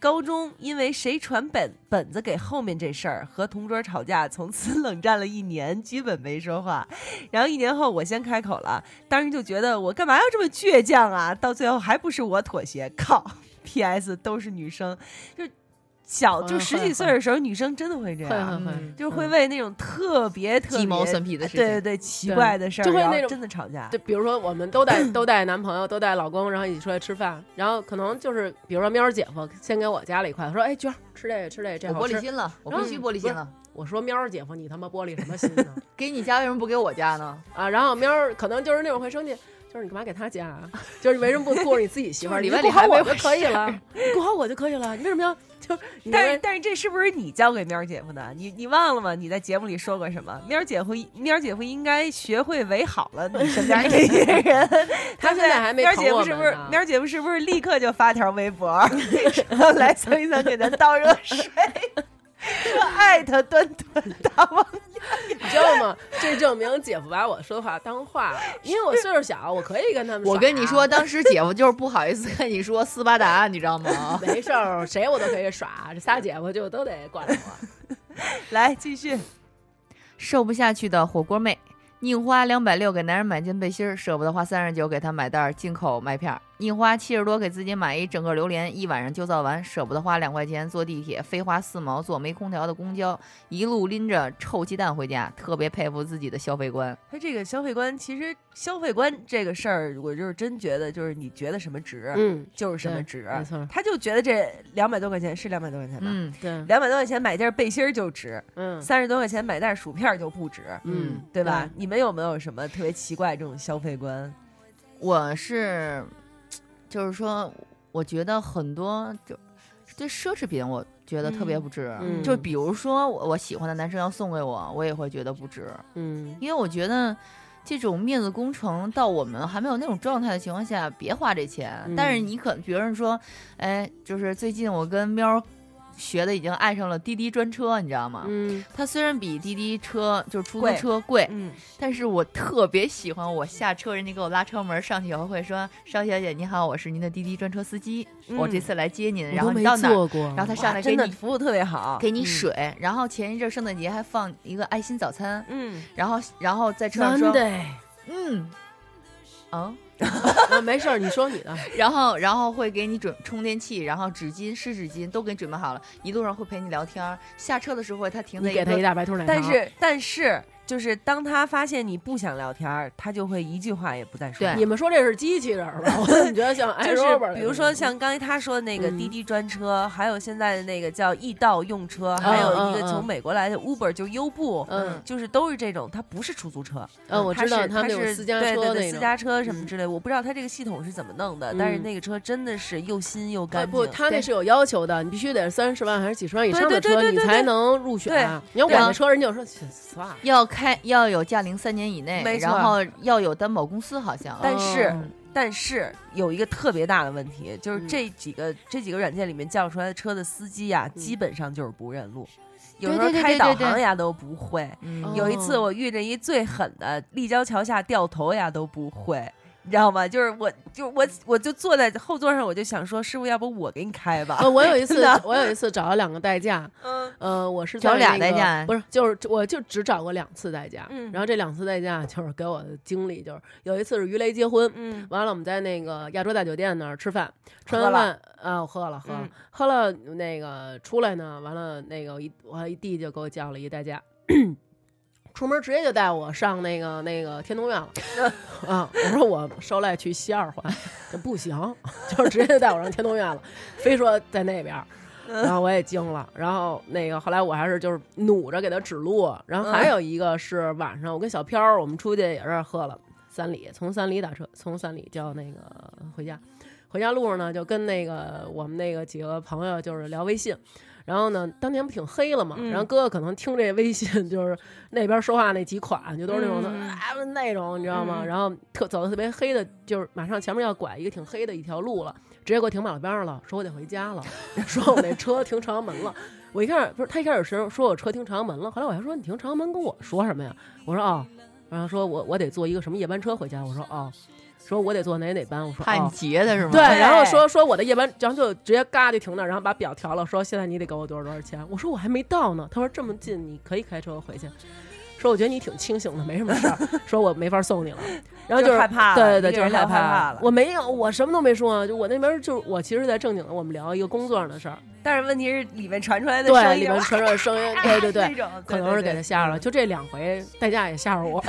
B: 高中因为谁传本本子给后面这事儿和同桌吵架，从此冷战了一年，基本没说话。然后一年后我先开口了，当时就觉得我干嘛要这么倔强啊？到最后还不是我妥协，靠！P.S. 都是女生，就小就
E: 会
B: 十
E: 会
B: 几岁的时候，女生真的会这
E: 会会嗯
B: 样，
E: 会，
B: 就是会为那种特别特别
F: 鸡毛蒜皮的事
B: 对对
F: 情。
B: 对奇
E: 对
B: 怪的事儿，
E: 就会
B: 然后
E: 那种
B: 真的吵架。
E: 就比如说，我们都带都带男朋友，都带老公，然后一起出来吃饭，然后可能就是，比如说喵儿姐夫先给我夹了一块，说：“哎，娟儿吃这个吃这个，这
F: 我
E: 好
F: 玻璃
E: 吃。
F: 心了，我必须玻璃心了。”
E: 我说：“喵儿姐夫，你他妈玻璃什么心呢？
F: 给你家为什么不给我家呢？
E: 啊！”然后喵儿可能就是那种会生气，就是你干嘛给他夹、啊？ 就是为什么不顾着你自己媳妇儿？
F: 就是里
E: 你
F: 外
E: 顾
F: 里
E: 好
F: 还没
E: 我
F: 有
E: 就可以
F: 事儿
E: 了，你顾好我就可以了，你为什么要就是？你
B: 但
E: 为
B: 是但是这是不是你教给喵儿姐夫的？你你忘了吗？你在节目里说过什么？喵儿姐夫喵儿姐夫应该学会围好了你身边那些人。
E: 他
B: 对不对
E: 现在还没
B: 喵儿姐
E: 捧
B: 夫
E: 我
B: 是不
E: 们
B: 是
E: 呢
B: 喵儿姐夫是不是立刻就发条微 博，然后来蹭一蹭给他倒热水，说爱他墩墩大王。
E: 嗯你知道吗？这证明姐夫把我说话当话了，因为我岁数小，我可以跟他们。？
F: 我跟你说，。当时姐夫就是不好意思跟你说斯巴达，你知道吗
E: 没事儿，谁我都可以耍，这仨姐夫就都得惯着我。
B: 来继续，
F: 瘦不下去的火锅妹，宁花两百六给男人买件背心儿，舍不得花三十九给他买袋儿进口麦片儿；宁花七十多给自己买一整个榴莲，一晚上就造完，舍不得花两块钱坐地铁，非花四毛坐没空调的公交，一路拎着臭鸡蛋回家，特别佩服自己的消费观。
B: 他这个消费观，其实消费观这个事儿，我就是真觉得，就是你觉得什么值，
E: 嗯，
B: 就是什么
E: 对
B: 值。
E: 没错
B: 他就觉得这两百多块钱是两百多块钱吧？
F: 嗯
E: 对，
B: 两百多块钱买件背心儿就值，
E: 嗯
B: 三十多块钱买袋薯片儿就不值，
E: 嗯，
B: 对吧？？你们有没有什么特别奇怪这种消费观？
F: 我是，就是说，我觉得很多就对奢侈品，我觉得特别不值。
E: 嗯
F: 就比如说我我喜欢的男生要送给我，我也会觉得不值，
E: 嗯，
F: 因为我觉得。这种面子工程到我们还没有那种状态的情况下，别花这钱。但是
E: 嗯
F: 你可，比如说，哎，就是最近我跟喵儿学的已经爱上了滴滴专车，你知道吗？
E: 嗯，
F: 它虽然比滴滴车就是出租
B: 贵
F: 车贵，
B: 嗯，
F: 但是我特别喜欢我下车，人家给我拉车门上去以后会说：“邵小姐，你好，我是您的滴滴专车司机，我这
B: 嗯
F: 次来接您。”
E: 我
F: 然
E: 都
F: 后你
E: 没
F: 到哪儿，
E: 坐过，
F: 然后他上来
B: 哇
F: 给
B: 真的
F: 你
B: 服务特别好，
F: 给你
B: 嗯，
F: 水，然后前一阵圣诞节还放一个爱心早餐，
B: 嗯，
F: 然后然后在车上
E: 难
F: 说
E: 得，：“
F: 嗯，嗯。”
E: 啊没事儿，你说你的，
F: 然后，然后会给你准充电器，然后纸巾、湿纸巾都给你准备好了，一路上会陪你聊天儿。下车的时候会，他停在
E: 你
F: 一
E: 给他
F: 个
E: 一大白兔奶糖，
B: 但是但是就是当他发现你不想聊天儿，他就会一句话也不再说
F: 对。
E: 你们说这是机器人儿吧？我怎么觉得 像 i
B: 就
E: r
B: 是
E: o b
B: 比如说像刚才他说的那个滴
E: 嗯
B: 滴专车，还有现在的那个叫易到用车，还有一个
E: 嗯嗯
B: 从美国来的 Uber 就是优步，
E: 嗯
B: 就是都是这种，它不是出租车，
E: 嗯，我
B: 它
E: 知道
B: 是它
E: 们有
B: 是
E: 私家
B: 对对
E: 车
B: 对
E: 那
B: 私
E: 种。
B: 家车什么之类，我不知道它这个系统是怎么弄的，但是
E: 嗯
B: 那个车真的是又新又
E: 哎
B: 干净。
E: 不，他那是有要求的，你必须得是三十万还是几十万以上
B: 对对
E: 的
B: 对
E: 车，
B: 对
E: 你
B: 对
E: 才
B: 对
E: 能入选啊。你要我
F: 对
E: 的车，人家就说切算了。
F: 要开要有驾龄三年以内
B: 没，
F: 然
B: 错
F: 后要有担保公司，好 像。啊
B: 但是、
E: 哦
B: 但是有一个特别大的问题，就是
E: 嗯
B: 这几个、这几个软件里面叫出来的车的司机呀、
E: 嗯
B: 基本上就是不认路，
F: 对
B: 有时候
F: 对对
B: 开
F: 对
B: 导
F: 对
B: 航呀都不会。
F: 嗯，
B: 有一次
E: 哦
B: 我遇着一最狠的，立交桥下掉头呀都不会。你知道吗？就是我，就是我，我就坐在后座上，我就想说，师傅，要不我给你开吧？
E: 呃，我有一
B: 真
E: 次
B: 的，
E: 我有一次找了两个代驾，
B: 嗯
E: 呃，我是
F: 找
E: 在
F: 俩
E: 那
F: 代
E: 个
F: 驾
E: 不是，就是我就只找过两次代驾，
B: 嗯
E: 然后这两次代驾就是给我的经历就是有一次是鱼雷结婚，
B: 嗯
E: 完了，我们在那个亚洲大酒店那儿吃饭，吃
B: 喝
E: 完
B: 了
E: 饭啊，我喝了喝了、
B: 嗯
E: 喝了，那个出来呢，完了那个我一我一弟就给我叫了一代驾， 出门直接就带我上那个那个天通苑了 啊！我说我捎带去西二环，这不行， 就是直接就带我上天通苑了，非说在那边儿。
B: 嗯
E: 然后我也惊了，然后那个后来我还是就是努着给他指路，然后
B: 嗯
E: 还有一个是晚上我跟小飘儿我们出去也是喝了，三里，从三里打车，从三里叫那个回家。回家路上呢，就跟那个我们那个几个朋友就是聊微信，然后呢，当年不挺黑了嘛，
B: 嗯
E: 然后哥哥可能听这微信 就是那边说话那几款，就都是那种的、
B: 嗯
E: 啊那种，你知道吗？
B: 嗯
E: 然后特走的特别黑的，就是马上前面要拐一个挺黑的一条路了，直接给我停马路边上了，说我得回家了， 说我那车停朝阳门了。我一开始不是他一开始时说我车停朝阳门了，后来我还说你停朝阳门跟我说什么呀？我说哦，然后说我我得坐一个什么夜班车回家，我说哦，说我得坐哪哪班，我说
F: 怕你
E: 哦。
F: 劫的是吗？
E: 对，然后
B: 对
E: 说说我的夜班，然后就直接嘎就停那儿，然后把表调了，说现在你得给我多少多少钱。我说我还没到呢，他说这么近你可以开车回去，说我觉得你挺清醒的，没什么事 儿，说我没法送你了，然后
B: 就是害怕了
E: 对对
B: 一个
E: 对，就是
B: 人聊
E: 害
B: 害怕了
E: 我没有，我什么都没说，就我那边儿就是我其实在正经的，我们聊一个工作上的事儿，
B: 但是问题是里面传出来的声
E: 对，
B: 音
E: 里面传出来声 音， 对对对
B: 那。种
E: 可能是
B: 对
E: 给他。
B: 对对
E: 吓着了，就这两回代驾也吓着我。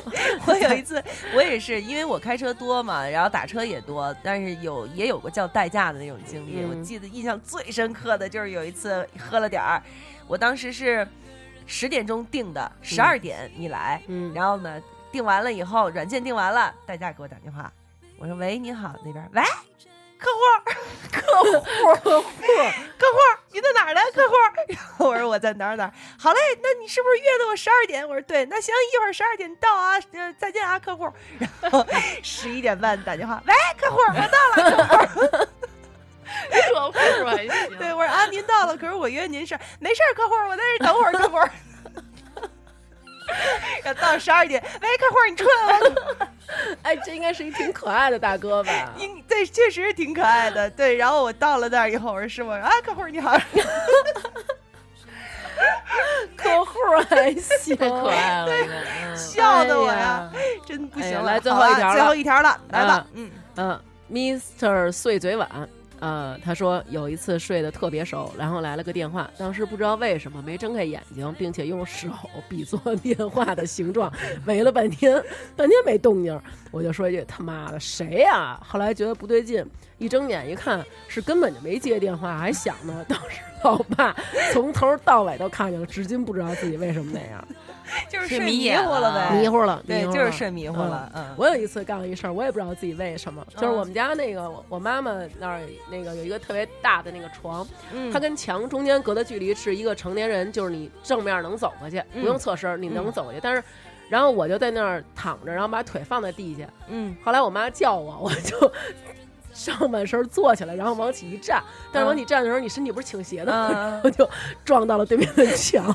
B: 我有一次，我也是因为我开车多嘛，然后打车也多，但是有也有过叫代驾的那种经历。
E: 嗯
B: 我记得印象最深刻的就是有一次喝了点儿，我当时是十点钟定的，十二点你来，
E: 嗯，
B: 然后呢定完了以后，软件定完了，代驾给我打电话，我说喂，你好，那边喂，客户儿，客户儿，客户儿，客户儿，你在哪儿呢？客户儿， 然后我说我在哪儿哪儿。好嘞，那你是不是约的我十二点？我说对，那行，一会儿十二点到啊，呃，再见啊，客户儿。 然后十一点半打电话，喂，客户儿，我到了。
F: 客户还行
B: 对，我说啊，您到了，可是我约您事儿，没事儿，客户儿，我在这儿等会儿，客户儿。 然后到十二点，喂，客户儿，你出来了。
E: 哎，这应该是一挺可爱的大哥吧？
B: 应对，确实是挺可爱的。对，然后我到了那儿以后，我说师傅，我说啊，客户儿你好，
E: 客户还行，
F: 太可爱了，应该嗯
B: 笑的我呀，
E: 哎呀！
B: 真不
E: 哎
B: 行
E: 呀
B: 了。
E: 来最
B: 好
E: 后一
B: 吧
E: 条
B: 最
E: 了
B: 后一条了，来吧
E: 啊，
B: 嗯，
E: 嗯，Mr. 碎嘴碗，呃，他说有一次睡得特别熟，然后来了个电话，当时不知道为什么没睁开眼睛，并且用手比作电话的形状，围了半天，半天没动静儿，我就说一句他妈的谁呀、后来觉得不对劲，一睁眼一看是根本就没接电话，还响呢。当时老爸从头到尾都看见了，至今不知道自己为什么那样，
B: 就是
F: 睡
B: 睡
F: 迷
B: 迷
F: 眼
B: 糊
F: 了
B: 了呗，
E: 迷糊了，
B: 哎对
E: 迷，糊
B: 就是
E: 了
B: 睡迷糊了，嗯，
E: 我有一次干了一事儿，我也不知道自己为什么，就是
B: 嗯
E: 我们家那个我我妈妈那儿那个有一个特别大的那个床，
B: 嗯
E: 它跟墙中间隔的距离是一个成年人，就是你正面能走过去，不
B: 嗯
E: 用侧身，你能
B: 嗯
E: 走过去。但是，然后我就在那儿躺着，然后把腿放在地下。
B: 嗯
E: 后来我妈叫我，我就 上半身坐起来，然后往起一站，但是往起站的时候，你身体不是倾斜的，
B: 嗯
E: 我就撞到了对面的墙。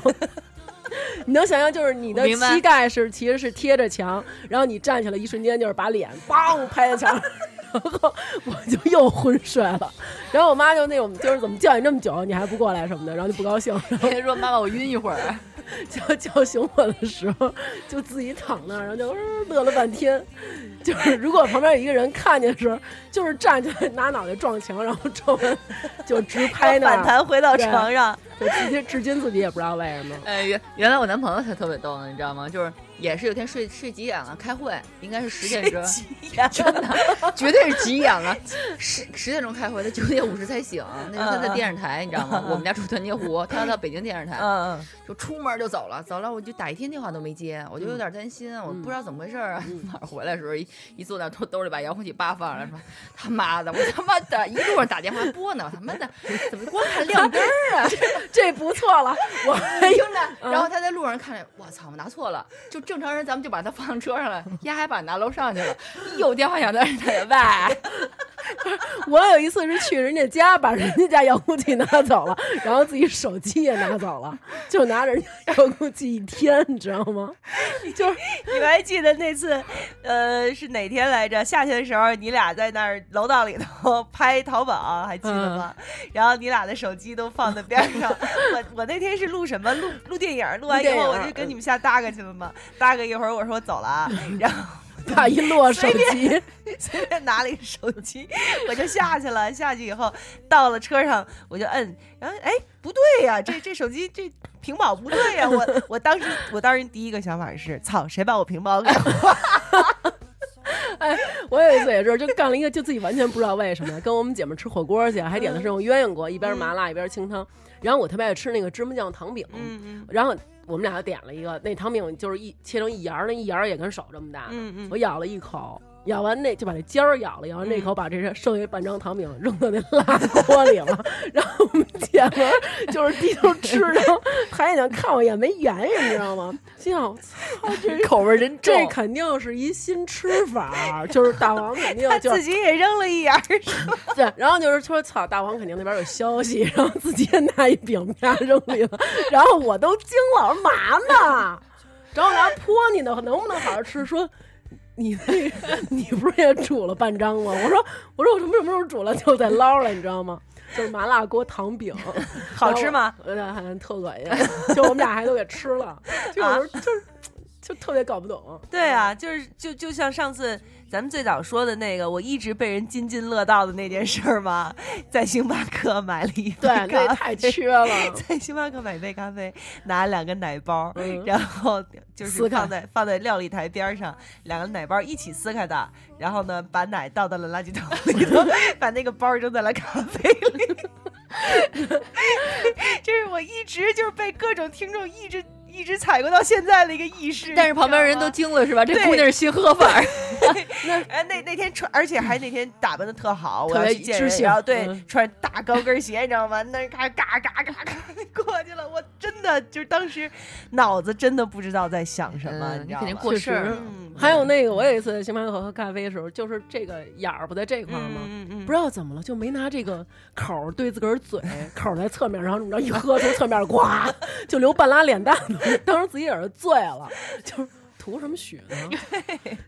E: 你能想象，就是你的
F: 我明白
E: 膝盖是其实是贴着墙，然后你站起来一瞬间就是把脸梆拍在墙上， 然后我就又昏睡了。然后我妈就那种就是怎么叫你这么久，你还不过来什么的，然后就不高兴，然 后
F: 别说妈妈，我晕一会儿。
E: 叫叫醒我的时候就自己躺那儿，然后就、呃乐了半天。就是如果旁边有一个人看见的时候，就是站起来拿脑袋撞墙，然后撞完就直拍 那
B: 反
E: 儿，
B: 弹回到床上，
E: 就直接至今自己也不知道为什么。
F: 呃，原原来我男朋友他特别逗呢，你知道吗？就是也是有天睡睡急眼了，开会应该是十点钟，真的绝对是急眼了， 十十点钟开会，他九点五十才醒。那时候他在电视台，你知道 吗？我们家住团结湖，他要到北京电视台，
B: 嗯嗯，
F: 就出门就走了，走了我就打一天电话都没接，我就有点担心，我不知道怎么回事儿啊。 晚上回来的时候一一坐那兜兜里把遥控器叭放了，说他妈的，我他妈的一路上打电话拨呢，我他妈 的怎么光看亮灯儿啊？
E: 这不错了，我还
F: 哎
E: 有
F: 呦呢，然后他在路上看着，我操，我拿错了，就正常人咱们就把他放车上了，丫还把他拿楼上去了，一有电话响，他他外，
E: 我有一次是去人家家，把人家家遥控器拿走了，然后自己手机也拿走了， 就拿着人家遥控器一天，你知道 吗？就是
B: 你们还记得那次，呃，是哪天来着？夏天的时候，你俩在那儿楼道里头拍淘宝，还记得吗？
E: 嗯
B: 然后你俩的手机都放在边 上。我我那天是录什么？录录电影，录完以
E: 录电
B: 后
E: 影嗯
B: 我就跟你们下搭个去了嘛。搭个一会儿，我说我走了 啊，然后
E: 把一摞手机，
B: 随便拿了一个手机，我就下去了。下去以后，到了车上我就摁，然后哎不对呀、这这手机这屏保不对呀、我我当时我当时第一个想法是，操，谁把我 屏保给
E: 我有一次也是，就干了一个，就自己完全不知道为什么，跟我们姐们吃火锅去，还点的是那种鸳鸯锅，一边麻辣一边清汤。然后我特别爱吃那个芝麻酱糖饼，
B: 嗯
E: 然后我们俩就点了一个，那糖饼就是一切成一芽儿，那一芽儿也跟手这么大呢。
B: 嗯嗯
E: 我咬了一口，咬完那就把那尖儿咬了，咬完那口把这剩下半张糖饼扔到那辣锅里了。 然后我们姐们儿就是低头吃，然后抬眼睛看我一眼，没眼神，你知道吗？心想，操，这
F: 口味真
E: 这肯定是一新吃法儿，就是大王肯定就
B: 自
E: 是
B: 己也扔了一眼儿，
E: 对，然后就是说，操，大王肯定那边有消息， 然后自己也拿一饼啪扔里了，然后我都惊了，我说嘛呢？ 然后我拿泼你呢，能不能好好吃？说你那， 你不是也煮了半张吗？我说，我说我什么什么时候煮了，就在捞了，你知道吗？就是麻辣锅糖饼，
B: 好吃吗？
E: 呃，好像特恶心，就我们俩还都给吃 了，就
B: 啊
E: 有时候就是就特别搞不懂。
B: 对啊，就是就就像上次咱们最早说的那个，我一直被人津津乐道的那件事儿嘛，在星巴克买了一杯
E: 对，那
B: 咖
E: 太
B: 啡
E: 缺了。
B: 在星巴克买一杯咖啡，拿了两个奶包，
E: 嗯
B: 然后就是
E: 撕开
B: 放在放在料理台边上，两个奶包一起撕开的，然后呢，把奶倒到了垃圾桶里 头，把那个包扔在了咖啡里。 这是我一直就是被各种听众一直一直采购到现在的一个意识，
F: 但是旁边人
B: 你知道
F: 都
B: 吗
F: 惊了是吧？这
B: 对
F: 姑娘是新喝法儿，
B: 哎，那那天穿，而且还那天打扮的特好，我
E: 特
B: 要
E: 别
B: 去见
E: 知
B: 人，
E: 性
B: 然后对、
E: 嗯
B: 穿大高跟鞋，你知道吗？那嘎嘎嘎嘎嘎过去了，我真的就是当时脑子真的不知道在想什么，
F: 嗯
B: 你知
F: 你
B: 道
F: 肯定
B: 吗？
F: 过
E: 确实
F: 事儿了。
B: 嗯
E: 还有那个，我有一次在星巴克喝咖啡的时候，就是这个眼儿不在这块儿吗？
B: 嗯嗯
E: 不知道怎么了，就没拿这个口儿对自个儿嘴，口儿在侧面，然后你知道一喝从侧面呱就流半拉脸蛋子，当时自己也是醉了，就是图什么血呢？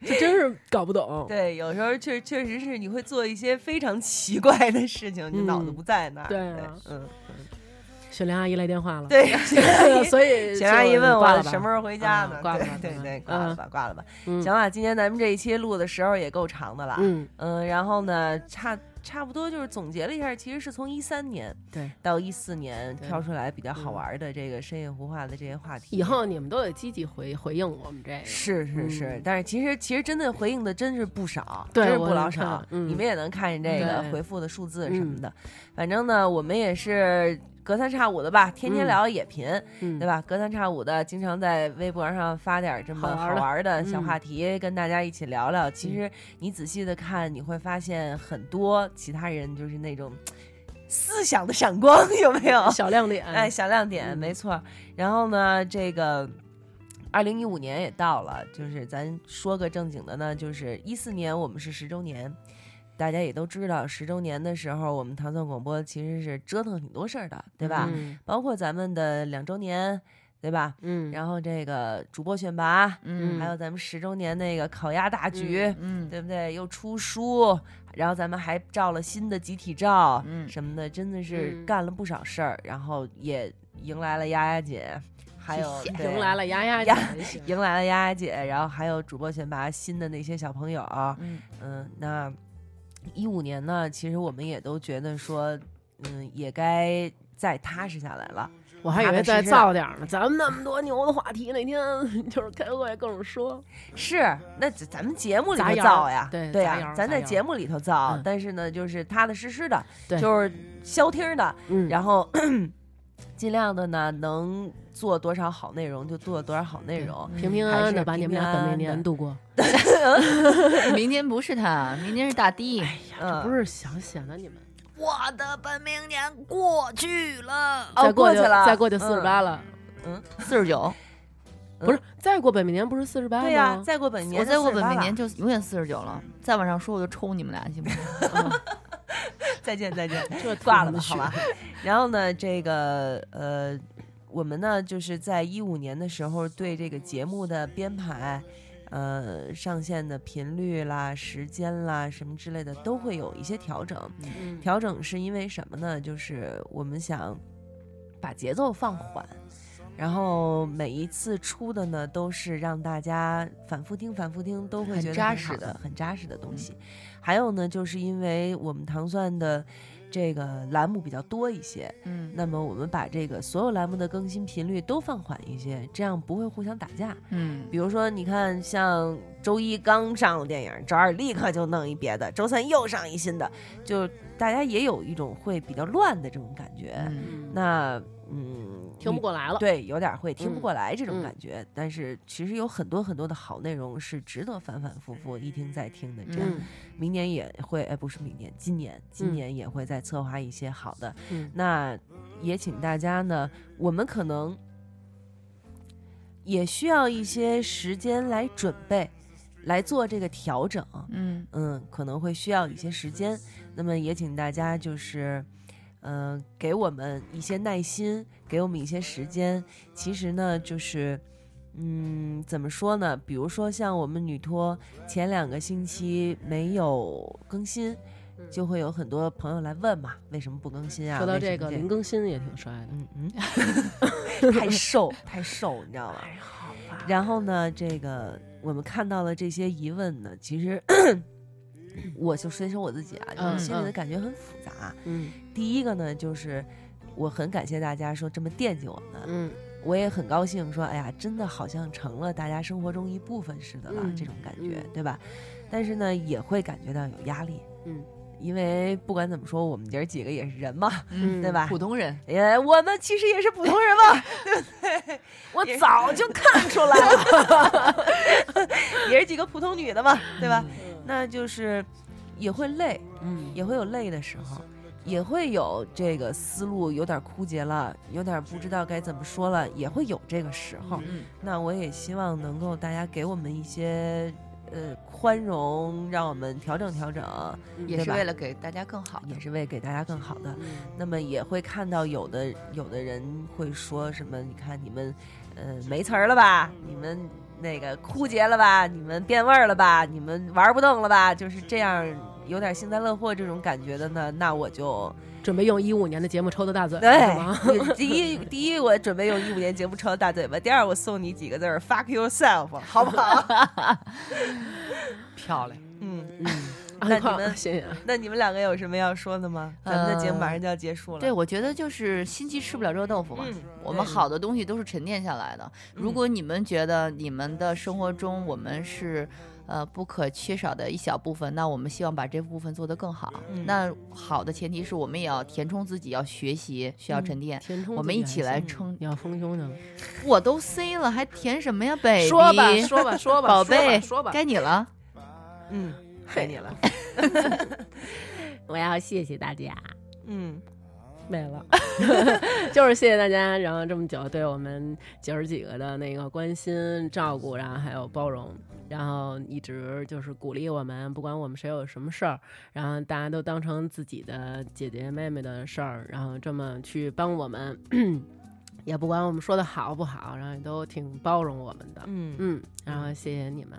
E: 就真是搞不懂。
B: 对，有时候确确实是你会做一些非常奇怪的事情，你脑子
E: 嗯
B: 不在那儿。
E: 对
B: 对
E: 啊，
B: 嗯，
E: 雪莲阿姨来电话了，
B: 对。
E: 所以
B: 小阿姨
E: 就
B: 问
E: 挂了
B: 我
E: 吧
B: 什么时候回家呢
E: 啊？挂了吧
B: 对对对，挂
E: 挂
B: 了
E: 了吧
B: 吧，挂了吧。
E: 嗯
B: 行啊了，今天咱们这一期录的时候也够长的了。
E: 嗯，
B: 嗯，然后呢，差差不多就是总结了一下，其实是从一三年
E: 对
B: 到一四年
E: 对
B: 挑出来比较好玩的这个深夜胡话的这些话题。
E: 以后你们都得积极回回应我们这个。
B: 是是是，
E: 嗯
B: 但是其实其实真的回应的真是不少，
E: 对
B: 真是
E: 我
B: 不老
E: 看
B: 少
E: 了。嗯
B: 你们也能看见这个
E: 对嗯
B: 回复的数字什么的。反正呢，我们也是隔三差五的吧，天天
E: 嗯
B: 聊也频，
E: 嗯，
B: 对吧？隔三差五的，经常在微博上发点这么
E: 好玩
B: 好
E: 儿的
B: 玩儿的小
E: 嗯
B: 话题，跟大家一起聊聊。其实你仔细的看，你会发现很多其他人就是那种思想的闪光， 有没有？
E: 小亮嗯点，
B: 哎，小亮点，没错儿。然后呢，这个二零一五年也到了，就是咱说个正经的呢，就是一四年我们是十周年。大家也都知道，十周年的时候，我们糖蒜广播其实是折腾挺多事儿的，对吧？
E: 嗯
B: 包括咱们的两周年，对吧？
E: 嗯，
B: 然后这个主播选拔，
F: 嗯
B: 还有咱们十周年那个烤鸭大局，
F: 嗯，
B: 对不对？又出书，然后咱们还照了新的集体照，
F: 嗯
B: 什么的，真的是
E: 嗯
B: 干了不少事儿，然后也迎来了丫丫姐，还有
F: 谢谢
B: 对
E: 迎来了丫丫
B: 丫
E: 姐也行，
B: 迎来了丫丫姐，然后还有主播选拔新的那些小朋友，
F: 嗯
B: 嗯，那一五年呢，其实我们也都觉得说，嗯，也该再踏实下来了，
E: 我还以
B: 踏
E: 为
B: 踏实
E: 再
B: 实
E: 造点儿呢，咱们那么多牛的话题，那天 就是开会各种说，
B: 是，那咱咱们节目里
E: 砸
B: 头
E: 窑
B: 造呀，
E: 对
B: 对
E: 砸
B: 呀
E: 窑，
B: 咱
E: 砸
B: 在
E: 窑
B: 节目里头造，
E: 嗯
B: 但是呢，就是踏踏实实的，
E: 对
B: 就是消停儿的，
E: 嗯
B: 然后 尽量的呢，能做多少好内容就做多少好内容。
E: 平平
B: 嗯还
E: 安安
B: 是
E: 的把你
B: 平
E: 们
B: 平
E: 俩
B: 安
E: 本命
B: 安
E: 年
B: 的
E: 度过，
F: 明年不是他，明年是大地。
B: 嗯，
E: 哎不是想显得你们
F: 哎我的本命年过去了，
B: 哦
E: 再过
B: 过
E: 就
B: 去了嗯
E: 再过就四十八了，
F: 四十九，
E: 不是再过本命年不是四十八吗？
B: 对呀，再过本年
F: 我
B: 就
F: 再过
B: 48
F: 本命
B: 了
F: 年就永远四十九了。再往上说我就抽你们俩， 行吗？
B: 再见再见，
E: 这
B: 挂
E: 吐
B: 了
E: 什么
B: 吧，好
E: 血
B: 吧。然后呢，这个呃，我们呢就是在一五年的时候对这个节目的编排。呃，上线的频率啦、时间啦，什么之类的都会有一些调整。
E: 嗯
B: 调整是因为什么呢？就是我们想把节奏放缓，然后每一次出的呢都是让大家反复听、反复听，都会
F: 很
B: 觉得
F: 扎
B: 很
F: 实
B: 好
F: 的
B: 很扎实的嗯东西。还有呢，就是因为我们糖蒜的这个栏目比较多一些，
F: 嗯
B: 那么我们把这个所有栏目的更新频率都放缓一些，这样不会互相打架。
F: 嗯
B: 比如说，你看，像周一刚上了电影，周二立刻就弄一别的，周三又上一新的，就大家也有一种会比较乱的这种感觉。
F: 嗯，
E: 嗯
B: 那嗯，
E: 听不
B: 你
E: 过来了，
B: 对，有点会听不
E: 嗯
B: 过来这种
E: 嗯
B: 感觉。但是其实有很多很多的好内容是值得反反复复一听再听的。这样，
E: 嗯
B: 明年也会，哎，不是明年，今年，今
E: 嗯
B: 年也会再策划一些好的。
E: 嗯
B: 那也请大家呢，我们可能也需要一些时间来准备，来做这个调整。
F: 嗯
B: 嗯，可能会需要一些时间。那么也请大家就是，嗯、给我们一些耐心，给我们一些时间。其实呢，就是，嗯，怎么说呢？比如说像我们女托前两个星期没有更新，就会有很多朋友来问嘛，为什么不更新啊？
E: 嗯说到
B: 为什
E: 这
B: 么
E: 个林更新也挺帅的，
B: 嗯嗯， 太瘦太瘦，你知道吗？然后呢，这个我们看到了这些疑问呢，其实我就说一说我自己啊，就是
E: 嗯
B: 心里的
E: 嗯
B: 感觉很复杂。
E: 嗯
B: 第一个呢，就是我很感谢大家说这么惦记我们，
E: 嗯
B: 我也很高兴说，哎呀，真的好像成了大家生活中一部分似的了，
E: 嗯
B: 这种感觉，
E: 嗯
B: 对吧？但是呢，也会感觉到有压力，
E: 嗯，
B: 因为不管怎么说，我们姐儿几个也是人嘛，
F: 嗯，
B: 对吧？
F: 普通人，
B: 也哎我们其实也是普通人嘛，
E: 我
B: 也是
E: 早就 看出来了，
B: 也是几个普通女的嘛，对吧？那就是也会累，
E: 嗯
B: 也会有累的时候，也会有这个思路有点枯竭了，有点不知道该怎么说了，也会有这个时候。
F: 嗯
B: 那我也希望能够大家给我们一些呃宽容，让我们调整调整，
F: 也
B: 对
F: 是
B: 吧
F: 为了给大家更好。
B: 也是为给大家更好的。
E: 嗯
B: 那么也会看到有的有的人会说什么？你看你们，呃，没词儿了吧？你们那个枯竭了吧？你们变味儿了吧？你们玩不动了吧？就是这样，有点幸灾乐祸这种感觉的呢。那我就
E: 准备用一五年的节目抽他大嘴，呃是吗？
B: 对，第一第一，我准备用一五年节目抽大嘴巴；第二，我送你几个字儿 “fuck yourself”，好不 好？
F: 漂亮，
B: 嗯，
E: 啊
B: 那
E: 快
B: 你们
E: 谢谢啊，
B: 那你们两个有什么要说的吗？咱们的节目
F: 呃
B: 马上就要结束了。
F: 对我觉得就是心机吃不了热豆腐嘛。
B: 嗯
F: 我们
B: 对
F: 好的东西都是沉淀下来的。如
E: 嗯
F: 果你们觉得你们的生活中我们是呃不可缺少的一小部分，那我们希望把这部分做得更好。
B: 嗯
F: 那好的前提是我们也要填充自己，要学习，需要沉淀。
E: 嗯填充
F: 我们
E: 自己
F: 一起
E: 还
F: 来
E: 行
F: 撑，
E: 你要丰胸去了，
F: 我都 C 了，还填什么呀，baby？
E: 说吧说 吧说吧，
F: 宝贝，
E: 说吧，
F: 该你了。
B: 嗯，该你了。
E: 我要谢谢大家。
B: 嗯，
E: 没 了，就是谢谢大家，然后这么久对我们姐儿几个的那个关心、照顾，然后还有包容，然后一直就是鼓励我们，不管我们谁有什么事儿，然后大家都当成自己的姐姐妹妹的事儿，然后这么去帮我们， 也不管我们说的好不好，然后也都挺包容我们的。
B: 嗯
E: 嗯，然后谢谢你们。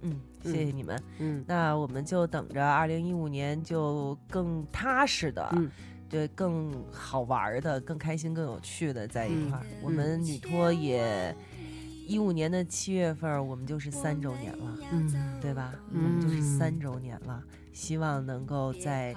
B: 嗯，谢谢你们。
E: 嗯，
B: 那我们就等着二零一五年就更踏实的，
E: 嗯
B: 对，更好玩儿的、更开心、更有趣的在一
E: 嗯
B: 块儿。我们女托也一五年的七月份儿，我们就是三周年了，
E: 嗯
B: 对吧？
E: 嗯
B: 我们就是三周年了，希望能够在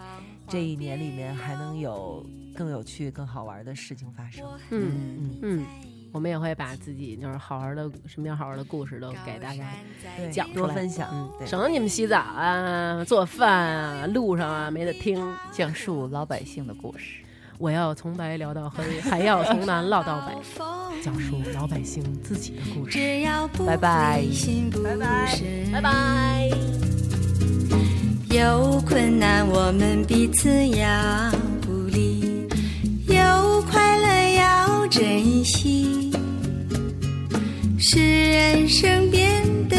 B: 这一年里面还能有更有趣、更好玩儿的事情发生。
E: 嗯
B: 嗯，
E: 嗯，我们也会把自己就是好玩的身边好玩的故事都给大家
B: 对，
E: 讲出
B: 多
E: 来
B: 分享，
E: 嗯，
B: 对
E: 省得你们洗澡啊、做饭啊、路上啊没得听。
F: 讲述老百姓的故事。
E: 我要从白聊到黑，还要从南唠到北，讲述老百姓自己的故事。
F: 拜拜。
B: 拜拜。
E: 拜拜。
G: 有困难我们彼此要鼓励，有快乐要珍惜，使人生变得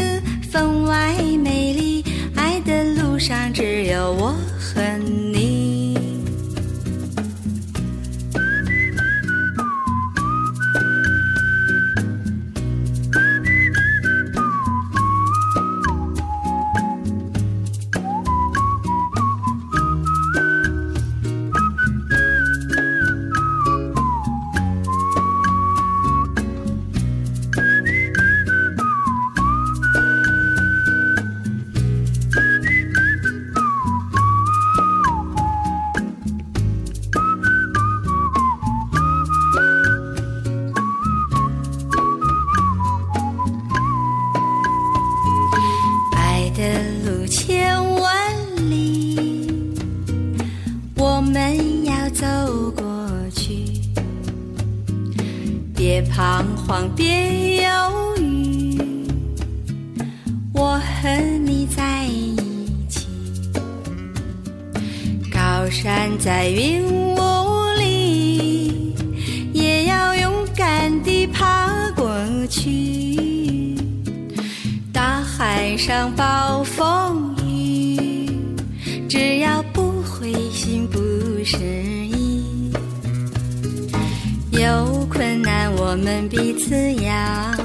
G: 分外美丽。爱的路上只有我和你。爱的路千万里，我们要走过去。别彷徨，别犹豫，我和你在一起。高山在云雾里，也要勇敢地爬过去。大海上暴风雨，只要不灰心不失意。有困难我们彼此要